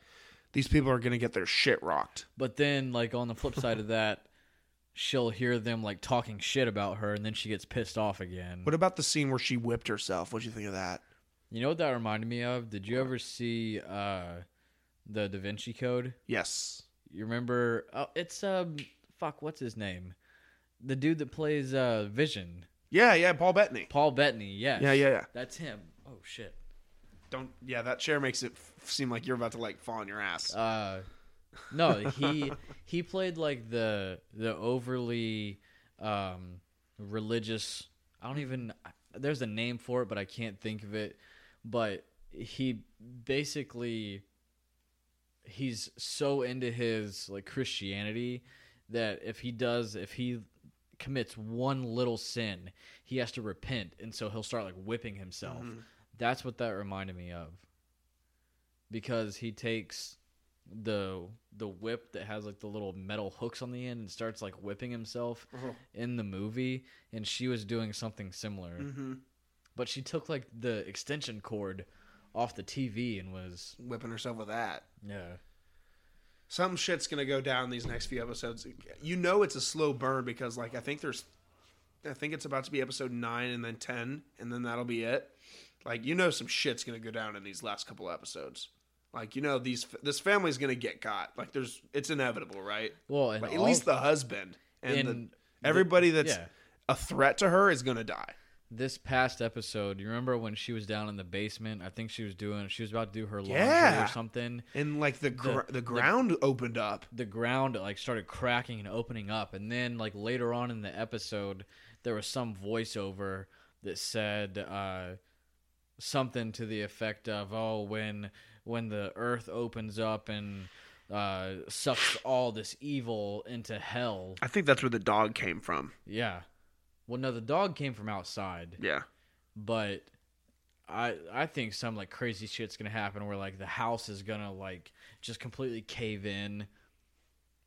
A: these people are gonna get their shit rocked.
D: But then, like on the flip side of that, she'll hear them like talking shit about her, and then she gets pissed off again.
A: What about the scene where she whipped herself? What'd you think of that?
D: you know what that reminded me of? Did you ever see uh, the Da Vinci Code?
A: Yes.
D: You remember? Oh, it's um, fuck, what's his name? The dude that plays uh, Vision,
A: Yeah, yeah, Paul Bettany.
D: Paul Bettany. Yes.
A: Yeah, yeah, yeah.
D: That's him. Oh shit.
A: Don't. Yeah, that chair makes it f- seem like you're about to like fall on your ass.
D: Uh, no, he he played like the the overly um, religious. I don't even. There's a name for it, but I can't think of it. But he basically he's so into his like Christianity that if he does if he commits one little sin, he has to repent, and so he'll start like whipping himself. That's what that reminded me of. Because he takes the the whip that has like the little metal hooks on the end and starts like whipping himself
A: Uh-huh.
D: in the movie and she was doing something similar
A: mm-hmm.
D: but she took like the extension cord off the TV and was
A: Whipping herself with that.
D: yeah
A: Some shit's gonna go down these next few episodes. You know, it's a slow burn because like I think there's, I think it's about to be episode nine and then ten and then that'll be it. Like you know, some shit's gonna go down in these last couple episodes. Like you know, these this family's gonna get caught. Like there's, it's inevitable, right?
D: well and
A: Like, at
D: all-
A: least the husband and,
D: and
A: the, everybody that's
D: yeah.
A: a threat to her is gonna die.
D: this past episode you remember when she was down in the basement I think she was doing she was about to do her laundry
A: Yeah.
D: or something
A: And like the gr- the, ground opened up.
D: the ground like started cracking and opening up and then like later on in the episode there was some voiceover that said uh something to the effect of oh when when the earth opens up and uh, sucks all this evil into hell.
A: I think that's where the dog came from.
D: Yeah. Well, no, the dog came from outside,
A: Yeah.
D: but I I think some like crazy shit's gonna happen where like the house is gonna like just completely cave in.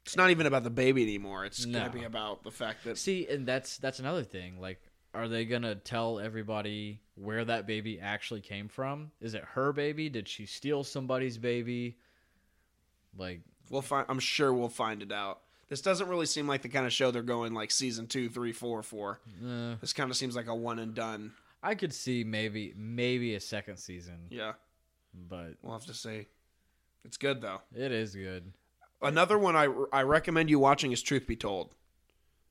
A: It's not even about the baby anymore. It's
D: No.
A: gonna be about the fact that
D: See, and that's that's another thing. Like, are they gonna tell everybody where that baby actually came from? Is it her baby? Did she steal somebody's baby? Like,
A: we'll find. I'm sure we'll find it out. This doesn't really seem like the kind of show they're going like season two, three, four, four.
D: eh.
A: This kind of seems like a one and done.
D: I could see maybe maybe a second season,
A: Yeah,
D: but
A: we'll have to see. It's good though.
D: it is good.
A: Another one I I recommend you watching is Truth Be Told.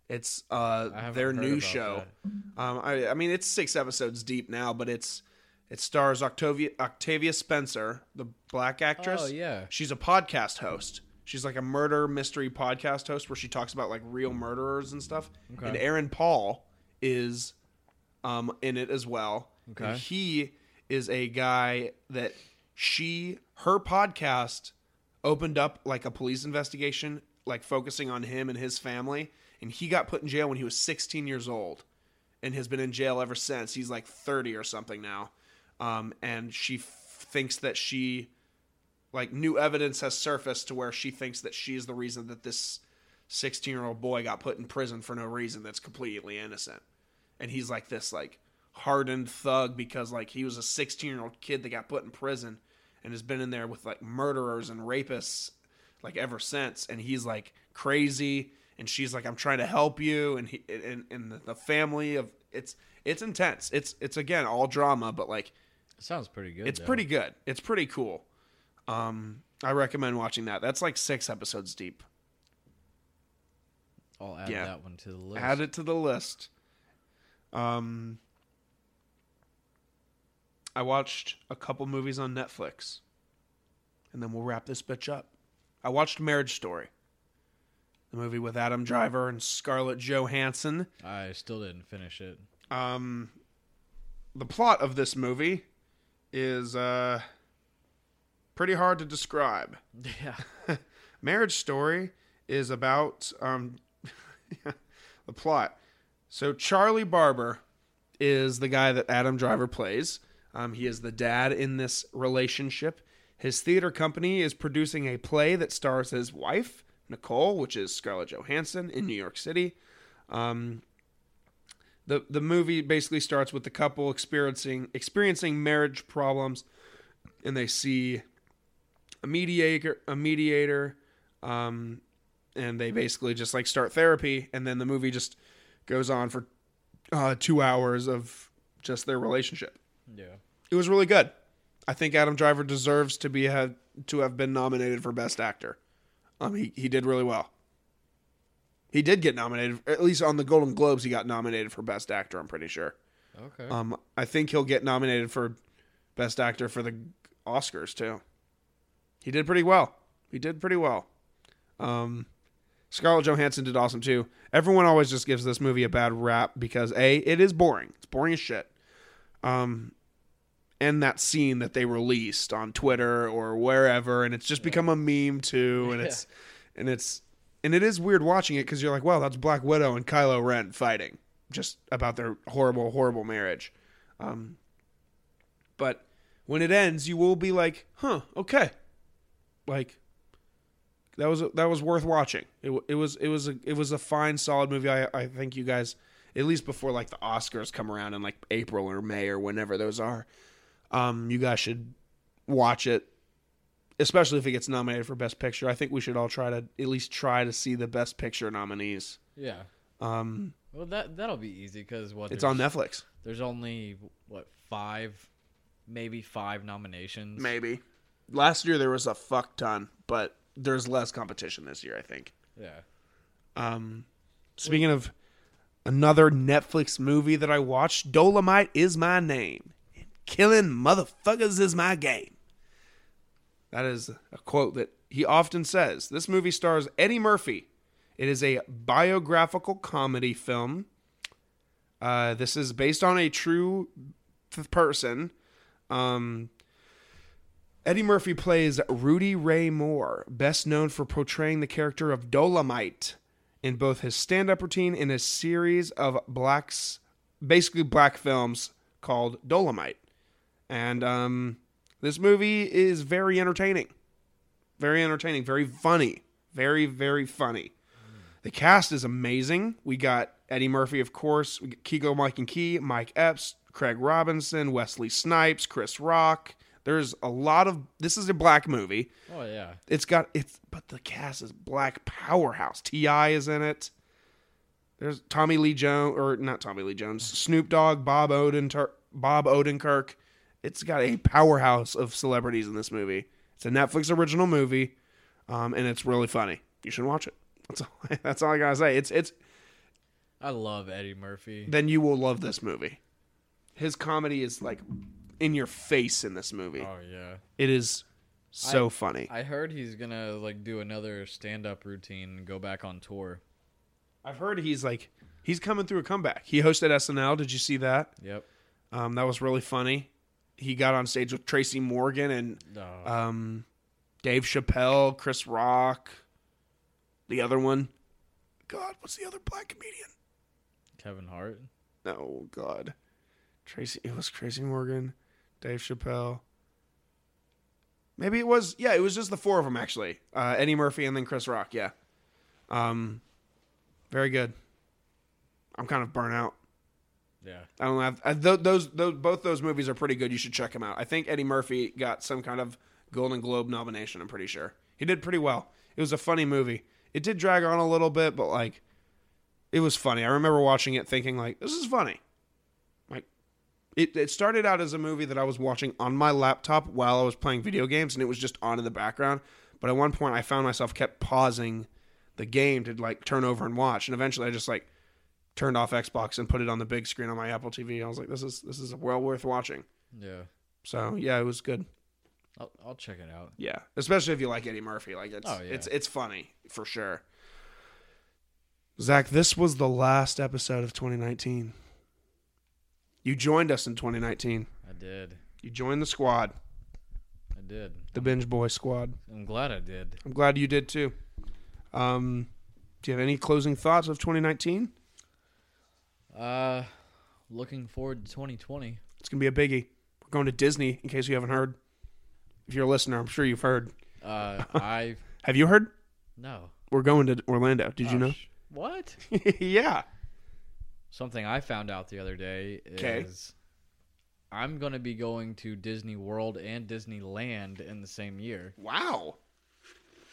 A: It's
D: I
A: uh
D: haven't
A: their
D: heard
A: new
D: about
A: show. Um, I I mean it's six episodes deep now, but it's it stars Octavia Octavia Spencer, the black actress.
D: Oh yeah,
A: She's a podcast host. She's like a murder mystery podcast host where she talks about like real murderers and stuff.
D: Okay.
A: And Aaron Paul is um, in it as well. And
D: Okay.
A: he is a guy that she her podcast opened up like a police investigation, like focusing on him and his family. And he got put in jail when he was 16 years old and has been in jail ever since. He's like 30 or something now. Um, and she f- thinks that she, like, new evidence has surfaced to where she thinks that she's the reason that this 16 year old boy got put in prison for no reason that's completely innocent. And he's like this, like, hardened thug because, like, he was a 16 year old kid that got put in prison and has been in there with, like, murderers and rapists, like, ever since. And he's, like, crazy. And she's like, I'm trying to help you. And he, and, and the- the family of, it's, it's intense. It's, it's again, all drama, but, like,
D: it sounds pretty good.
A: it's
D: though.
A: pretty good. It's pretty cool. Um, I recommend watching that. That's like six episodes deep.
D: I'll add
A: yeah.
D: that one to the list.
A: Add it to the list. Um, I watched a couple movies on Netflix, and then we'll wrap this bitch up. I watched Marriage Story, the movie with Adam Driver and Scarlett Johansson.
D: I still didn't finish it.
A: Um, the plot of this movie is uh, pretty hard to describe.
D: Yeah.
A: Marriage Story is about um, the plot. So Charlie Barber is the guy that Adam Driver plays. Um, he is the dad in this relationship. His theater company is producing a play that stars his wife Nicole, which is Scarlett Johansson, in New York City. Um, the the movie basically starts with the couple experiencing experiencing marriage problems, and they see a mediator a mediator um and they basically just like start therapy and then the movie just goes on for uh 2 hours of just their relationship.
D: Yeah.
A: It was really good. I think Adam Driver deserves to be had to have been nominated for best actor. Um he he did really well. He did get nominated at least on the Golden Globes he got nominated for best actor, I'm pretty sure.
D: Okay.
A: Um I think he'll get nominated for best actor for the Oscars too. He did pretty well. He did pretty well. Um, Scarlett Johansson did awesome too. Everyone always just gives this movie a bad rap because a it is boring. It's boring as shit. Um, and that scene that they released on Twitter or wherever, and it's just become a meme too. And it's and it's and it is weird watching it because you're like, wow, that's Black Widow and Kylo Ren fighting just about their horrible, horrible marriage. Um, but when it ends, you will be like, huh, okay, like that was that was worth watching. It, wa- it was it was a it was a fine solid movie. I I think you guys at least before like the Oscars come around in like April or May or whenever those are, um, you guys should watch it. Especially if it gets nominated for Best Picture, I think we should all try to at least try to see the Best Picture nominees.
D: yeah.
A: Um,
D: Well, that that'll be easy because what
A: it's
D: there's-
A: on Netflix,
D: There's only what five, maybe five nominations.
A: maybe. Last year there was a fuck ton, but there's less competition this year. I think.
D: Yeah.
A: Um, speaking of another Netflix movie that I watched, Dolomite is my name. and Killing motherfuckers is my game. That is a quote that he often says. This movie stars Eddie Murphy. It is a biographical comedy film. Uh, this is based on a true f- person. Um, Eddie Murphy plays Rudy Ray Moore, best known for portraying the character of Dolomite in both his stand-up routine and his series of blacks, basically black films called Dolomite. And um, this movie is very entertaining, very entertaining, very funny, very very funny. The cast is amazing. We got Eddie Murphy, of course, we got Kigo Mike and Key, Mike Epps, Craig Robinson, Wesley Snipes, Chris Rock. There's a lot of this is a black movie.
D: Oh yeah.
A: It's got it's but the cast is black powerhouse. T.I. is in it. There's Tommy Lee Jones or not Tommy Lee Jones, Snoop Dogg, Bob Odenkirk, Bob Odenkirk. It's got a powerhouse of celebrities in this movie. It's a Netflix original movie, um, and it's really funny. You should watch it. That's all. That's all I gotta say. It's it's
D: I love Eddie Murphy.
A: then you will love this movie. His comedy is like in your face in this movie.
D: Oh yeah.
A: It is so funny.
D: I heard he's gonna like do another stand up routine and go back on tour.
A: I've heard he's like he's coming through a comeback. He hosted SNL. Did you see that?
D: Yep.
A: Um, that was really funny. He got on stage with Tracy Morgan and
D: No.
A: um, Dave Chappelle, Chris Rock, the other one. God, what's the other black comedian?
D: Kevin Hart.
A: Oh God, Tracy. It was Tracy Morgan, Dave Chappelle. Maybe it was. Yeah, it was just the four of them actually. Uh, Eddie Murphy and then Chris Rock. Yeah. Um, very good. I'm kind of burnt out.
D: Yeah.
A: I don't have I, th- those, those. Both those movies are pretty good. You should check them out. I think Eddie Murphy got some kind of Golden Globe nomination. I'm pretty sure he did pretty well. It was a funny movie. It did drag on a little bit, but like, it was funny. I remember watching it thinking like, this is funny. Like, it it started out as a movie that I was watching on my laptop while I was playing video games, and it was just on in the background. But at one point, I found myself kept pausing the game to like turn over and watch, and eventually, I just like turned off Xbox and put it on the big screen on my Apple TV. I was like, this is this is well worth watching.
D: Yeah.
A: So yeah, it was good.
D: I'll, I'll check it out.
A: Yeah, especially if you like Eddie Murphy, like it's
D: Oh, yeah.
A: it's it's funny for sure. Zach, this was the last episode of 2019. You joined us in 2019.
D: I did.
A: You joined the squad,
D: I did.
A: the Binge Boy squad.
D: I'm glad I did.
A: I'm glad you did too. Um, do you have any closing thoughts of 2019?
D: Uh, looking forward to 2020.
A: It's gonna be a biggie. We're going to Disney. In case you haven't heard, if you're a listener, I'm sure you've heard.
D: Uh, I
A: Have you heard?
D: no.
A: We're going to Orlando. Did you know?
D: Gosh. What?
A: yeah.
D: Something I found out the other day is
A: 'Kay.
D: I'm going to be going to Disney World and Disneyland in the same year.
A: Wow.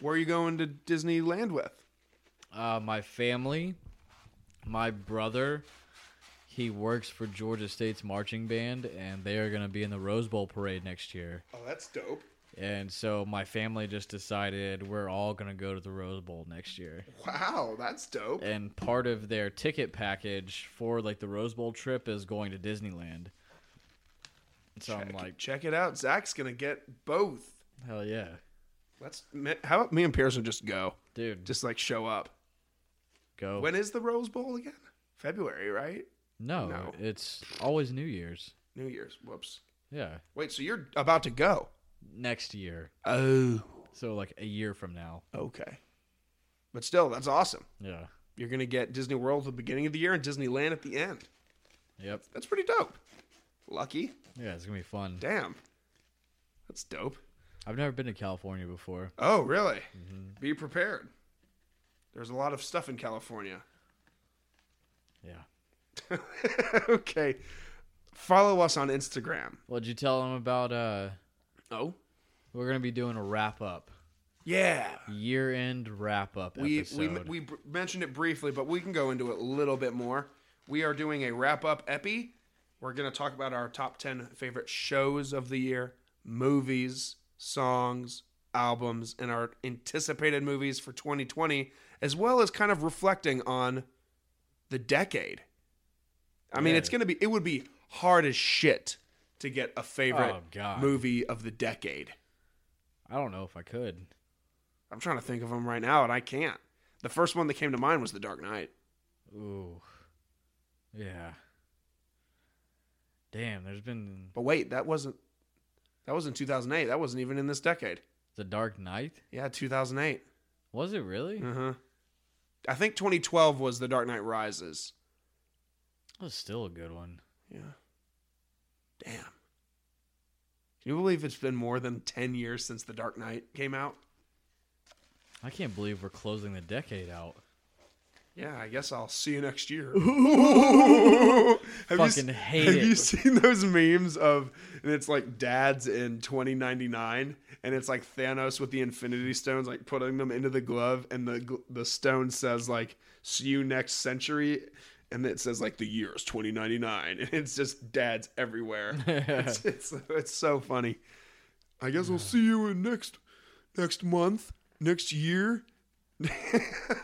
A: Where are you going to Disneyland with?
D: Uh, my family, my brother, he works for Georgia State's marching band, and they are going to be in the Rose Bowl parade next year.
A: Oh, that's dope.
D: And so my family just decided we're all going to go to the Rose Bowl next year.
A: Wow, that's dope.
D: And part of their ticket package for like the Rose Bowl trip is going to Disneyland. So I'm
A: Check-
D: like,
A: check it out. Zach's gonna get both.
D: hell yeah.
A: Let's. me- How about me and Pearson just go?
D: Dude,
A: Just like show up.
D: go.
A: When is the Rose Bowl again? February, right?
D: no,
A: No.
D: it's always New Year's.
A: New Year's. Whoops.
D: Yeah.
A: Wait, so you're about to go?
D: Next year.
A: Oh.
D: So like a year from now.
A: Okay. But still, that's awesome.
D: Yeah.
A: You're gonna get Disney World at the beginning of the year and Disneyland at the end.
D: Yep.
A: That's pretty dope. Lucky.
D: Yeah, it's going to be fun.
A: Damn. That's dope.
D: I've never been to California before.
A: Oh, really? Be prepared. There's a lot of stuff in California.
D: Yeah.
A: okay. Follow us on Instagram.
D: Well, did you tell them about uh
A: Oh?
D: we're going to be doing a wrap up.
A: Yeah.
D: Year-end wrap-up
A: We, we,
D: episode.
A: we br- mentioned it briefly, but we can go into it a little bit more. We are doing a wrap up epi. We're going to talk about our top 10 favorite shows of the year, movies, songs, albums, and our anticipated movies for 2020, as well as kind of reflecting on the decade. I mean,
D: Yeah.
A: it's going to be, it would be hard as shit to get a favorite
D: Oh, God.
A: movie of the decade.
D: I don't know if I could.
A: I'm trying to think of them right now, and I can't. The first one that came to mind was The Dark Knight.
D: Ooh. Yeah. Damn, there's been
A: But wait, that wasn't. That was in 2008. That wasn't even in this decade.
D: The Dark Knight?
A: Yeah, 2008.
D: Was it really?
A: Uh huh. I think 2012 was The Dark Knight Rises.
D: That was still a good one.
A: Yeah. Damn. Can you believe it's been more than 10 years since The Dark Knight came out?
D: I can't believe we're closing the decade out.
A: Yeah, I guess I'll see you next year. have
D: Fucking
A: you, s-
D: hate
A: Have
D: it.
A: you seen those memes of and it's like dads in 2099 and it's like Thanos with the Infinity Stones like putting them into the glove and the gl- the stone says like see you next century and it says like the year is 2099 and it's just dads everywhere. it's, it's it's so funny. I guess I'll see you in next next month, next year.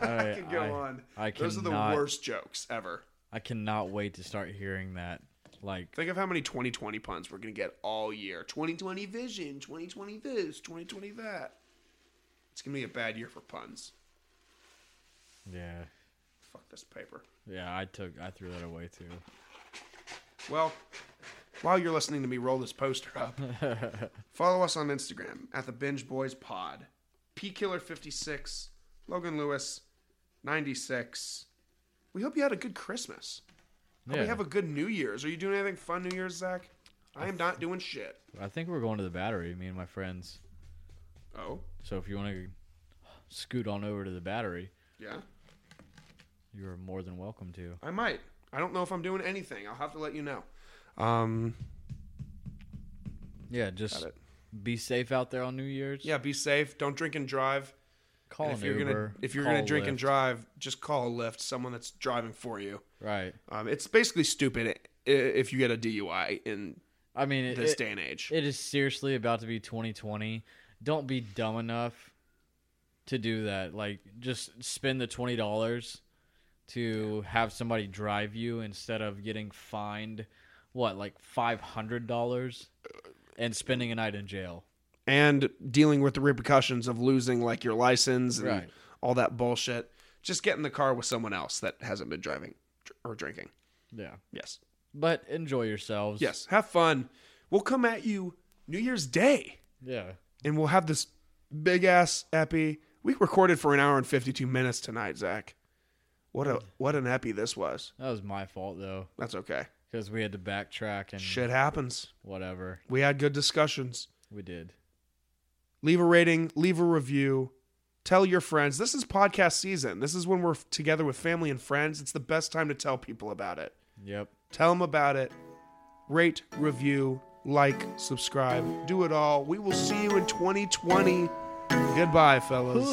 A: I,
D: I-
A: could go
D: I-
A: on.
D: I
A: Those are the
D: cannot-
A: worst jokes ever.
D: I cannot wait to start hearing that. Like,
A: Think of how many 2020 puns we're going to get all year. 2020 vision, 2020 this, 2020 that. It's going to be a bad year for puns.
D: yeah.
A: Fuck this paper.
D: Yeah, I took I threw that away too.
A: Well, while you're listening to me roll this poster up, follow us on Instagram at the Binge Boys Pod. P Killer 56, Logan Lewis 96. We hope you had a good Christmas. Hope
D: Yeah.
A: you have a good New Year's. Are you doing anything fun New Year's, Zach? I am not doing shit.
D: I think we're going to the battery, me and my friends.
A: Oh,
D: So if you want to scoot on over to the battery,
A: yeah.
D: you're more than welcome to.
A: I might. I don't know if I'm doing anything. I'll have to let you know. Um,
D: Yeah, just
A: it.
D: be safe out there on New Year's.
A: yeah, be safe. Don't drink and drive.
D: call
A: And
D: an
A: if you're
D: Uber.
A: gonna if you're
D: call
A: gonna drink and
D: Lyft.
A: drive, just call a Lyft, someone that's driving for you.
D: Right.
A: Um, it's basically stupid i- if you get a DUI in
D: I mean, it,
A: this
D: it-
A: day and age.
D: it is seriously about to be 2020. Don't be dumb enough to do that. Like, just spend the twenty dollars to have somebody drive you instead of getting fined. What, like five hundred dollars, and spending a night in jail.
A: and dealing with the repercussions of losing like your license and
D: Right.
A: all that bullshit. Just get in the car with someone else that hasn't been driving dr- or drinking.
D: Yeah.
A: Yes.
D: But enjoy yourselves.
A: Yes. Have fun. We'll come at you New Year's Day.
D: Yeah.
A: and we'll have this big ass epi. We recorded for an hour and fifty two minutes tonight, Zach. What a what an epi this was.
D: That was my fault though,
A: That's okay.
D: because we had to backtrack and
A: Shit happens.
D: whatever
A: We had good discussions.
D: we did.
A: Leave a rating. Leave a review. Tell your friends. This is podcast season. This is when we're together with family and friends. It's the best time to tell people about it.
D: Yep.
A: Tell them about it. Rate, review, like, subscribe. Do it all. We will see you in 2020. Goodbye, fellas.